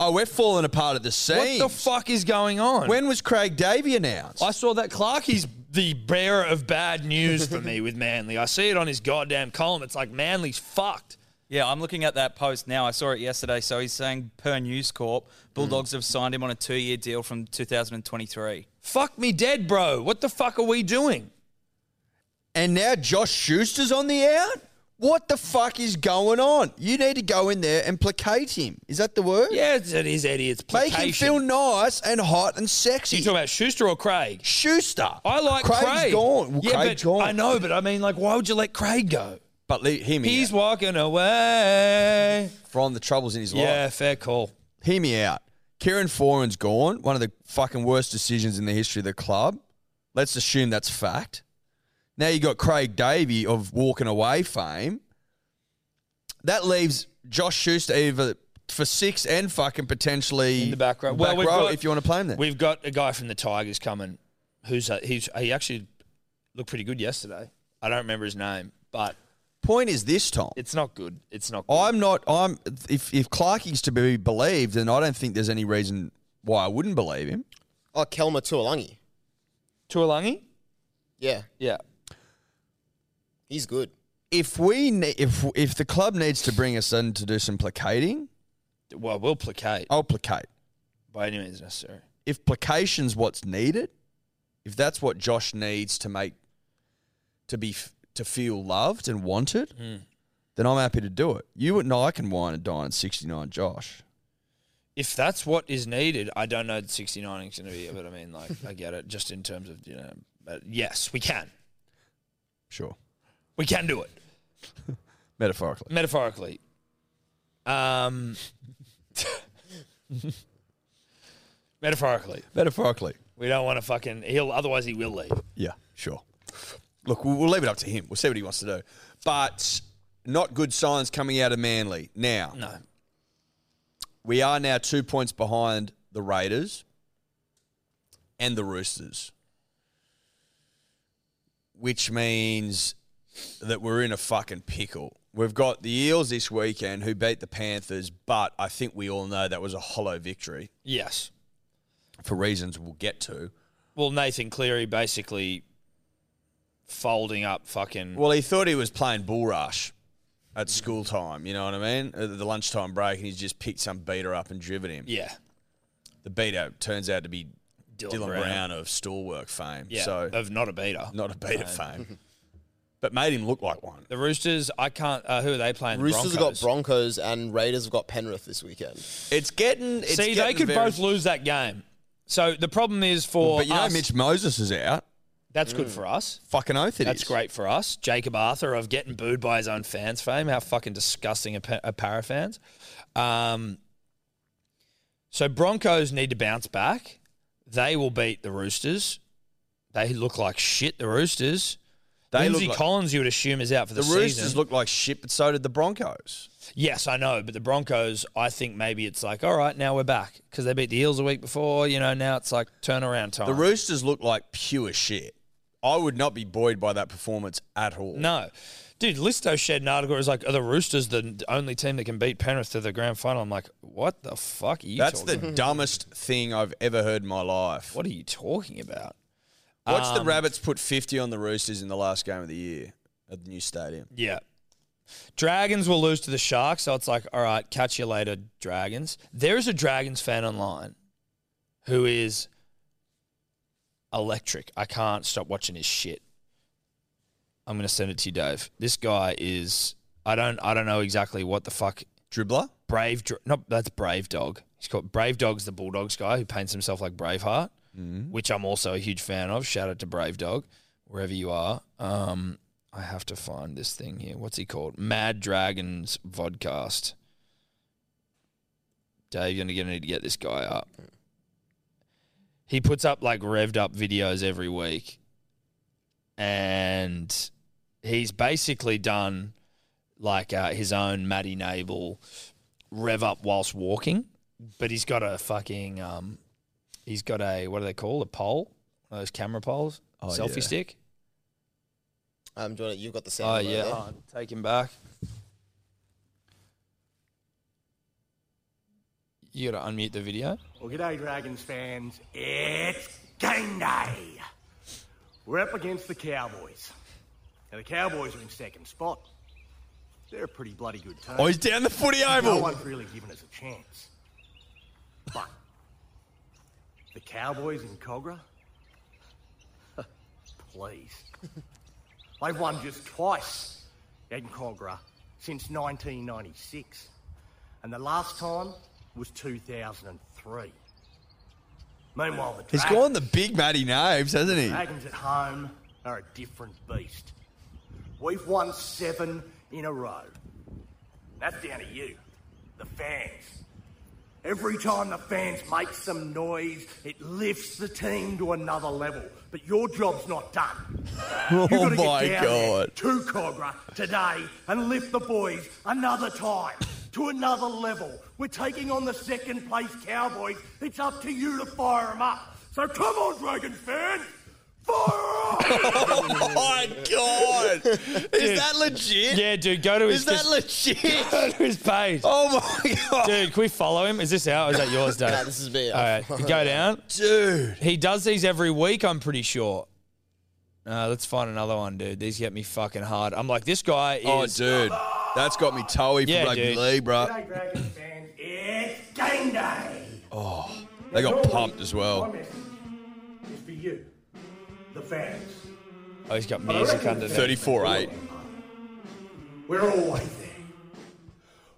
Speaker 3: Oh, we're falling apart at the seams.
Speaker 2: What the fuck is going on?
Speaker 3: When was Craig Davey announced?
Speaker 2: I saw that Clarkie's the bearer of bad news for me with Manly. I see it on his goddamn column. It's like Manly's fucked.
Speaker 5: Yeah, I'm looking at that post now. I saw it yesterday. So he's saying, per News Corp, Bulldogs
Speaker 2: Hmm.
Speaker 5: have signed him on a two year deal from 2023.
Speaker 2: Fuck me dead, bro. What the fuck are we doing?
Speaker 3: and now Josh Schuster's on the out. What the fuck is going on? You need to go in there and placate him. Is that the word?
Speaker 2: Yeah, it's- it is Eddie. It's
Speaker 3: Make him
Speaker 2: placation.
Speaker 3: feel nice and hot and sexy.
Speaker 2: you talking about Schuster or Craig?
Speaker 3: Schuster.
Speaker 2: I like
Speaker 3: Craig's
Speaker 2: Craig.
Speaker 3: gone. Well,
Speaker 2: yeah,
Speaker 3: Craig's
Speaker 2: but
Speaker 3: gone.
Speaker 2: I know, but I mean, like, why would you let Craig go?
Speaker 3: But le- hear me
Speaker 2: He's
Speaker 3: out.
Speaker 2: walking away.
Speaker 3: From the troubles in his
Speaker 2: Yeah,
Speaker 3: life.
Speaker 2: fair call.
Speaker 3: Hear me out. Kieran Foran's gone. One of the fucking worst decisions in the history of the club. Let's assume that's fact. Now you got Craig Davey of walking away fame. That leaves Josh Schuster either for six e- and fucking potentially
Speaker 2: In the back row. Well,
Speaker 3: back
Speaker 2: we've
Speaker 3: row
Speaker 2: got-
Speaker 3: if you want to play him there.
Speaker 2: We've got a guy from the Tigers coming, who's a, he's he actually looked pretty good yesterday. I don't remember his name, but
Speaker 3: Point is this, Tom.
Speaker 2: it's not good. It's not. Good.
Speaker 3: I'm not. I'm if if Clarkie's to be believed, then I don't think there's any reason why I wouldn't believe him.
Speaker 4: Oh, Kelma Tuolangi.
Speaker 2: Tuolangi.
Speaker 4: Yeah,
Speaker 2: Yeah.
Speaker 4: he's good.
Speaker 3: If we ne- if if the club needs to bring us in to do some placating,
Speaker 2: Well, we'll placate
Speaker 3: I'll placate.
Speaker 2: by any means necessary.
Speaker 3: If placation's what's needed, if that's what Josh needs to make to be f- to feel loved and wanted,
Speaker 2: Hmm.
Speaker 3: then I'm happy to do it. You and I can wine and dine at 69, Josh.
Speaker 2: If that's what is needed, I don't know. Sixty nine is going to be, but I mean, like, I get it. Just in terms of you know, but yes, we can.
Speaker 3: Sure,
Speaker 2: We can do it
Speaker 3: metaphorically.
Speaker 2: metaphorically. Um, metaphorically,
Speaker 3: Metaphorically,
Speaker 2: we don't want to fucking. He'll otherwise he will leave.
Speaker 3: yeah, sure. Look, we'll, we'll leave it up to him. We'll see what he wants to do. But not good signs coming out of Manly now.
Speaker 2: No,
Speaker 3: We are now two points behind the Raiders and the Roosters, which means that we're in a fucking pickle. We've got the Eels this weekend who beat the Panthers, but I think we all know that was a hollow victory
Speaker 2: Yes.
Speaker 3: for reasons we'll get to.
Speaker 2: Well, Nathan Cleary basically folding up fucking.
Speaker 3: Well, he thought he was playing bull rush at school time, you know what I mean? At the lunchtime break, and he's just picked some beater up and driven him.
Speaker 2: yeah.
Speaker 3: The beater turns out to be
Speaker 2: Dylan,
Speaker 3: Dylan Brown, of Stallwork fame.
Speaker 2: Yeah.
Speaker 3: So
Speaker 2: of not a beater.
Speaker 3: not a beat of fame, but made him look like one.
Speaker 2: The Roosters, I can't. Uh, who are they playing? The
Speaker 4: Roosters have got
Speaker 2: Broncos.
Speaker 4: Broncos and Raiders have got Penrith this weekend.
Speaker 3: It's getting. It's
Speaker 2: See, they
Speaker 3: getting
Speaker 2: could
Speaker 3: very-
Speaker 2: both lose that game. So the problem is for.
Speaker 3: But you know,
Speaker 2: us,
Speaker 3: Mitch Moses is out.
Speaker 2: That's good for us.
Speaker 3: Mm. Fucking oath it
Speaker 2: That's
Speaker 3: is.
Speaker 2: great for us. Jacob Arthur of getting booed by his own fans fame. How fucking disgusting are, pa- are para fans. Um, so Broncos need to bounce back. They will beat the Roosters. They look like shit, the Roosters.
Speaker 3: They look
Speaker 2: Lindsay
Speaker 3: like-
Speaker 2: Collins, you would assume, is out for the,
Speaker 3: The Roosters
Speaker 2: season.
Speaker 3: looked like shit, but so did the Broncos.
Speaker 2: yes, I know, but the Broncos, I think maybe it's like, all right, now we're back because they beat the Eels a week before. You know, now it's like turnaround time.
Speaker 3: The Roosters looked like pure shit. I would not be buoyed by that performance at all.
Speaker 2: No. Dude, Listo shared an article. It was like, are the Roosters the only team that can beat Penrith to the grand final? I'm like, what the fuck are you
Speaker 3: That's
Speaker 2: talking
Speaker 3: the dumbest thing I've ever heard in my life.
Speaker 2: What are you talking about? Um,
Speaker 3: Watch the Rabbits put 50 on the Roosters in the last game of the year at the new stadium.
Speaker 2: Yeah. Dragons will lose to the Sharks. So it's like, all right, catch you later, Dragons. There is a Dragons fan online who is electric. I can't stop watching his shit. I'm gonna send it to you, Dave. This guy is I don't I don't know exactly what the fuck
Speaker 3: Dribbler?
Speaker 2: Brave, Dr- no, that's Brave Dog. He's called Brave Dog's the Bulldogs guy who paints himself like Braveheart, which I'm also a huge fan of. Shout out to Brave Dog, wherever you are. Um, I have to find this thing here. What's he called? Mad Dragons Vodcast. Dave, you're gonna need to get this guy up. He puts up like revved up videos every week, and he's basically done like uh, his own Matty Nable rev up whilst walking, but he's got a fucking um, he's got a what do they call a pole? One of those camera poles,
Speaker 3: Oh,
Speaker 2: selfie
Speaker 3: yeah.
Speaker 2: stick.
Speaker 4: Um, do you wanna- you've got the sound.
Speaker 2: Oh
Speaker 4: over
Speaker 2: yeah,
Speaker 4: there.
Speaker 2: oh, take him back. You gotta unmute the video.
Speaker 6: Well, g'day, Dragons fans. It's game day. We're up against the Cowboys. Now, the Cowboys are in second spot. They're a pretty bloody good team.
Speaker 3: Oh, he's down the footy
Speaker 6: no
Speaker 3: oval.
Speaker 6: one's really given us a chance. But the Cowboys in Cogra? Please. They've won just twice in Cogra since 1996. And the last time was 2003. Meanwhile, the
Speaker 3: He's
Speaker 6: Dragons-
Speaker 3: gone the big Matty Naves, hasn't he?
Speaker 6: Dragons at home are a different beast. We've won seven in a row. That's down to you, the fans. Every time the fans make some noise, it lifts the team to another level. But your job's not done.
Speaker 3: Oh
Speaker 6: You've got to
Speaker 3: my
Speaker 6: get down there
Speaker 3: god.
Speaker 6: to Cogra today and lift the boys another time to another level. We're taking on the second place Cowboys. It's up to you to fire them up. So come on, Dragons fans, fire up!
Speaker 3: Oh my god. Is that legit?
Speaker 2: Yeah, dude, go to
Speaker 3: Is
Speaker 2: his
Speaker 3: that legit?
Speaker 2: go to his page.
Speaker 3: Oh my god.
Speaker 2: Dude, can we follow him? Is this ours? Is that yours, Dave?
Speaker 4: No, this is me.
Speaker 2: All right, go down.
Speaker 3: Dude.
Speaker 2: He does these every week, I'm pretty sure. Uh, let's find another one, dude. These get me fucking hard. I'm like, this guy
Speaker 3: Oh,
Speaker 2: is.
Speaker 3: dude. That's got me toey for
Speaker 2: Yeah,
Speaker 3: rugby
Speaker 2: dude.
Speaker 3: league, bro.
Speaker 6: G'day, Dragons fans, it's game day.
Speaker 3: Oh, They got
Speaker 6: Normally,
Speaker 3: pumped as
Speaker 6: My
Speaker 3: well.
Speaker 6: message is for you, the fans.
Speaker 2: Oh, he's got music under there.
Speaker 3: 34 8.
Speaker 6: We're always there.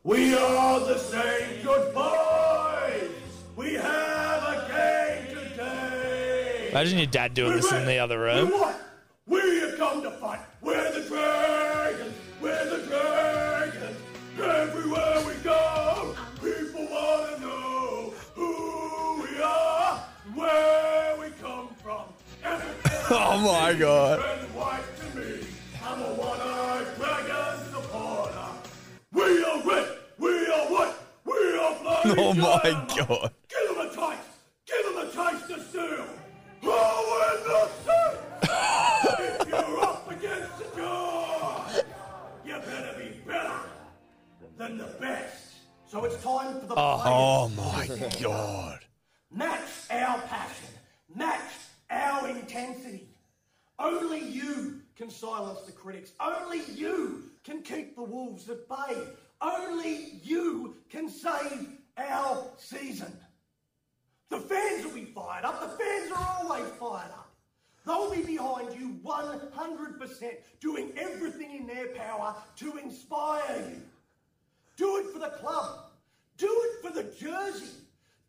Speaker 6: We are the same good boys. We have a game today.
Speaker 2: Imagine your dad doing this in the other
Speaker 6: We
Speaker 3: Um.
Speaker 2: room.
Speaker 6: won. We have come to fight. We're the dragons. We're the dragons. Everywhere we go, people want to know who we are, where we come from.
Speaker 3: Oh my god.
Speaker 6: Red and white to me. I'm a one-eyed dragon supporter. We are red. We are white. We are flying.
Speaker 3: Oh my
Speaker 6: diamonds.
Speaker 3: god.
Speaker 6: Give them a taste! Give them a taste to steal! Oh, in the sea! if you're up against the door, you better be better than the best. So it's time for the
Speaker 3: Oh my god.
Speaker 6: Match our passion. Match our intensity. Only you can silence the critics. Only you can keep the wolves at bay. Only you can save our season. The fans will be fired up. The fans are always fired up. They'll be behind you 100%, doing everything in their power to inspire you. Do it for the club. Do it for the jersey.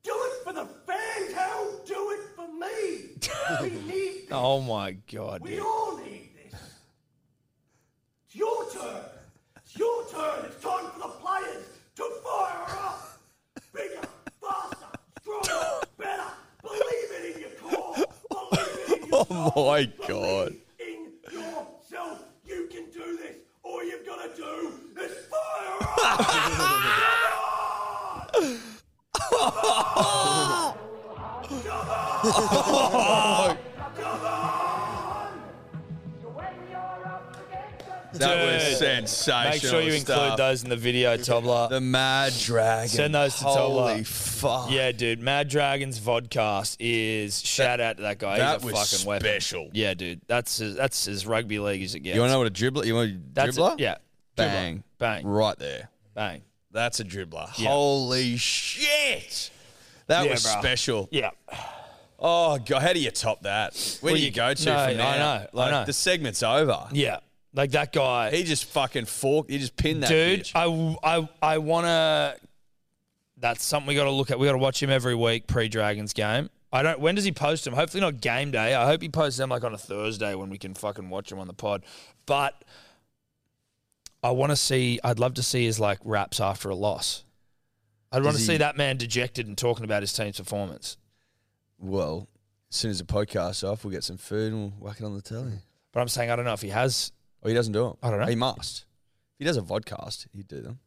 Speaker 6: Do it for the fans. Hell, do it for me. we need this.
Speaker 2: Oh, my God,
Speaker 6: We
Speaker 2: dude.
Speaker 6: all need this. It's your turn. It's your turn. It's time for the players to fire up. Bigger, faster, stronger, better. Believe it in your core. Believe it in your
Speaker 3: Oh
Speaker 6: soul.
Speaker 3: my
Speaker 6: Believe
Speaker 3: God.
Speaker 6: In yourself, you can do this. All you've got to do is fire up.
Speaker 3: That
Speaker 2: Dude.
Speaker 3: was sensational.
Speaker 2: Make sure you
Speaker 3: stuff.
Speaker 2: include those in the video, Tobler.
Speaker 3: The Mad Dragon.
Speaker 2: Send those to
Speaker 3: Holy
Speaker 2: Tola.
Speaker 3: fuck.
Speaker 2: Yeah, dude. Mad Dragons vodcast is shout out to that guy.
Speaker 3: that
Speaker 2: He's a
Speaker 3: was
Speaker 2: fucking weapon.
Speaker 3: special.
Speaker 2: Yeah, dude. That's as, that's as rugby league as it gets.
Speaker 3: You want to know what a dribbler? You want a
Speaker 2: that's
Speaker 3: dribbler?
Speaker 2: It. Yeah.
Speaker 3: Bang.
Speaker 2: Bang.
Speaker 3: Right there.
Speaker 2: Bang.
Speaker 3: That's a dribbler.
Speaker 2: Yeah.
Speaker 3: Holy shit. That
Speaker 2: Yeah,
Speaker 3: was
Speaker 2: bruh.
Speaker 3: special.
Speaker 2: Yeah.
Speaker 3: Oh god, how do you top that? Where
Speaker 2: Well,
Speaker 3: do you
Speaker 2: you-
Speaker 3: go to
Speaker 2: no,
Speaker 3: from there?
Speaker 2: I know, I
Speaker 3: Like
Speaker 2: know.
Speaker 3: the segment's over.
Speaker 2: Yeah. Like that guy.
Speaker 3: He just fucking forked. He just pinned that
Speaker 2: dude.
Speaker 3: bitch.
Speaker 2: I, w- I, I want to. That's something we got to look at. We got to watch him every week pre Dragons game. I don't. When does he post them? Hopefully not game day. I hope he posts them like on a Thursday when we can fucking watch them on the pod. But I want to see. I'd love to see his like raps after a loss. I'd want to
Speaker 3: he-
Speaker 2: see that man dejected and talking about his team's performance.
Speaker 3: Well, as soon as the podcast's off, we'll get some food and we'll whack it on the telly.
Speaker 2: But I'm saying I don't know if he has.
Speaker 3: Oh, he doesn't do it.
Speaker 2: I don't know.
Speaker 3: He must. If he does a vodcast, he'd do them.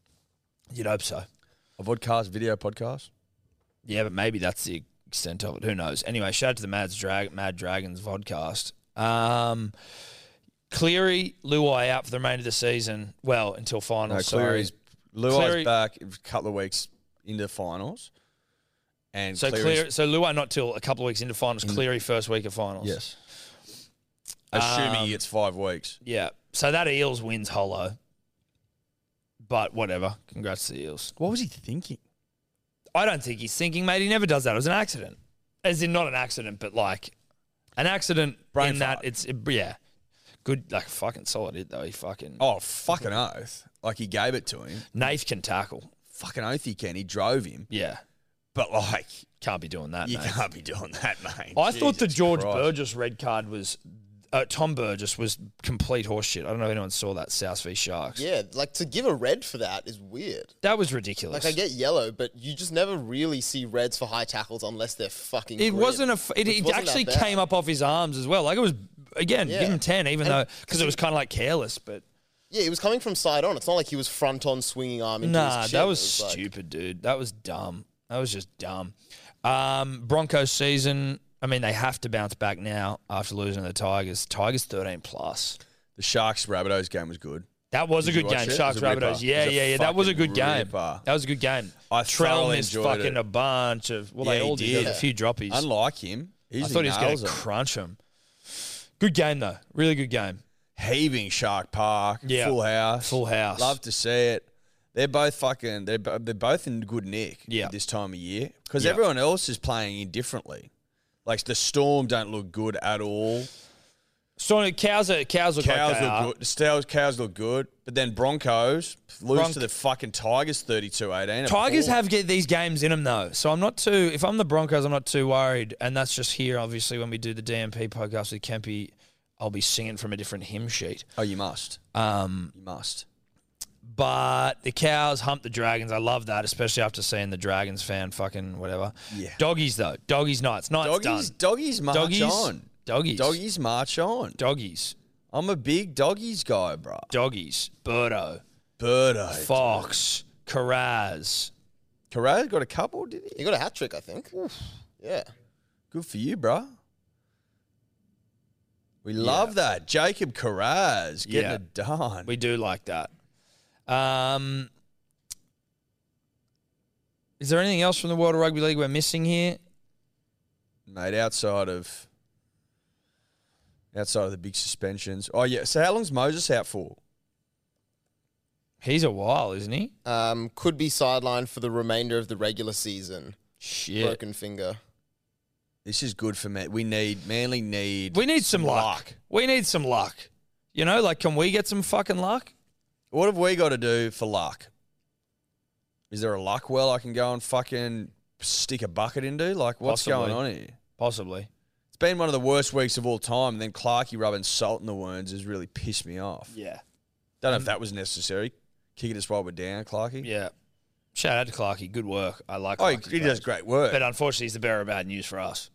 Speaker 2: You'd hope so.
Speaker 3: A vodcast video podcast.
Speaker 2: Yeah, but maybe that's the extent of it. Who knows? Anyway, shout out to the Mad, Drag- Mad Dragons vodcast. Um, Cleary, Luai out for the remainder of the season. Well, until
Speaker 3: No,
Speaker 2: finals. sorry.
Speaker 3: Cleary's Luai's
Speaker 2: Cleary-
Speaker 3: back a couple of weeks into finals, and
Speaker 2: So
Speaker 3: Cleary's-
Speaker 2: Clear, so Luai not till a couple of weeks into finals. Cleary first week of finals.
Speaker 3: Yes. Assuming
Speaker 2: Um,
Speaker 3: he gets five weeks.
Speaker 2: Yeah. So that Eels wins hollow. But whatever. Congrats to the Eels.
Speaker 3: What was he thinking?
Speaker 2: I don't think he's thinking, mate. He never does that. It was an accident. As in, not an accident, but like an accident
Speaker 3: Brain
Speaker 2: in
Speaker 3: fart.
Speaker 2: that it's, yeah. Good, like fucking solid hit, though. He fucking.
Speaker 3: Oh, fucking oath. Like he gave it to him.
Speaker 2: Nath can tackle.
Speaker 3: Fucking oath he can. He drove him.
Speaker 2: Yeah.
Speaker 3: But like,
Speaker 2: Can't be doing that,
Speaker 3: you
Speaker 2: mate.
Speaker 3: can't be doing that, mate.
Speaker 2: I thought the
Speaker 3: Jesus
Speaker 2: George
Speaker 3: Christ.
Speaker 2: Burgess red card was. Uh, Tom Burgess was complete horseshit. I don't know if anyone saw that South v Sharks.
Speaker 4: Yeah, like to give a red for that is weird.
Speaker 2: That was ridiculous.
Speaker 4: Like I get yellow, but you just never really see reds for high tackles unless they're fucking.
Speaker 2: It
Speaker 4: grim,
Speaker 2: wasn't a. F- it
Speaker 4: which
Speaker 2: it
Speaker 4: wasn't that
Speaker 2: actually
Speaker 4: bad.
Speaker 2: came up off his arms as well. Like it was again, give
Speaker 4: Yeah.
Speaker 2: him ten, even
Speaker 4: And-
Speaker 2: though because it was kind of like careless. But
Speaker 4: Yeah, it was coming from side on. It's not like he was front on swinging arm. Into
Speaker 2: nah,
Speaker 4: his chin.
Speaker 2: that was,
Speaker 4: It like-
Speaker 2: stupid, dude. That was dumb. That was just dumb. Um, Broncos season. I mean, they have to bounce back now after losing to the Tigers. Tigers thirteen plus.
Speaker 3: The Sharks Rabbitohs game was good.
Speaker 2: That was
Speaker 3: Did
Speaker 2: a
Speaker 3: you
Speaker 2: good
Speaker 3: watch
Speaker 2: game.
Speaker 3: it? It
Speaker 2: Sharks
Speaker 3: was a ripper.
Speaker 2: Rabbitohs.
Speaker 3: It
Speaker 2: Yeah,
Speaker 3: was a
Speaker 2: yeah, yeah. That was a good
Speaker 3: fucking
Speaker 2: game.
Speaker 3: ripper.
Speaker 2: That was a good game.
Speaker 3: I
Speaker 2: Trell
Speaker 3: thoroughly
Speaker 2: missed
Speaker 3: enjoyed
Speaker 2: fucking
Speaker 3: it.
Speaker 2: a bunch of. Well,
Speaker 3: Yeah,
Speaker 2: they
Speaker 3: he
Speaker 2: all did. There was
Speaker 3: did.
Speaker 2: A few droppies.
Speaker 3: Unlike him,
Speaker 2: I thought he was going to crunch him. Good game though. Really good game.
Speaker 3: heaving Shark Park,
Speaker 2: Yeah.
Speaker 3: full house,
Speaker 2: Full house.
Speaker 3: Love to see it. They're both fucking. They're bo- they're both in good nick.
Speaker 2: Yeah.
Speaker 3: at this time of year because
Speaker 2: Yeah.
Speaker 3: everyone else is playing indifferently. Like the Storm don't look good at all.
Speaker 2: So cows are cows look
Speaker 3: Cows
Speaker 2: like they
Speaker 3: look
Speaker 2: are.
Speaker 3: good. The Steelers, cows look good, but then Broncos lose
Speaker 2: Bronc-
Speaker 3: to the fucking Tigers 32-18.
Speaker 2: Tigers have get these games in them though, so I'm not too. If I'm the Broncos, I'm not too worried, and that's just here. Obviously, when we do the DMP podcast with Kempy, I'll be singing from a different hymn sheet.
Speaker 3: Oh, you must.
Speaker 2: Um,
Speaker 3: You must.
Speaker 2: but the cows hump the Dragons. I love that, especially after seeing the Dragons fan fucking whatever.
Speaker 3: Yeah.
Speaker 2: Doggies though, doggies nights, nights
Speaker 3: Doggies,
Speaker 2: done.
Speaker 3: doggies march
Speaker 2: Doggies,
Speaker 3: on.
Speaker 2: doggies, doggies,
Speaker 3: Doggies march on.
Speaker 2: doggies,
Speaker 3: I'm a big doggies guy, bro.
Speaker 2: doggies. Birdo,
Speaker 3: Birdo.
Speaker 2: Fox, Carraz.
Speaker 3: Carrera got a couple, did he?
Speaker 4: He got a hat trick, I think. Yeah.
Speaker 3: Good for you, bro. We love that. Jacob Carraz getting
Speaker 2: Yeah.
Speaker 3: it done.
Speaker 2: We do like that. Um, is there anything else from the world of rugby league we're missing here?
Speaker 3: Mate, outside of outside of the big suspensions. Oh yeah. So how long's Moses out for?
Speaker 2: He's a while, isn't he?
Speaker 4: Um, could be sidelined for the remainder of the regular season.
Speaker 2: Shit.
Speaker 4: Broken finger.
Speaker 3: This is good for me. We need Manly need
Speaker 2: We need some luck. We need some luck. You know, like, can we get some fucking luck?
Speaker 3: What have we got to do for luck? Is there a luck well I can go and fucking stick a bucket into? Like what's going
Speaker 2: Possibly.
Speaker 3: on here?
Speaker 2: Possibly.
Speaker 3: It's been one of the worst weeks of all time. And then Clarkey rubbing salt in the wounds has really pissed me off.
Speaker 2: Yeah.
Speaker 3: Don't know if that was necessary. Kicking us while we're down, Clarkey.
Speaker 2: Um, Yeah. Shout out to Clarkey. Good work. I like
Speaker 3: Oh, he,
Speaker 2: Clarkey's
Speaker 3: he does
Speaker 2: plays.
Speaker 3: great work.
Speaker 2: But unfortunately, he's the bearer of bad news for us.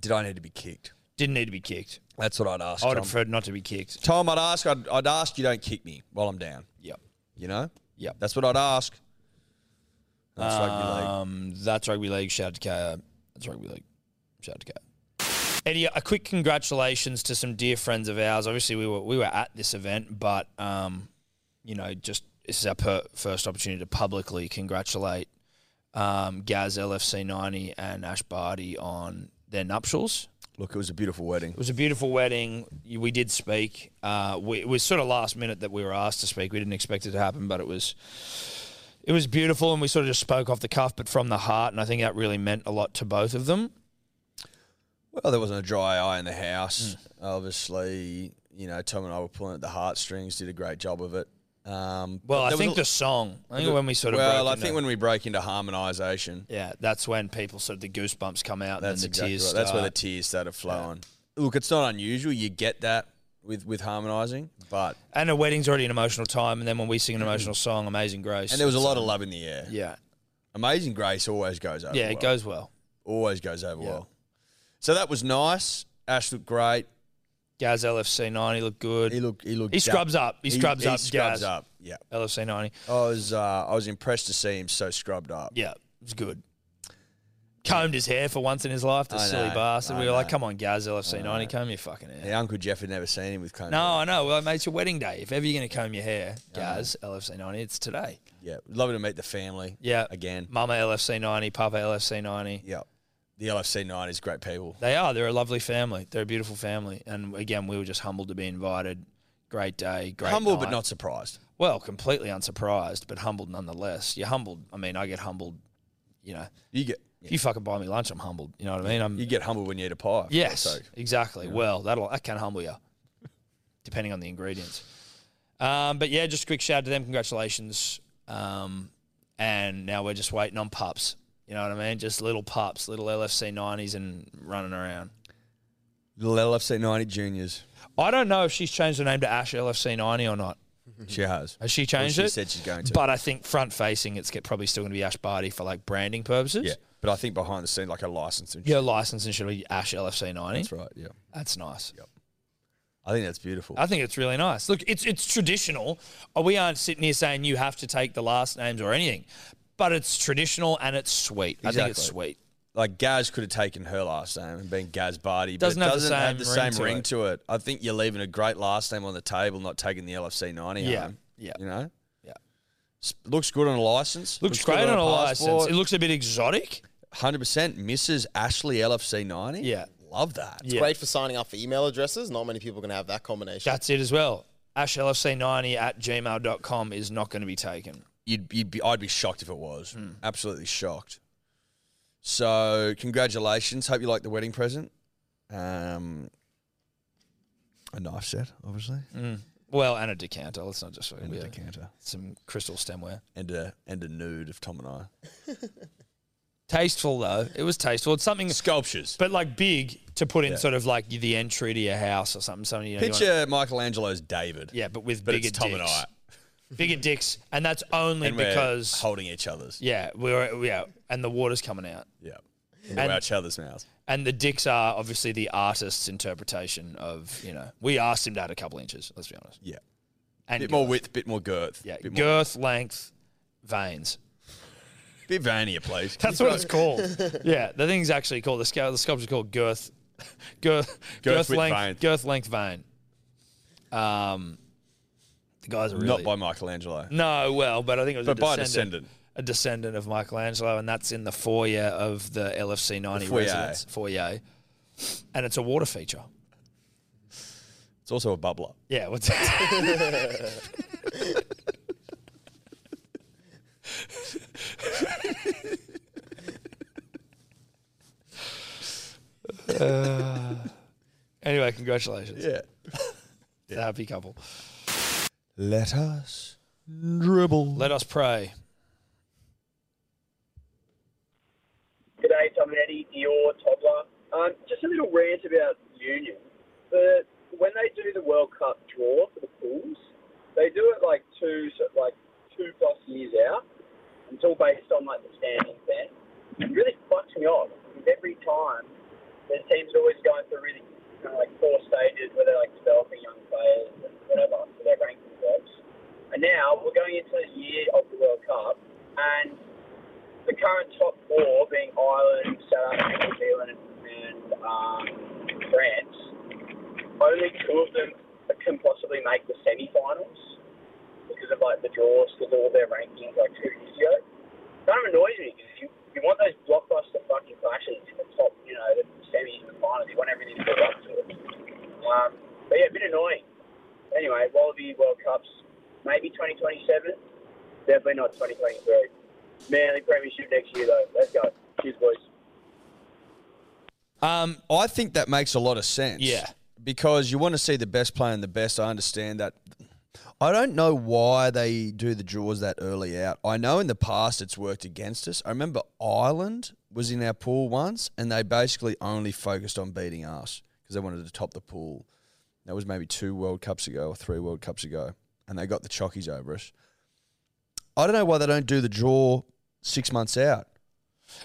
Speaker 3: Did I need to be kicked?
Speaker 2: Didn't need to be kicked.
Speaker 3: That's what I'd ask.
Speaker 2: I would have
Speaker 3: Tom.
Speaker 2: preferred not to be kicked.
Speaker 3: Tom, I'd ask. I'd, I'd ask you don't kick me while I'm down.
Speaker 2: Yep.
Speaker 3: You know.
Speaker 2: Yep.
Speaker 3: That's what I'd ask. That's rugby league.
Speaker 2: Um, that's rugby league. Shout out to KO. That's rugby league. Shout out to KO. Eddie, a quick congratulations to some dear friends of ours. Obviously, we were we were at this event, but um, you know, just this is our per- first opportunity to publicly congratulate um, Gaz LFC ninety and Ash Barty on their nuptials.
Speaker 3: Look, it was a beautiful wedding.
Speaker 2: It was a beautiful wedding. We did speak. Uh, we, it was sort of last minute that we were asked to speak. We didn't expect it to happen, but it was it was beautiful, and we sort of just spoke off the cuff, but from the heart. And I think that really meant a lot to both of them.
Speaker 3: Well, there wasn't a dry eye in the house.
Speaker 2: Hmm.
Speaker 3: Obviously, you know, Tom and I were pulling at the heartstrings. Did a great job of it. Um, but
Speaker 2: Well, I
Speaker 3: there was
Speaker 2: think
Speaker 3: a-
Speaker 2: the song. I think when we sort of
Speaker 3: well,
Speaker 2: broke
Speaker 3: I think
Speaker 2: into-
Speaker 3: when we break into harmonisation,
Speaker 2: yeah, that's when people sort of the goosebumps come out and
Speaker 3: That's
Speaker 2: then the
Speaker 3: exactly
Speaker 2: tears.
Speaker 3: right. That's where the
Speaker 2: start.
Speaker 3: tears started flowing. Look, it's not unusual. You get that with with harmonising, but Mm-hmm.
Speaker 2: and a wedding's already an emotional time, and then when we sing an emotional song, Amazing Grace,
Speaker 3: and there was a lot of love in the air.
Speaker 2: yeah,
Speaker 3: Amazing Grace always goes over.
Speaker 2: yeah,
Speaker 3: well.
Speaker 2: it goes well.
Speaker 3: always goes over well. So that was nice. Ash looked great.
Speaker 2: Gaz LFC 90 looked good.
Speaker 3: He looked. He looked.
Speaker 2: He
Speaker 3: jacked.
Speaker 2: scrubs up. He scrubs up,
Speaker 3: He scrubs
Speaker 2: Gaz.
Speaker 3: up. Yeah.
Speaker 2: LFC 90.
Speaker 3: I was. Uh, I was impressed to see him so scrubbed up.
Speaker 2: Yeah, it was good. Combed his hair for once in his life, the
Speaker 3: I
Speaker 2: silly
Speaker 3: know,
Speaker 2: bastard.
Speaker 3: I
Speaker 2: We were like,
Speaker 3: know.
Speaker 2: come on, Gaz LFC 90, comb your fucking hair.
Speaker 3: Yeah, Uncle Jeff had never seen him with cone.
Speaker 2: No, I know. Well, mate, it's your wedding day. If ever you're going to comb your hair, Gaz, LFC 90, it's today.
Speaker 3: Yeah. Loving to meet the family.
Speaker 2: Yeah.
Speaker 3: Again.
Speaker 2: Mama LFC 90, Papa LFC 90.
Speaker 3: Yeah. The LFC nine is great people.
Speaker 2: They are. They're a lovely family. They're a beautiful family. And again, we were just humbled to be invited. Great day. Great
Speaker 3: Humble
Speaker 2: night.
Speaker 3: but not surprised.
Speaker 2: Well, completely unsurprised, but humbled nonetheless. You're humbled. I mean, I get humbled, you know.
Speaker 3: You get.
Speaker 2: If you fucking buy me lunch, I'm humbled. You know what I mean? I'm
Speaker 3: You get humble when you eat a pie.
Speaker 2: Yes,
Speaker 3: So
Speaker 2: exactly. Well, that'll that can humble you, depending on the ingredients. Um, but yeah, just a quick shout out to them. Congratulations. Um, and now we're just waiting on pups. You know what I mean? Just little pups, little LFC nineties, and running around.
Speaker 3: little LFC ninety juniors.
Speaker 2: I don't know if she's changed her name to Ash LFC ninety or not.
Speaker 3: She has.
Speaker 2: Has she changed
Speaker 3: she
Speaker 2: it?
Speaker 3: said she's going to.
Speaker 2: But I think front facing, it's get- probably still going to be Ash Barty for like branding purposes.
Speaker 3: Yeah. But I think behind the scene, like a license. And
Speaker 2: Your license and should be Ash LFC ninety.
Speaker 3: That's right. Yeah.
Speaker 2: That's nice.
Speaker 3: I think that's beautiful.
Speaker 2: I think it's really nice. Look, it's it's traditional. Uh, We aren't sitting here saying you have to take the last names or anything, but it's traditional and it's sweet. I think it's
Speaker 3: Exactly.
Speaker 2: sweet.
Speaker 3: like Gaz could have taken her last name and been Gaz Barty, but
Speaker 2: Doesn't
Speaker 3: it
Speaker 2: have the
Speaker 3: doesn't have the
Speaker 2: same ring
Speaker 3: same
Speaker 2: to
Speaker 3: ring
Speaker 2: it.
Speaker 3: to it. I think you're leaving a great last name on the table, not taking the LFC 90
Speaker 2: Yeah,
Speaker 3: home,
Speaker 2: yeah.
Speaker 3: You know?
Speaker 2: Yeah.
Speaker 3: S- Looks good on a license.
Speaker 2: Looks, great on a license. It
Speaker 3: It looks
Speaker 2: looks a bit exotic.
Speaker 3: 100% Mrs. Ashley LFC 90.
Speaker 2: Yeah.
Speaker 3: Love that.
Speaker 2: Yeah.
Speaker 4: Great for signing up for email addresses. Not many people can have that combination.
Speaker 2: That's it as well. AshLFC90 at gmail.com is not going to be taken.
Speaker 3: You'd, you'd be, I'd be shocked if it was.
Speaker 2: Hmm.
Speaker 3: Absolutely shocked. So, congratulations. Hope you like the wedding present. Um, a knife set, obviously,
Speaker 2: Hmm. Well, and a decanter. Let's not just fucking
Speaker 3: and
Speaker 2: be
Speaker 3: a
Speaker 2: a-
Speaker 3: decanter,
Speaker 2: some crystal stemware.
Speaker 3: and a and a nude of Tom and I.
Speaker 2: Tasteful though, it was tasteful. It's something,
Speaker 3: sculptures.
Speaker 2: but like big to put in
Speaker 3: Yeah.
Speaker 2: sort of like the entry to your house or something. Something you know, you want-
Speaker 3: Picture Michelangelo's David.
Speaker 2: yeah, but with
Speaker 3: but
Speaker 2: bigger
Speaker 3: it's Tom
Speaker 2: dicks.
Speaker 3: and I,
Speaker 2: bigger dicks, and that's only
Speaker 3: and
Speaker 2: because
Speaker 3: we're holding each other's.
Speaker 2: yeah, we're yeah, and the water's coming out,
Speaker 3: Yeah, into
Speaker 2: And-
Speaker 3: each other's mouths.
Speaker 2: and the dicks are obviously the artist's interpretation of you know. We asked him to add a couple inches. Let's be honest,
Speaker 3: Yeah,
Speaker 2: and
Speaker 3: bit more
Speaker 2: girth.
Speaker 3: width, bit more girth.
Speaker 2: yeah,
Speaker 3: bit more,
Speaker 2: girth, length, veins.
Speaker 3: bit veinier, please.
Speaker 2: That's what it's called. yeah, the thing's actually called the scale. The sculpture's called girth, girth, girth,
Speaker 3: with
Speaker 2: length,
Speaker 3: veins.
Speaker 2: girth length vein. Um, the guys are really
Speaker 3: Not by Michelangelo.
Speaker 2: No, well, but I think it was
Speaker 3: But
Speaker 2: a
Speaker 3: by
Speaker 2: descendant,
Speaker 3: descendant.
Speaker 2: a descendant of Michelangelo, and that's in the foyer of the LFC ninety
Speaker 3: The foyer.
Speaker 2: residence foyer, and it's a water feature.
Speaker 3: It's also a bubbler.
Speaker 2: Yeah, what's that? anyway, congratulations,
Speaker 3: Yeah.
Speaker 2: The happy couple.
Speaker 3: Let us dribble.
Speaker 2: Let us pray.
Speaker 7: G'day, Tom and Eddie, Dior, Toddler. Um, just a little rant about Union. The, when they do the World Cup draw for the pools, they do it like two, so like two plus years out. It's all based on like the standings then. It really fucks me off because every time there's teams that always going through really kind of like four stages where they're like developing young players and whatever for their ranking jobs. And now we're going into the year of the World Cup and the current top four being Ireland, South Africa, New Zealand, and um, France, only two of them can possibly make the semi-finals because of like the draws because all their rankings like two years ago. Kind of annoys me because you, you want those blockbuster fucking clashes in the top, you know, the semis and the finals. You want everything to build up to it. Um, but yeah, a bit annoying. Anyway, Wallaby World Cups, maybe 2027, definitely not 2023. Manly Premiership next year, though. Let's go. Cheers, boys.
Speaker 2: Um,
Speaker 3: I think that makes a lot of sense.
Speaker 2: Yeah.
Speaker 3: Because you want to see the best player and the best. I understand that. I don't know why they do the draws that early out. I know in the past it's worked against us. I remember Ireland was in our pool once and they basically only focused on beating us because they wanted to top the pool. That was maybe two World Cups ago or three World Cups ago. And they got the chockies over us. I don't know why they don't do the draw six months out.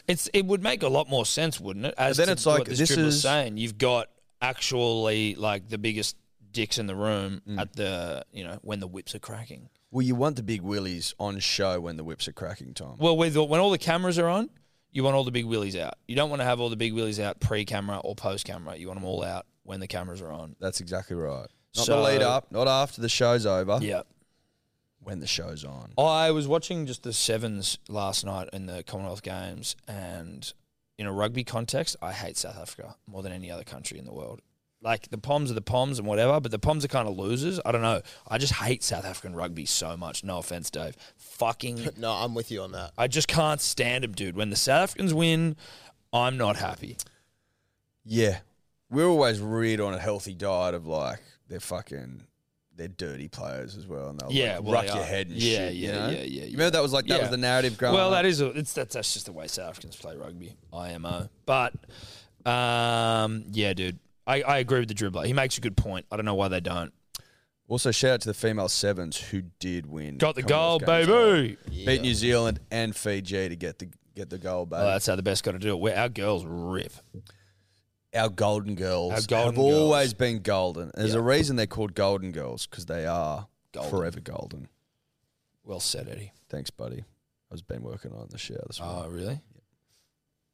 Speaker 2: It's it would make a lot more sense, wouldn't it? As
Speaker 3: But then
Speaker 2: to
Speaker 3: it's like,
Speaker 2: what this,
Speaker 3: this
Speaker 2: dribbler's
Speaker 3: is-
Speaker 2: saying you've got actually like the biggest dicks in the room
Speaker 3: Mm.
Speaker 2: at the you know when the whips are cracking.
Speaker 3: Well, you want the big willies on show when the whips are cracking time.
Speaker 2: Well, with when all the cameras are on, you want all the big willies out. You don't want to have all the big willies out pre-camera or post-camera. You want them all out when the cameras are on.
Speaker 3: That's exactly right. Not the
Speaker 2: So-
Speaker 3: lead up, not after the show's over.
Speaker 2: Yeah.
Speaker 3: When the show's on.
Speaker 2: I was watching just the sevens last night in the Commonwealth Games, and in a rugby context, I hate South Africa more than any other country in the world. Like the Poms are the Poms and whatever, but the Poms are kind of losers. I don't know. I just hate South African rugby so much. No offense, Dave. Fucking,
Speaker 4: No, I'm with you on that.
Speaker 2: I just can't stand them, dude. When the South Africans win, I'm not happy.
Speaker 3: Yeah. We're always reared on a healthy diet of like they're fucking they're dirty players as well, and they'll Oh,
Speaker 2: Yeah,
Speaker 3: like
Speaker 2: well,
Speaker 3: ruck
Speaker 2: they
Speaker 3: your
Speaker 2: are.
Speaker 3: head and
Speaker 2: Yeah,
Speaker 3: shit.
Speaker 2: yeah,
Speaker 3: you know?
Speaker 2: yeah, yeah,
Speaker 3: You remember that was like that was
Speaker 2: Yeah.
Speaker 3: the narrative growing
Speaker 2: Well,
Speaker 3: up?
Speaker 2: that is a, it's that's that's just the way South Africans play rugby, IMO. But um, yeah, dude, I, I agree with the dribbler. He makes a good point. I don't know why they don't.
Speaker 3: Also, shout out to the female sevens who did win.
Speaker 2: Got the goal,
Speaker 3: Commonwealth Games
Speaker 2: baby.
Speaker 3: gold. Beat New Zealand and Fiji to get the get the goal, baby.
Speaker 2: Oh, that's how the best got to do it. Where our girls rip.
Speaker 3: Our golden girls
Speaker 2: Our golden
Speaker 3: have
Speaker 2: girls.
Speaker 3: always been golden. There's a reason they're called golden girls because they are
Speaker 2: Golden.
Speaker 3: forever golden.
Speaker 2: Well said, Eddie.
Speaker 3: Thanks, buddy. I've been working on the shower this morning.
Speaker 2: Oh, really?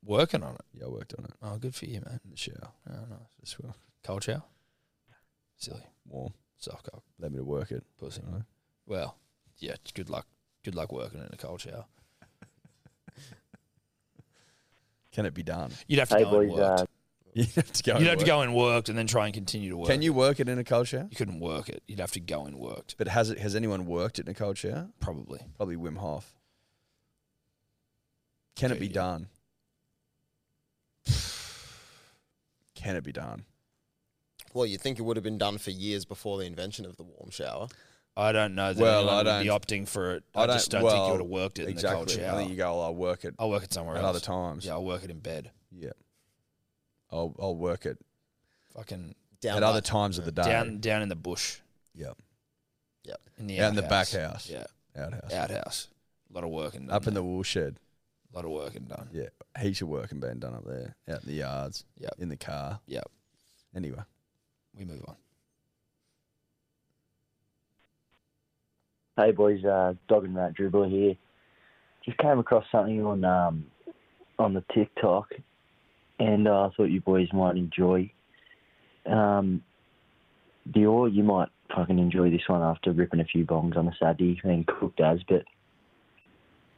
Speaker 2: Working on it.
Speaker 3: yeah, I worked on it
Speaker 2: Oh, good for you, man.
Speaker 3: in the shower.
Speaker 2: Oh, nice.
Speaker 3: This one
Speaker 2: Cold shower. Silly
Speaker 3: warm.
Speaker 2: soft cock
Speaker 3: Let me to work it.
Speaker 2: pussy.
Speaker 3: Alright.
Speaker 2: Well, yeah. Good luck. Good luck working in a cold shower.
Speaker 3: Can it be done?
Speaker 2: You'd have to
Speaker 7: Hey
Speaker 2: go and
Speaker 7: boys,
Speaker 2: work.
Speaker 7: uh,
Speaker 3: You'd have to Um, go.
Speaker 2: You'd
Speaker 3: and
Speaker 2: have to
Speaker 3: work.
Speaker 2: go and work and then try and continue to work.
Speaker 3: Can you work it in a cold shower?
Speaker 2: You couldn't work it. You'd have to go and worked,
Speaker 3: But has it? Has anyone worked it in a cold shower?
Speaker 2: probably.
Speaker 3: Probably Wim Hof. Can it be
Speaker 2: Yeah.
Speaker 3: done? Can it be done?
Speaker 4: Well, you'd think it would have been done for years before the invention of the warm shower.
Speaker 2: I don't know that
Speaker 3: Well,
Speaker 2: anyone
Speaker 3: I
Speaker 2: would be
Speaker 3: don't-
Speaker 2: opting for it. I, just don't think you would have worked it
Speaker 3: exactly.
Speaker 2: in the cold
Speaker 3: I
Speaker 2: shower.
Speaker 3: think you go. I'll work it
Speaker 2: I'll work it somewhere
Speaker 3: at
Speaker 2: else.
Speaker 3: other times.
Speaker 2: Yeah, I'll work it in bed.
Speaker 3: Yeah. I'll I'll work it
Speaker 2: Fucking
Speaker 4: Down
Speaker 3: at
Speaker 4: by-
Speaker 3: other times of the day.
Speaker 2: down down in the bush.
Speaker 3: Yeah.
Speaker 4: Yep.
Speaker 2: In the
Speaker 3: Out in the
Speaker 2: outhouse.
Speaker 3: back house.
Speaker 2: Yeah.
Speaker 3: Outhouse.
Speaker 2: Outhouse. A lot of work and done.
Speaker 3: Up in the wool shed.
Speaker 2: a lot of work and done.
Speaker 3: Yeah. Heaps of work and being done up there. Out in the yards.
Speaker 2: Yep.
Speaker 3: In the car.
Speaker 2: Yep.
Speaker 3: Anyway.
Speaker 2: We move on.
Speaker 7: Hey boys, uh, Dog and Rat Dribbler here. Just came across something on um, on the TikTok, and uh, I thought you boys might enjoy. Um, Dior, you might fucking enjoy this one after ripping a few bongs on a Saturday, and Cook does. But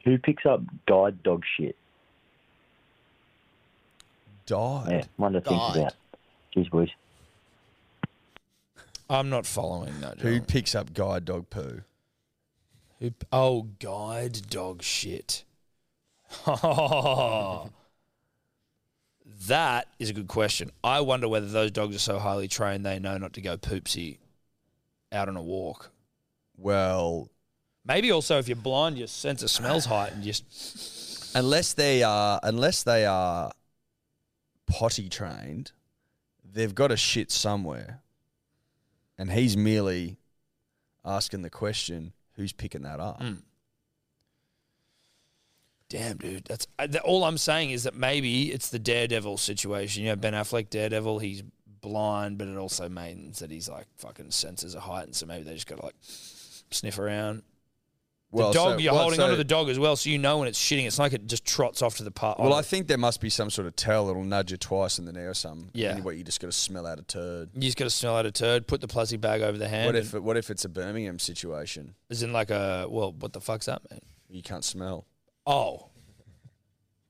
Speaker 7: who picks up guide dog shit?
Speaker 3: Died.
Speaker 7: Yeah, one to think
Speaker 4: Died.
Speaker 7: about. Cheers, boys.
Speaker 2: I'm not following that.
Speaker 3: Who
Speaker 2: Who?
Speaker 3: picks up guide dog poo?
Speaker 2: Who oh, guide dog shit. Oh. that is a good question. I wonder whether those dogs are so highly trained they know not to go poopsie out on a walk.
Speaker 3: Well,
Speaker 2: Maybe also if you're blind, your sense of smell's heightened. Just
Speaker 3: unless they are unless they are potty trained, they've got to shit somewhere. And he's merely asking the question, who's picking that up?
Speaker 2: Hmm. damn, dude. That's I- that- all I'm saying is that maybe it's the daredevil situation. You know, Ben Affleck, daredevil. He's blind, but it also means that he's like fucking senses are heightened. So maybe they just got to like sniff around.
Speaker 3: Well,
Speaker 2: the dog,
Speaker 3: so-
Speaker 2: you're
Speaker 3: well,
Speaker 2: holding
Speaker 3: so-
Speaker 2: onto the dog as well, so you know when it's shitting. It's not like it just trots off to the oh, park.
Speaker 3: Well, I think there must be some sort of tell that'll nudge you twice in the knee or something.
Speaker 2: Yeah.
Speaker 3: Anyway, you just got to smell out a turd.
Speaker 2: you just got to smell out a turd, put the plastic bag over the hand.
Speaker 3: What if it, what if it's a Birmingham situation?
Speaker 2: is in like a well? What the fuck's that, man?
Speaker 3: You can't smell.
Speaker 2: Oh,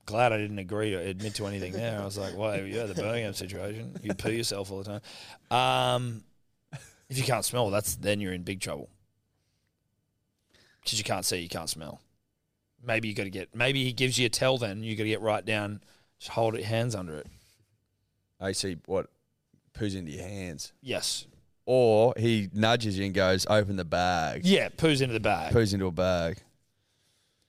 Speaker 2: glad I didn't agree or admit to anything there. I was like, well, yeah, the Birmingham situation. You poo yourself all the time. Um, if you can't smell, that's then you're in big trouble because you can't see, you can't smell. Maybe you got to get. Maybe he gives you a tell. Then you got to get right down. Just hold it, hands under it.
Speaker 3: I see what poos into your hands,
Speaker 2: Yes.
Speaker 3: or he nudges you and goes, "Open the bag."
Speaker 2: Yeah, poos into the bag.
Speaker 3: Poos into a bag.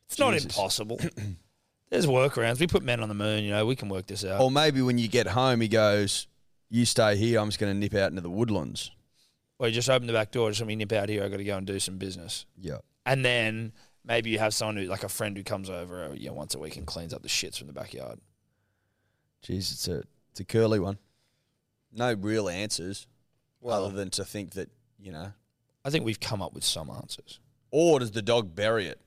Speaker 2: It's not
Speaker 3: Jesus.
Speaker 2: impossible. There's workarounds. We put men on the moon. You know, we can work this out.
Speaker 3: Or maybe when you get home, he goes, "You stay here. I'm just going to nip out into the woodlands."
Speaker 2: Or you just open the back door. Just let me nip out here. I got to go and do some business.
Speaker 3: Yeah.
Speaker 2: And then maybe you have someone who, like a friend who comes over uh, you know, once a week and cleans up the shits from the backyard.
Speaker 3: Jeez, it's a it's a curly one. No real answers
Speaker 4: Well-
Speaker 3: other than to think that, you know.
Speaker 2: I think we've come up with some answers.
Speaker 3: Or does the dog bury it?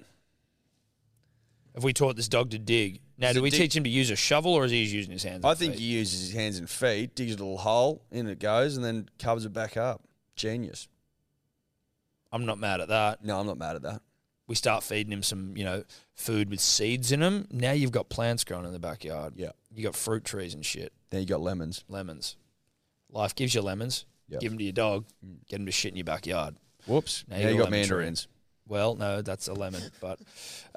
Speaker 2: Have we taught this dog to dig? Now,
Speaker 3: Does
Speaker 2: do
Speaker 3: it
Speaker 2: we
Speaker 3: dig-
Speaker 2: teach him to use a shovel or is he just using his hands?
Speaker 3: I
Speaker 2: and
Speaker 3: think
Speaker 2: feet?
Speaker 3: he uses his hands and feet, digs a little hole, in it goes, and then covers it back up. Genius.
Speaker 2: I'm not mad at that.
Speaker 3: No, I'm not mad at that.
Speaker 2: We start feeding him some, you know, food with seeds in them. Now you've got plants growing in the backyard.
Speaker 3: Yeah.
Speaker 2: You got fruit trees and shit,
Speaker 3: Then you got lemons.
Speaker 2: lemons. Life gives you lemons.
Speaker 3: Yeah.
Speaker 2: Give them to your dog. Get him to shit in your backyard.
Speaker 3: Mm. Whoops.
Speaker 2: Now
Speaker 3: Now,
Speaker 2: you
Speaker 3: you
Speaker 2: got
Speaker 3: got
Speaker 2: lemon tree.
Speaker 3: mandarins.
Speaker 2: Well, no, that's a lemon, but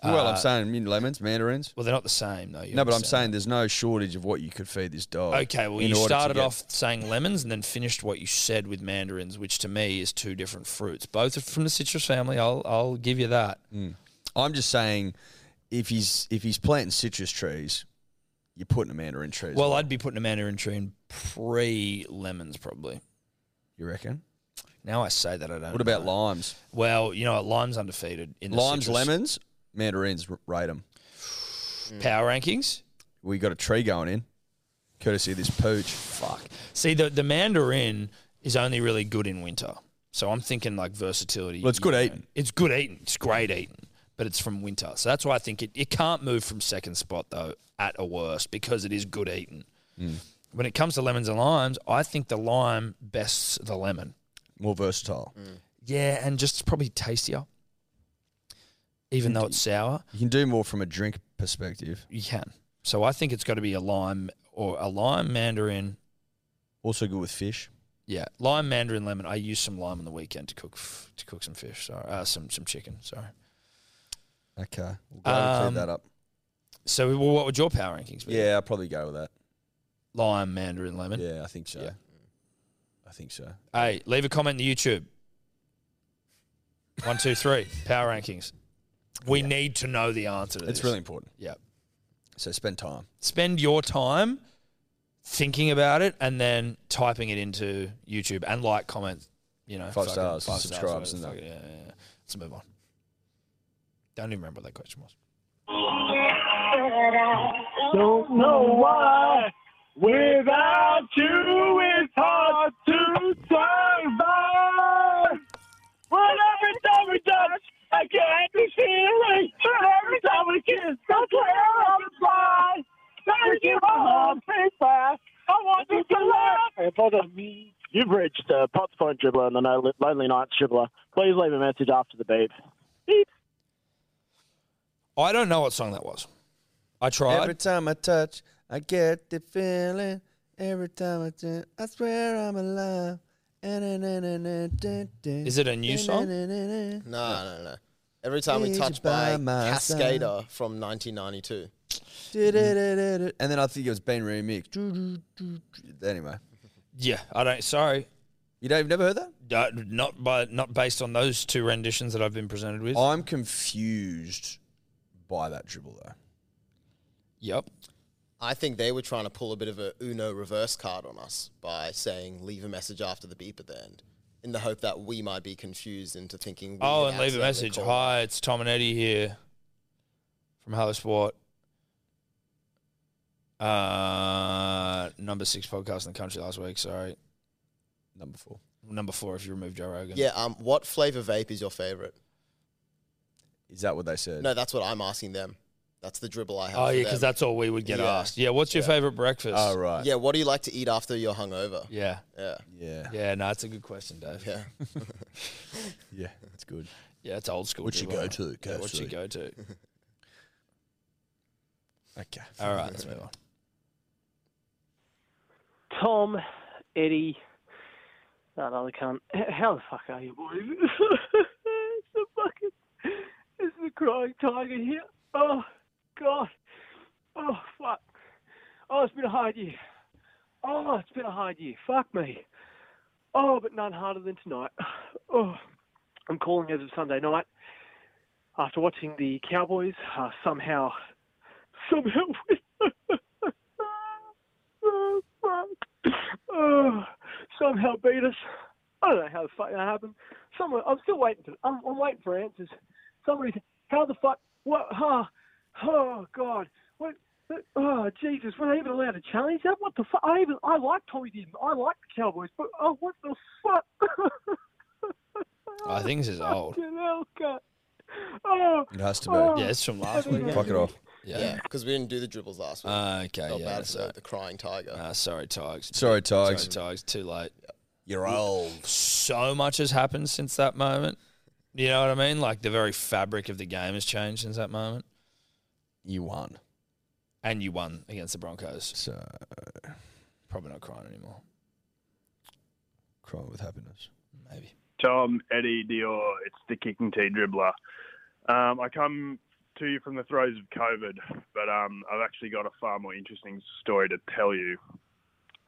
Speaker 3: well,
Speaker 2: uh,
Speaker 3: I'm saying I mean, lemons, mandarins.
Speaker 2: well, they're not the same, though. you
Speaker 3: No, but I'm
Speaker 2: understand.
Speaker 3: saying there's no shortage of what you could feed this dog.
Speaker 2: Okay, well,
Speaker 3: in
Speaker 2: you
Speaker 3: order to
Speaker 2: started
Speaker 3: get-
Speaker 2: off saying lemons and then finished what you said with mandarins, which to me is two different fruits. Both are from the citrus family. I'll I'll give you that.
Speaker 3: Mm. I'm just saying, if he's if he's planting citrus trees, you're putting a mandarin tree. as
Speaker 2: Well, I'd be putting a mandarin tree in pre lemons probably.
Speaker 3: you reckon?
Speaker 2: Now I say that I don't.
Speaker 3: What about
Speaker 2: know.
Speaker 3: limes?
Speaker 2: Well, you know, what, lime's undefeated in the
Speaker 3: Limes,
Speaker 2: citrus Mm.
Speaker 3: lemons, mandarins. r- Rate them.
Speaker 2: power rankings.
Speaker 3: We got a tree going in, courtesy of this pooch.
Speaker 2: Fuck. See, the the mandarin is only really good in winter. So I'm thinking like versatility.
Speaker 3: Well, it's good
Speaker 2: you know.
Speaker 3: eating.
Speaker 2: It's good eating. It's great eating. But it's from winter. So that's why I think it, it can't move from second spot though at a worst because it is good eating.
Speaker 3: Hmm.
Speaker 2: When it comes to lemons and limes, I think the lime bests the lemon.
Speaker 3: More versatile.
Speaker 2: Yeah, and just probably tastier. Even though it's sour,
Speaker 3: You can do more from a drink perspective.
Speaker 2: you can. So I think it's got to be a lime or a lime mandarin
Speaker 3: Also good with fish.
Speaker 2: Yeah, lime, mandarin, lemon. I used some lime on the weekend to cook f- to cook some fish. Sorry, uh, some some chicken. Sorry.
Speaker 3: Okay, we'll go and
Speaker 2: Um,
Speaker 3: clean that up.
Speaker 2: So, well, what would your power rankings be?
Speaker 3: Yeah, I'll probably go with that.
Speaker 2: lime, mandarin, lemon.
Speaker 3: Yeah, I think so.
Speaker 2: Yeah.
Speaker 3: I think so.
Speaker 2: Hey, leave a comment in the YouTube. One, two, three. power rankings. We need to know the answer to this.
Speaker 3: It's really important.
Speaker 2: yeah.
Speaker 3: So spend time.
Speaker 2: Spend your time thinking about it and then typing it into YouTube and like, comment. You know,
Speaker 3: Five stars,
Speaker 2: five
Speaker 3: subscribes
Speaker 2: stars,
Speaker 3: and
Speaker 2: whatever, fuck it, yeah, yeah, yeah. Let's move on. Don't even remember what that question was.
Speaker 8: Don't know why. Without you, it's hard to survive. But every time we touch, I can't be feeling. But every time we kiss, I can't fly. Thank you, Mom. I want you to laugh.
Speaker 9: Hey, bother me. You've reached uh, Pot's Point Dribbler and the No- Lonely Nights Dribbler. Please leave a message after the beep.
Speaker 2: I don't know what song that was. I tried.
Speaker 3: Every time I touch, I get the feeling. Every time I do, I swear I'm alive. Is
Speaker 2: Is it a new song?
Speaker 4: No, no, no. Every time we
Speaker 3: Is
Speaker 4: touch
Speaker 3: by
Speaker 4: by,
Speaker 3: my
Speaker 4: Cascada from 1992.
Speaker 3: And then I think it was Ben remixed. Anyway,
Speaker 2: Yeah, I don't. Sorry,
Speaker 3: you don't, you've never heard that?
Speaker 2: Uh, not by not based on those two renditions that I've been presented with.
Speaker 3: I'm confused by that dribble though.
Speaker 2: yep.
Speaker 4: I think they were trying to pull a bit of a Uno reverse card on us by saying leave a message after the beep at the end, in the hope that we might be confused into thinking. We
Speaker 2: Oh,
Speaker 4: had
Speaker 2: and leave a
Speaker 4: accidentally
Speaker 2: message.
Speaker 4: called
Speaker 2: Hi, it's Tom and Eddie here from Hello Sport. Uh, number six podcast in the country last week. Sorry,
Speaker 3: Number four.
Speaker 2: number four if you remove Joe Rogan.
Speaker 4: Yeah. Um. What flavor vape is your favorite?
Speaker 3: Is that what they said?
Speaker 4: No, that's what I'm asking them. That's the dribble I have.
Speaker 2: Oh
Speaker 4: for
Speaker 2: yeah, because
Speaker 4: them.
Speaker 2: that's all we would get
Speaker 4: Yeah.
Speaker 2: asked. Yeah. What's your favorite breakfast?
Speaker 3: Oh right.
Speaker 4: Yeah. What do you like to eat after you're hungover?
Speaker 2: Yeah.
Speaker 4: Yeah.
Speaker 3: Yeah.
Speaker 2: Yeah. No, it's a good question, Dave.
Speaker 4: Yeah.
Speaker 3: Yeah. That's good.
Speaker 2: Yeah, it's old school.
Speaker 3: What'd you
Speaker 2: dribble.
Speaker 3: go to?
Speaker 2: Yeah, what'd you
Speaker 3: KFC?
Speaker 2: go to?
Speaker 3: Okay.
Speaker 2: All right, let's move on.
Speaker 9: Tom, Eddie, that other cunt. H- How the fuck are you, boys? it's the fucking, it's the crying tiger here. Oh god. Oh fuck. Oh, it's been a hard year. Oh, it's been a hard year. Fuck me. Oh, but none harder than tonight. Oh, I'm calling as of Sunday night. After watching the Cowboys uh, somehow, somehow oh, fuck. Oh, somehow beat us. I don't know how the fuck that happened. Someone, I'm still waiting for. I'm, I'm waiting for answers. Somebody, how the fuck? What? Huh? Oh God! What? But, oh Jesus, were they even allowed to challenge that? What the fuck? I even I like Tommy Didn't. I like the Cowboys, but oh, what the fuck?
Speaker 2: Oh, I think this is old.
Speaker 9: Fucking hell, God. Oh,
Speaker 3: It has to be.
Speaker 9: oh,
Speaker 2: Yeah, it's from last week.
Speaker 3: Fuck it off.
Speaker 2: Yeah.
Speaker 4: Yeah, because we didn't do the dribbles last week.
Speaker 2: Uh, okay.
Speaker 4: Felt
Speaker 2: yeah.
Speaker 4: bad for
Speaker 2: So,
Speaker 4: the, the crying tiger.
Speaker 2: uh, sorry, Tigers.
Speaker 3: Sorry,
Speaker 2: Sorry,
Speaker 3: Tigers.
Speaker 2: Tigers. Too late.
Speaker 3: You're old.
Speaker 2: So much has happened since that moment. You know what I mean? Like the very fabric of the game has changed since that moment.
Speaker 3: You won.
Speaker 2: And you won against the Broncos.
Speaker 3: So
Speaker 2: Probably not crying anymore.
Speaker 3: cry with happiness.
Speaker 2: Maybe.
Speaker 10: Tom, Eddie, Dior, it's the kicking tea dribbler. Um, I come to you from the throes of COVID, but um, I've actually got a far more interesting story to tell you.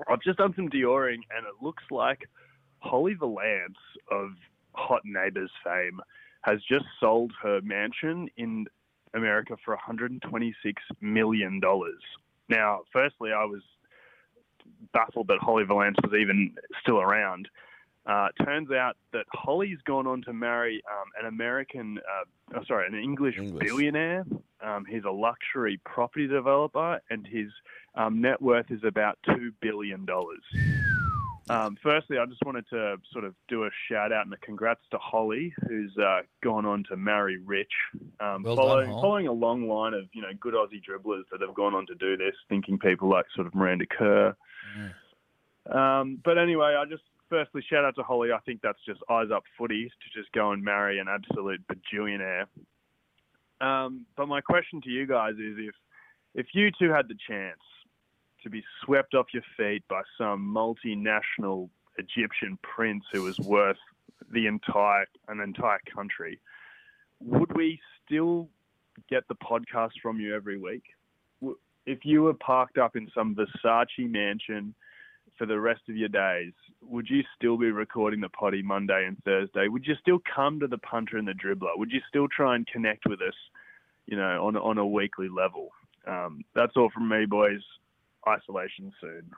Speaker 10: I've just done some Dioring, and it looks like Holly Valance of Hot Neighbours fame has just sold her mansion in America for $126 million. Now, firstly, I was baffled that Holly Valance was even still around. Uh, turns out that Holly's gone on to marry um, an American, uh, oh, sorry, an English,
Speaker 3: English.
Speaker 10: billionaire. Um, he's a luxury property developer, and his um, net worth is about two billion dollars. Um, firstly, I just wanted to sort of do a shout out and a congrats to Holly, who's uh, gone on to marry Rich. Um,
Speaker 2: Well
Speaker 10: follow-
Speaker 2: done, Hol.
Speaker 10: following a long line of you know good Aussie dribblers that have gone on to do this, thinking people like sort of Miranda Kerr, um, but anyway, I just firstly shout out to Holly. I think that's just eyes up footy to just go and marry an absolute bajillionaire. Um, but my question to you guys is if if you two had the chance to be swept off your feet by some multinational Egyptian prince who was worth the entire an entire country, would we still get the podcast from you every week? W- If you were parked up in some Versace mansion for the rest of your days, would you still be recording the potty Monday and Thursday? Would you still come to the punter and the dribbler? Would you still try and connect with us, you know, on on a weekly level? Um, that's all from me, boys. Isolation soon.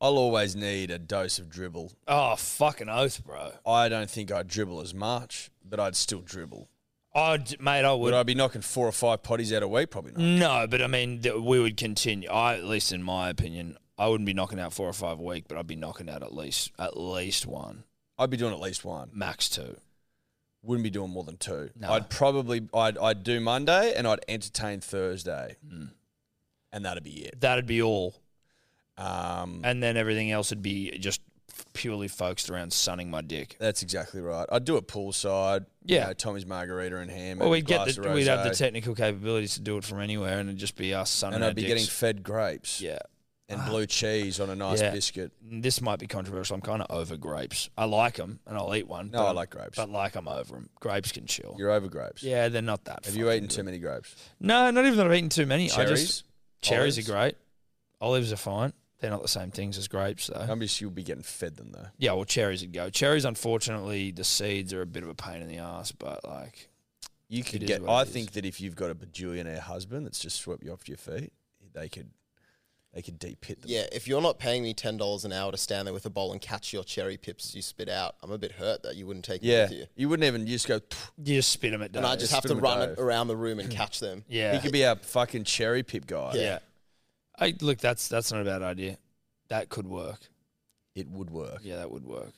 Speaker 3: I'll always need a dose of dribble.
Speaker 2: Oh, fucking oath, bro.
Speaker 3: I don't think I'd dribble as much, but I'd still dribble.
Speaker 2: I, mate, I would.
Speaker 3: Would I be knocking four or five potties out a week? Probably not.
Speaker 2: No, but I mean, th- we would continue. I, at least in my opinion, I wouldn't be knocking out four or five a week, but I'd be knocking out at least at least one,
Speaker 3: I'd be doing at least one.
Speaker 2: max two.
Speaker 3: Wouldn't be doing more than two.
Speaker 2: No.
Speaker 3: I'd probably I'd I'd do Monday and I'd entertain Thursday,
Speaker 2: Hmm.
Speaker 3: and that'd be it.
Speaker 2: That'd be all,
Speaker 3: Um,
Speaker 2: and then everything else would be just purely focused around sunning my dick.
Speaker 3: that's exactly right. I'd do a poolside. you
Speaker 2: Yeah.
Speaker 3: know, Tommy's margarita and ham.
Speaker 2: Well,
Speaker 3: and
Speaker 2: we'd get
Speaker 3: glass
Speaker 2: the,
Speaker 3: of
Speaker 2: we'd have the
Speaker 3: rosé,
Speaker 2: technical capabilities to do it from anywhere, and it'd just be us sunning.
Speaker 3: and
Speaker 2: our
Speaker 3: I'd be
Speaker 2: dicks.
Speaker 3: getting fed grapes
Speaker 2: yeah. Ah.
Speaker 3: and blue cheese on a nice
Speaker 2: Yeah.
Speaker 3: biscuit.
Speaker 2: This might be controversial. I'm kind of over grapes. I like them, and I'll eat one.
Speaker 3: No,
Speaker 2: but
Speaker 3: I
Speaker 2: I'm-
Speaker 3: like grapes.
Speaker 2: but like I'm over them. Grapes can chill.
Speaker 3: You're over grapes.
Speaker 2: yeah, they're not that.
Speaker 3: Have you
Speaker 2: fucking
Speaker 3: eaten too many grapes?
Speaker 2: No, not even that I've eaten too many. I just,
Speaker 3: Cherries?
Speaker 2: cherries
Speaker 3: Olives?
Speaker 2: are great. Olives are fine. They're not the same things as grapes, though.
Speaker 3: I'm just you'll be getting fed them though.
Speaker 2: yeah, well, cherries would go. Cherries, unfortunately, the seeds are a bit of a pain in the ass, but like,
Speaker 3: You could
Speaker 2: is
Speaker 3: get.
Speaker 2: what
Speaker 3: I
Speaker 2: it is.
Speaker 3: think that if you've got a bajillionaire husband that's just swept you off your feet, they could, they could deep hit them.
Speaker 4: Yeah, if you're not paying me ten dollars an hour to stand there with a bowl and catch your cherry pips you spit out, I'm a bit hurt that you wouldn't take me
Speaker 3: yeah.
Speaker 4: with you.
Speaker 3: You wouldn't even. You just go. "Pff."
Speaker 2: you just spit them at
Speaker 4: And I just
Speaker 3: it's
Speaker 4: have to
Speaker 3: been with
Speaker 4: run
Speaker 3: Dave.
Speaker 4: around the room and catch them.
Speaker 2: yeah,
Speaker 3: He could be our fucking cherry pip guy.
Speaker 2: yeah. I look, that's that's not a bad idea. That could work.
Speaker 3: It would work.
Speaker 2: Yeah, that would work.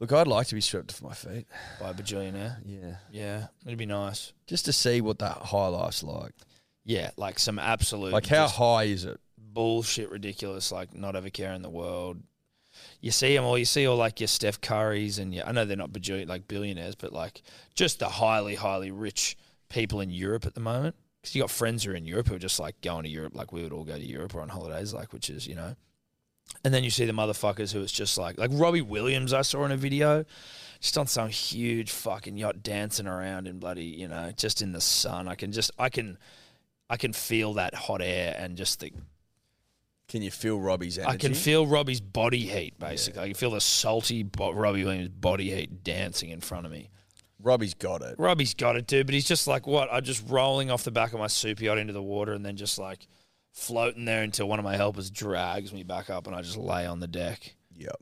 Speaker 3: Look, I'd like to be swept off my feet.
Speaker 2: By a bajillionaire.
Speaker 3: Yeah.
Speaker 2: Yeah, it'd be nice.
Speaker 3: Just to see what that high life's like.
Speaker 2: Yeah, like some absolute
Speaker 3: Like how
Speaker 2: just
Speaker 3: high is it?
Speaker 2: bullshit, ridiculous, like not ever care in the world. You see them all. You see all like your Steph Currys and your, I know they're not bajillion, like billionaires, but like just the highly, highly rich people in Europe at the moment. Because you got friends who are in Europe who are just like going to Europe, like we would all go to Europe or on holidays, like which is you know. And then you see the motherfuckers who it's just like like Robbie Williams I saw in a video, just on some huge fucking yacht dancing around in bloody you know just in the sun. I can just I can. I can feel that hot air and just the
Speaker 3: Can you feel Robbie's energy?
Speaker 2: I can feel Robbie's body heat, basically. I can feel the salty bo- Robbie Williams body heat dancing in front of me.
Speaker 3: Robbie's got it.
Speaker 2: Robbie's got it, dude, but he's just like, what? I'm just rolling off the back of my super yacht into the water and then just like floating there until one of my helpers drags me back up and I just lay on the deck.
Speaker 3: Yep.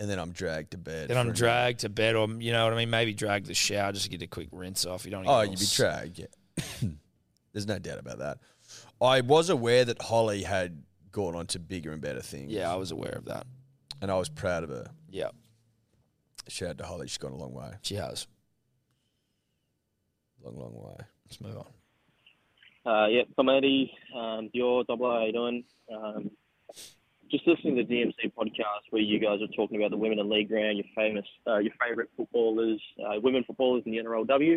Speaker 3: And then I'm dragged to bed.
Speaker 2: Then I'm
Speaker 3: for a night.
Speaker 2: dragged to bed or, you know what I mean? Maybe drag the shower just to get a quick rinse off. You don't
Speaker 3: Oh,
Speaker 2: get all
Speaker 3: you'd be
Speaker 2: s-
Speaker 3: dragged. Yeah. There's no doubt about that. I was aware that Holly had gone on to bigger and better things.
Speaker 2: Yeah, I was aware of that.
Speaker 3: And I was proud of her.
Speaker 2: Yeah,
Speaker 3: Shout out to Holly. She's gone a long way.
Speaker 2: she has.
Speaker 3: Long, long way.
Speaker 2: Let's move on.
Speaker 11: Uh, yeah, comedy, um, Dior, Double R, how you doing? Um, just listening to the DMC podcast where you guys are talking about the women in league round, your famous, uh, your favourite footballers, uh, women footballers in the NRLW.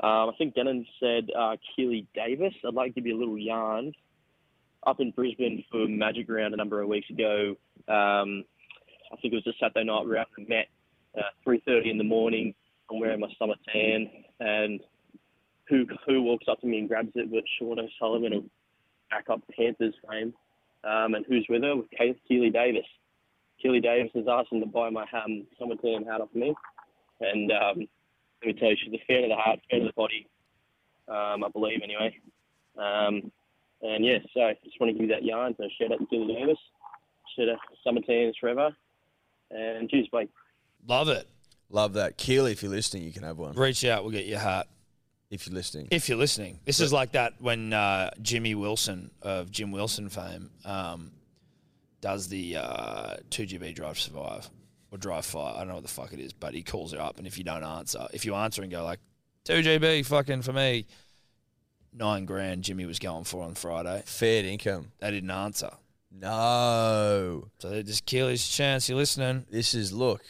Speaker 11: Um, I think Denon said uh, Keely Davis. I'd like to give you a little yarn. Up in Brisbane for Magic Round a number of weeks ago, um, I think it was a Saturday night. We were out and met uh, 3:30 in the morning. I'm wearing my summer tan, and who who walks up to me and grabs it with Sean O'Sullivan of back up Panthers fame. Um, and who's with her? With Ke- Keely Davis. Keely Davis has asked him to buy my um, summer team hat off me. And um, let me tell you, she's a fan of the heart, fan of the body, um, I believe, anyway. Um, and yeah, so I just want to give you that yarn. So shout out to Keely Davis. Shout out to summer teams forever. And cheers, Blake.
Speaker 2: Love it.
Speaker 3: Love that. Keely, if you're listening, you can have one.
Speaker 2: Reach out. We'll get your hat.
Speaker 3: If you're listening.
Speaker 2: If you're listening, this is like that when uh, Jimmy Wilson of Jim Wilson fame um, does the uh, 2GB drive survive or drive fire. I don't know what the fuck it is, but he calls it up. And if you don't answer, if you answer and go like 2GB fucking for me, nine grand Jimmy was going for on Friday.
Speaker 3: Fair income.
Speaker 2: They didn't answer.
Speaker 3: No.
Speaker 2: So they just kill his chance. You're listening.
Speaker 3: This is, look,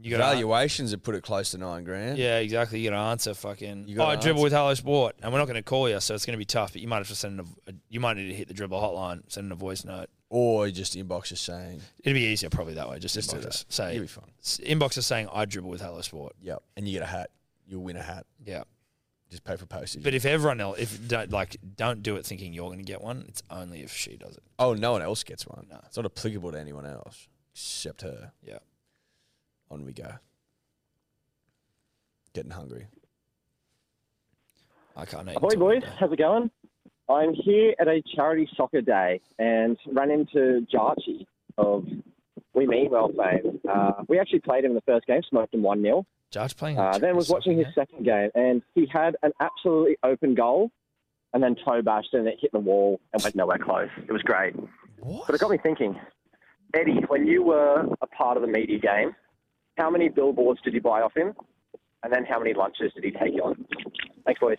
Speaker 2: You got to
Speaker 3: valuations have put it close to nine grand.
Speaker 2: Yeah, exactly. You got to answer fucking.
Speaker 3: You
Speaker 2: oh,
Speaker 3: gotta
Speaker 2: I dribble
Speaker 3: answer.
Speaker 2: with Hello Sport, and we're not going to call you, so it's going to be tough. But you might have to send a. You might need to hit the dribble hotline, send in a voice note.
Speaker 3: Or just inbox us saying,
Speaker 2: It'd be easier probably that way. Just,
Speaker 3: Just do
Speaker 2: inbox
Speaker 3: that.
Speaker 2: us. Say
Speaker 3: You'll be fine.
Speaker 2: s- Inbox us saying I dribble with Hello Sport.
Speaker 3: yep. And you get a hat. You'll win a hat.
Speaker 2: Yeah,
Speaker 3: Just pay for postage.
Speaker 2: but if everyone else, if don't, like, don't do it thinking you're going to get one. It's only if she does it.
Speaker 3: oh, no one else gets one.
Speaker 2: No.
Speaker 3: It's not applicable to anyone else except her.
Speaker 2: Yeah.
Speaker 3: On we go. Getting hungry.
Speaker 2: I can't eat.
Speaker 12: Ahoy,
Speaker 2: until
Speaker 12: boys.
Speaker 2: midday.
Speaker 12: How's it going? I'm here at a charity soccer day and ran into Jarchi of We Mean Well fame. Uh, we actually played him in the first game, smoked him 1 0.
Speaker 2: Judge playing.
Speaker 12: Uh, then was watching his
Speaker 2: Oh, Yeah.
Speaker 12: second game and he had an absolutely open goal and then toe bashed it and it hit the wall and went nowhere close. It was great.
Speaker 2: What?
Speaker 12: But it got me thinking, Eddie, when you were a part of the media game, how many billboards did you buy off him? And then how many lunches did he take you on? Thanks, boys.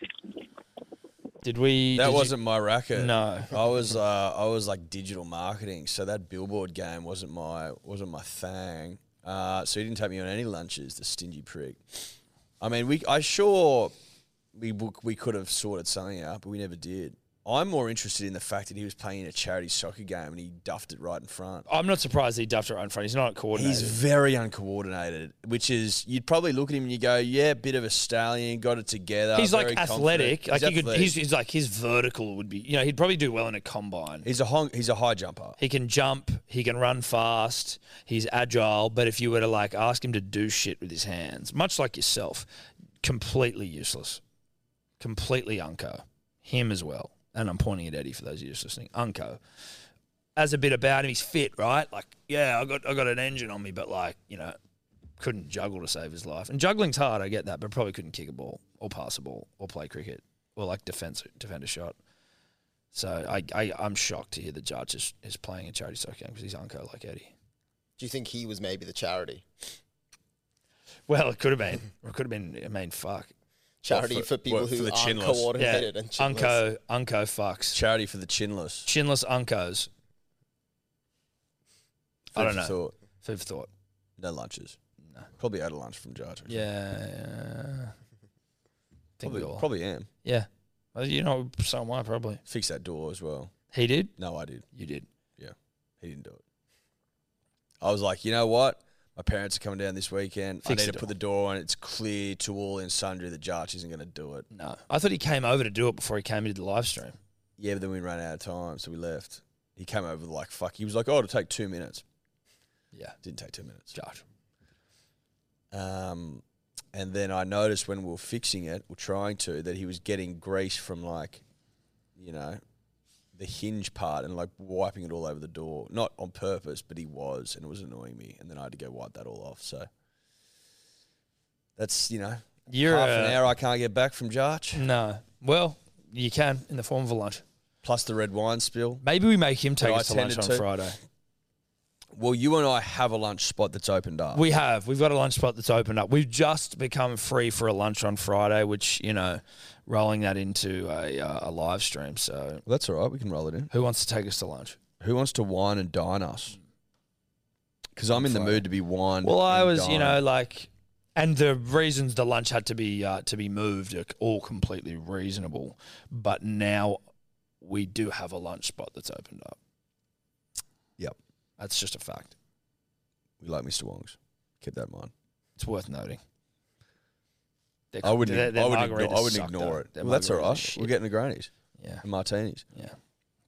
Speaker 2: Did we?
Speaker 3: That
Speaker 2: did you-
Speaker 3: wasn't my racket.
Speaker 2: No.
Speaker 3: I was uh, I was like digital marketing, so that billboard game wasn't my wasn't my thing. Uh, so he didn't take me on any lunches, the stingy prick. I mean, we I sure we w- we could have sorted something out, but we never did. I'm more interested in the fact that he was playing in a charity soccer game and he duffed it right in front.
Speaker 2: I'm not surprised he duffed it right in front. He's not coordinated.
Speaker 3: He's very uncoordinated, which is you'd probably look at him and you go, "Yeah, bit of a stallion, got it together."
Speaker 2: he's
Speaker 3: very
Speaker 2: like
Speaker 3: confident."
Speaker 2: athletic. Like he could,
Speaker 3: athletic.
Speaker 2: he's, he's like his vertical would be. You know, he'd probably do well in a combine.
Speaker 3: he's a hon- he's a high jumper.
Speaker 2: He can jump. He can run fast. He's agile. But if you were to like ask him to do shit with his hands, much like yourself, completely useless, completely unco. Him as well. And I'm pointing at Eddie for those of you just listening. Unco. As a bit about him, he's fit, right? Like, yeah, I got I got an engine on me, but like, you know, couldn't juggle to save his life. And juggling's hard, I get that, but probably couldn't kick a ball or pass a ball or play cricket or like defense defend a shot. So I, I I'm shocked to hear the judge is, is playing a charity soccer game because he's uncle like Eddie.
Speaker 4: Do you think he was maybe the charity?
Speaker 2: Well, it could have been. It could have been. I mean, fuck.
Speaker 4: Charity
Speaker 3: for-
Speaker 4: for, people
Speaker 3: what, for
Speaker 4: who
Speaker 3: the
Speaker 4: aren't
Speaker 3: chinless?
Speaker 2: Yeah,
Speaker 4: coordinated and chinless.
Speaker 2: unco unco fucks.
Speaker 3: Charity for the chinless.
Speaker 2: Chinless uncos. I
Speaker 3: Food
Speaker 2: don't
Speaker 3: for
Speaker 2: know.
Speaker 3: thought.
Speaker 2: Food for thought.
Speaker 3: No lunches. No. Probably out of lunch from Jar Jar.
Speaker 2: Yeah. yeah. Think
Speaker 3: Probably,
Speaker 2: we all-
Speaker 3: probably am.
Speaker 2: Yeah. Well, you know, so am I probably.
Speaker 3: Fix that door as well.
Speaker 2: He did.
Speaker 3: No, I did.
Speaker 2: You did.
Speaker 3: He didn't do it. I was like, you know what? My parents are coming down this weekend.
Speaker 2: Fix
Speaker 3: I
Speaker 2: the
Speaker 3: need to put the door on. It's clear to all and sundry that Jarch isn't going to do it.
Speaker 2: No, I thought he came over to do it before he came into the live stream.
Speaker 3: Yeah, but then we ran out of time, so we left. He came over like, fuck. He was like, oh, it'll take two minutes.
Speaker 2: Yeah.
Speaker 3: Didn't take two minutes.
Speaker 2: Judge.
Speaker 3: Um, and then I noticed when we were fixing it, or trying to, that he was getting grease from like, you know, the hinge part and like wiping it all over the door. Not on purpose, but he was, and it was annoying me. And then I had to go wipe that all off. So that's you know,
Speaker 2: You're uh,
Speaker 3: half an
Speaker 2: a-
Speaker 3: hour I can't get back from Jarch.
Speaker 2: No. Well, you can in the form of a lunch.
Speaker 3: plus the red wine spill.
Speaker 2: Maybe we make him take
Speaker 3: that I
Speaker 2: us to lunch
Speaker 3: tended
Speaker 2: on
Speaker 3: to.
Speaker 2: Friday.
Speaker 3: Well, you and I have a lunch spot that's opened up.
Speaker 2: We have. We've got a lunch spot that's opened up. We've just become free for a lunch on Friday, which, you know, rolling that into a, uh, a live stream. So
Speaker 3: Well, that's all right. We can roll it in.
Speaker 2: who wants to take us to lunch?
Speaker 3: Who wants to wine and dine us? Because I'm in the mood to be wine.
Speaker 2: Well, I
Speaker 3: and
Speaker 2: was, you
Speaker 3: dined.
Speaker 2: know, like, and the reasons the lunch had to be uh, to be moved are all completely reasonable. But now we do have a lunch spot that's opened up.
Speaker 3: Yep.
Speaker 2: That's just a fact.
Speaker 3: we like Mr. Wong's. Keep that in mind.
Speaker 2: It's worth noting. They're-
Speaker 3: I wouldn't.
Speaker 2: their-
Speaker 3: ig-
Speaker 2: their
Speaker 3: I wouldn't
Speaker 2: margaritas
Speaker 3: ignore, I wouldn't
Speaker 2: suck,
Speaker 3: ignore
Speaker 2: though.
Speaker 3: it.
Speaker 2: Their
Speaker 3: Well, that's all
Speaker 2: margaritas are
Speaker 3: right.
Speaker 2: shit.
Speaker 3: We're getting the grannies
Speaker 2: Yeah,
Speaker 3: and martinis.
Speaker 2: yeah.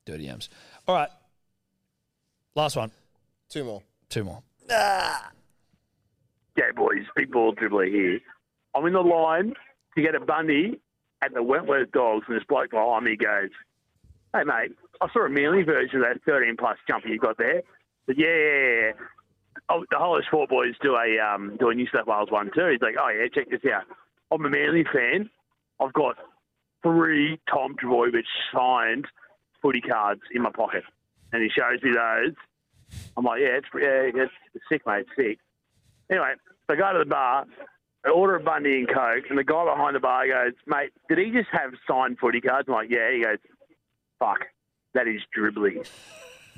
Speaker 2: Dirty M's. All right. Last one.
Speaker 4: Two more.
Speaker 2: Two more.
Speaker 8: Yeah, boys, big ball dribbler here. I'm in the line to get a bunny at the Wentworth Dogs, and this bloke behind me goes, Hey, mate, I saw a mealy version of that 13 plus jumper you got there. But yeah, oh, the Hollow Sport boys do a um, do a New South Wales one too. He's like, Oh, yeah, check this out. I'm a Manly fan. I've got three Tom Dvojevic signed footy cards in my pocket. And he shows me those. I'm like, Yeah, it's, yeah, it's, it's sick, mate, it's sick. Anyway, I go to the bar, I order a Bundy and Coke, and the guy behind the bar goes, Mate, did he just have signed footy cards? I'm like, Yeah. He goes, Fuck, that is dribbling.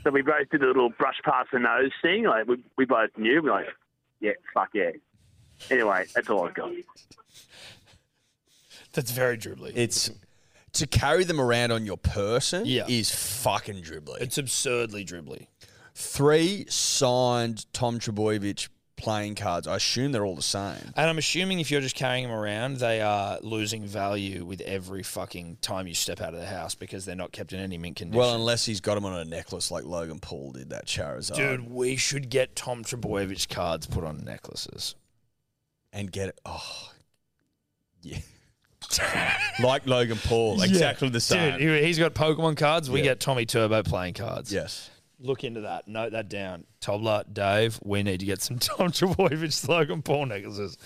Speaker 8: so we both did a little brush past the nose thing. Like We, we both knew. We're like, Yeah, fuck yeah. Anyway, that's all I've got.
Speaker 2: That's very dribbly.
Speaker 3: It's to carry them around on your person
Speaker 2: Yeah.
Speaker 3: is fucking dribbly.
Speaker 2: it's absurdly dribbly.
Speaker 3: Three signed Tom Trebojevic playing cards. I assume they're all the same.
Speaker 2: And I'm assuming if you're just carrying them around, they are losing value with every fucking time you step out of the house because they're not kept in any mint condition.
Speaker 3: Well, unless he's got them on a necklace like Logan Paul did that Charizard.
Speaker 2: Dude, we should get Tom Trebojevic cards put on necklaces.
Speaker 3: And get it. Oh, yeah. like Logan Paul. Exactly the same.
Speaker 2: Dude, he- he's got Pokemon cards. We
Speaker 3: Yeah.
Speaker 2: get Tommy Turbo playing cards.
Speaker 3: yes.
Speaker 2: Look into that. Note that down. Tobler, Dave, we need to get some Tom Trebojevic Logan Paul necklaces.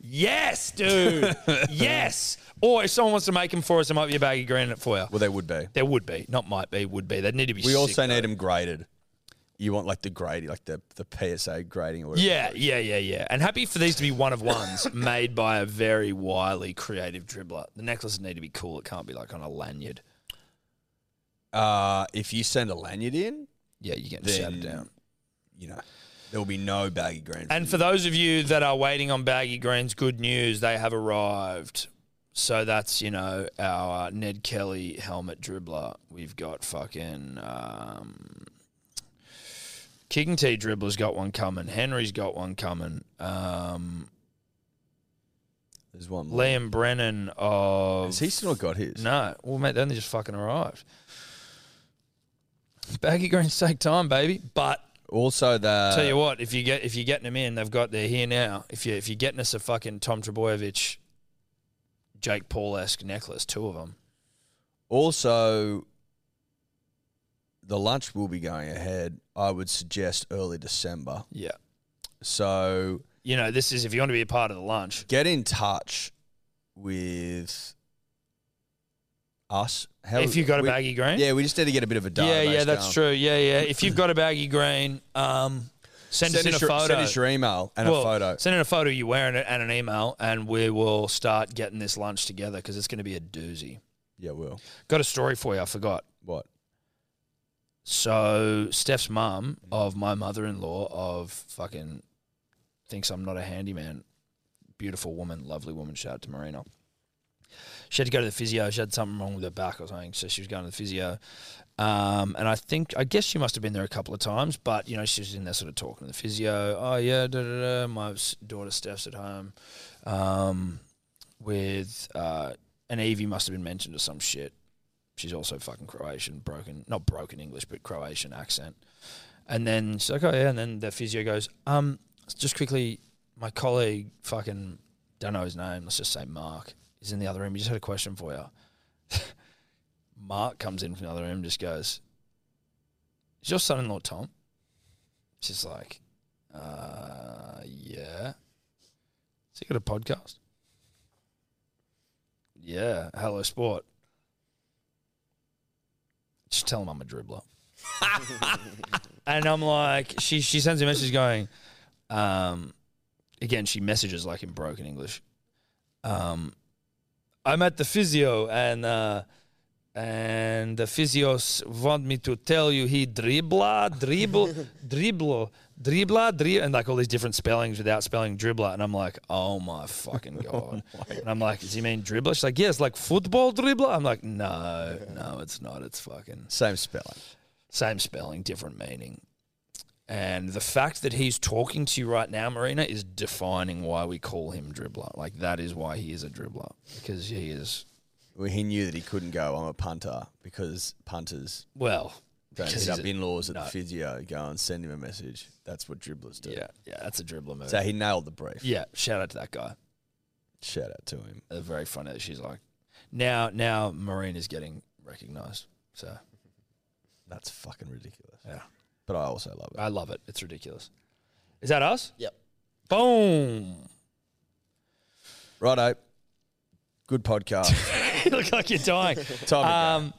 Speaker 2: Yes, dude. yes. Or if someone wants to make them for us, there might be a bag of green in it for you.
Speaker 3: Well, they would be.
Speaker 2: There would be, not might be, would be. They need to be.
Speaker 3: We
Speaker 2: sick,
Speaker 3: also
Speaker 2: though.
Speaker 3: need them graded. You want like the grade, like the, the PSA grading or whatever.
Speaker 2: Yeah, yeah, yeah, yeah. And happy for these to be one of ones made by a very wily, creative dribbler. The necklaces need to be cool. It can't be like on a lanyard.
Speaker 3: Uh, if you send a lanyard in,
Speaker 2: Yeah, you get
Speaker 3: then
Speaker 2: shouted down.
Speaker 3: You know, there will be no baggy green.
Speaker 2: And for those of you that are waiting on Baggy Greens, good news, they have arrived. So that's, you know, our uh, Ned Kelly helmet dribbler. We've got fucking um, King T dribbler's got one coming. Henry's got one coming. Um,
Speaker 3: there's one. More.
Speaker 2: Liam Brennan of.
Speaker 3: Has he still not got his?
Speaker 2: No. Well, mate, they only just fucking arrived. Baggy greens take time, baby. But
Speaker 3: Also, the
Speaker 2: tell you what, if you get if you're getting them in, they've got they're here now. If you if you're getting us a fucking Tom Trebojevic, Jake Paul esque necklace, two of them.
Speaker 3: also the lunch will be going ahead. I would suggest early December.
Speaker 2: Yeah.
Speaker 3: So
Speaker 2: You know, this is if you want to be a part of the lunch.
Speaker 3: get in touch with us. How
Speaker 2: If you got a
Speaker 3: we-
Speaker 2: baggy green?
Speaker 3: yeah, we just need to get a bit of a
Speaker 2: Yeah, yeah,
Speaker 3: database
Speaker 2: that's
Speaker 3: going.
Speaker 2: true. Yeah, yeah. If you've got a baggy green, um, send, us in a
Speaker 3: your,
Speaker 2: photo.
Speaker 3: Send us your email and
Speaker 2: Well,
Speaker 3: a photo.
Speaker 2: Send in a photo you're wearing it and an email, and we will start getting this lunch together because it's going to be a doozy.
Speaker 3: Yeah, will.
Speaker 2: Got a story for you. I forgot.
Speaker 3: What?
Speaker 2: So Steph's mum of my mother-in-law of fucking thinks I'm not a handyman. Beautiful woman, lovely woman. Shout out to Marina. She had to go to the physio. She had something wrong with her back or something, so she was going to the physio. Um, and I think, I guess she must have been there a couple of times, but you know, she was in there sort of talking to the physio. Oh yeah, da da da. My s- daughter Steph's at home um, with uh, an Evie must have been mentioned or some shit. She's also fucking Croatian, broken, not broken English, but Croatian accent. And then she's like, oh yeah. And then the physio goes, um, just quickly, my colleague, fucking, don't know his name. Let's just say Mark is in the other room. He just had a question for you. Mark comes in from the other room, and just goes, is your son-in-law Tom? She's like, uh, yeah. Has he got a podcast? Yeah, Hello Sport. tell him I'm a dribbler. and I'm like, she she sends me a message going, um, again, she messages like in broken English. Um, I'm at the physio and uh, and the physios want me to tell you he dribbla, dribble, dribblo, dribbla, dribble, and like all these different spellings without spelling dribbler. And I'm like, oh my fucking god. and I'm like, does he mean dribbler? She's like, yes, like football dribbler. I'm like, no, no, it's not. It's fucking
Speaker 3: same spelling,
Speaker 2: same spelling, different meaning. And the fact that he's talking to you right now, Marina, is defining why we call him dribbler. Like that is why he is a dribbler because he is
Speaker 3: Well, he knew that he couldn't go. I'm a punter because punters.
Speaker 2: Well,
Speaker 3: don't
Speaker 2: because
Speaker 3: hit
Speaker 2: he's
Speaker 3: up
Speaker 2: a-
Speaker 3: in-laws at
Speaker 2: no.
Speaker 3: the physio. Go and send him a message. That's what dribblers do.
Speaker 2: Yeah, yeah, that's a dribbler move.
Speaker 3: So he nailed the brief.
Speaker 2: Yeah, shout out to that guy.
Speaker 3: Shout out to him.
Speaker 2: They're very funny. She's like, now, now, Marine is getting recognised. So
Speaker 3: that's fucking ridiculous.
Speaker 2: Yeah,
Speaker 3: but I also love it.
Speaker 2: I love it. It's ridiculous. Is that us?
Speaker 4: Yep.
Speaker 2: Boom.
Speaker 3: Righto. Good podcast.
Speaker 2: you look like you're dying.
Speaker 3: Time
Speaker 2: um,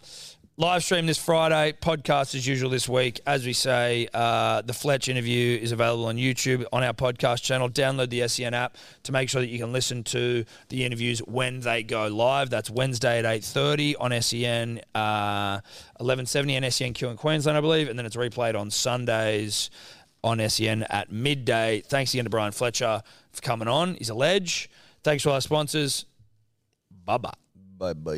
Speaker 2: live stream this Friday. Podcast as usual this week. As we say, uh, the Fletch interview is available on YouTube on our podcast channel. Download the SEN app to make sure that you can listen to the interviews when they go live. That's Wednesday at eight thirty on SEN uh, eleven seventy and SENQ in Queensland, I believe, and then it's replayed on Sundays. On SEN at midday. Thanks again to Brian Fletcher for coming on. He's a ledge. Thanks to our sponsors. Bye bye.
Speaker 3: Bye bye.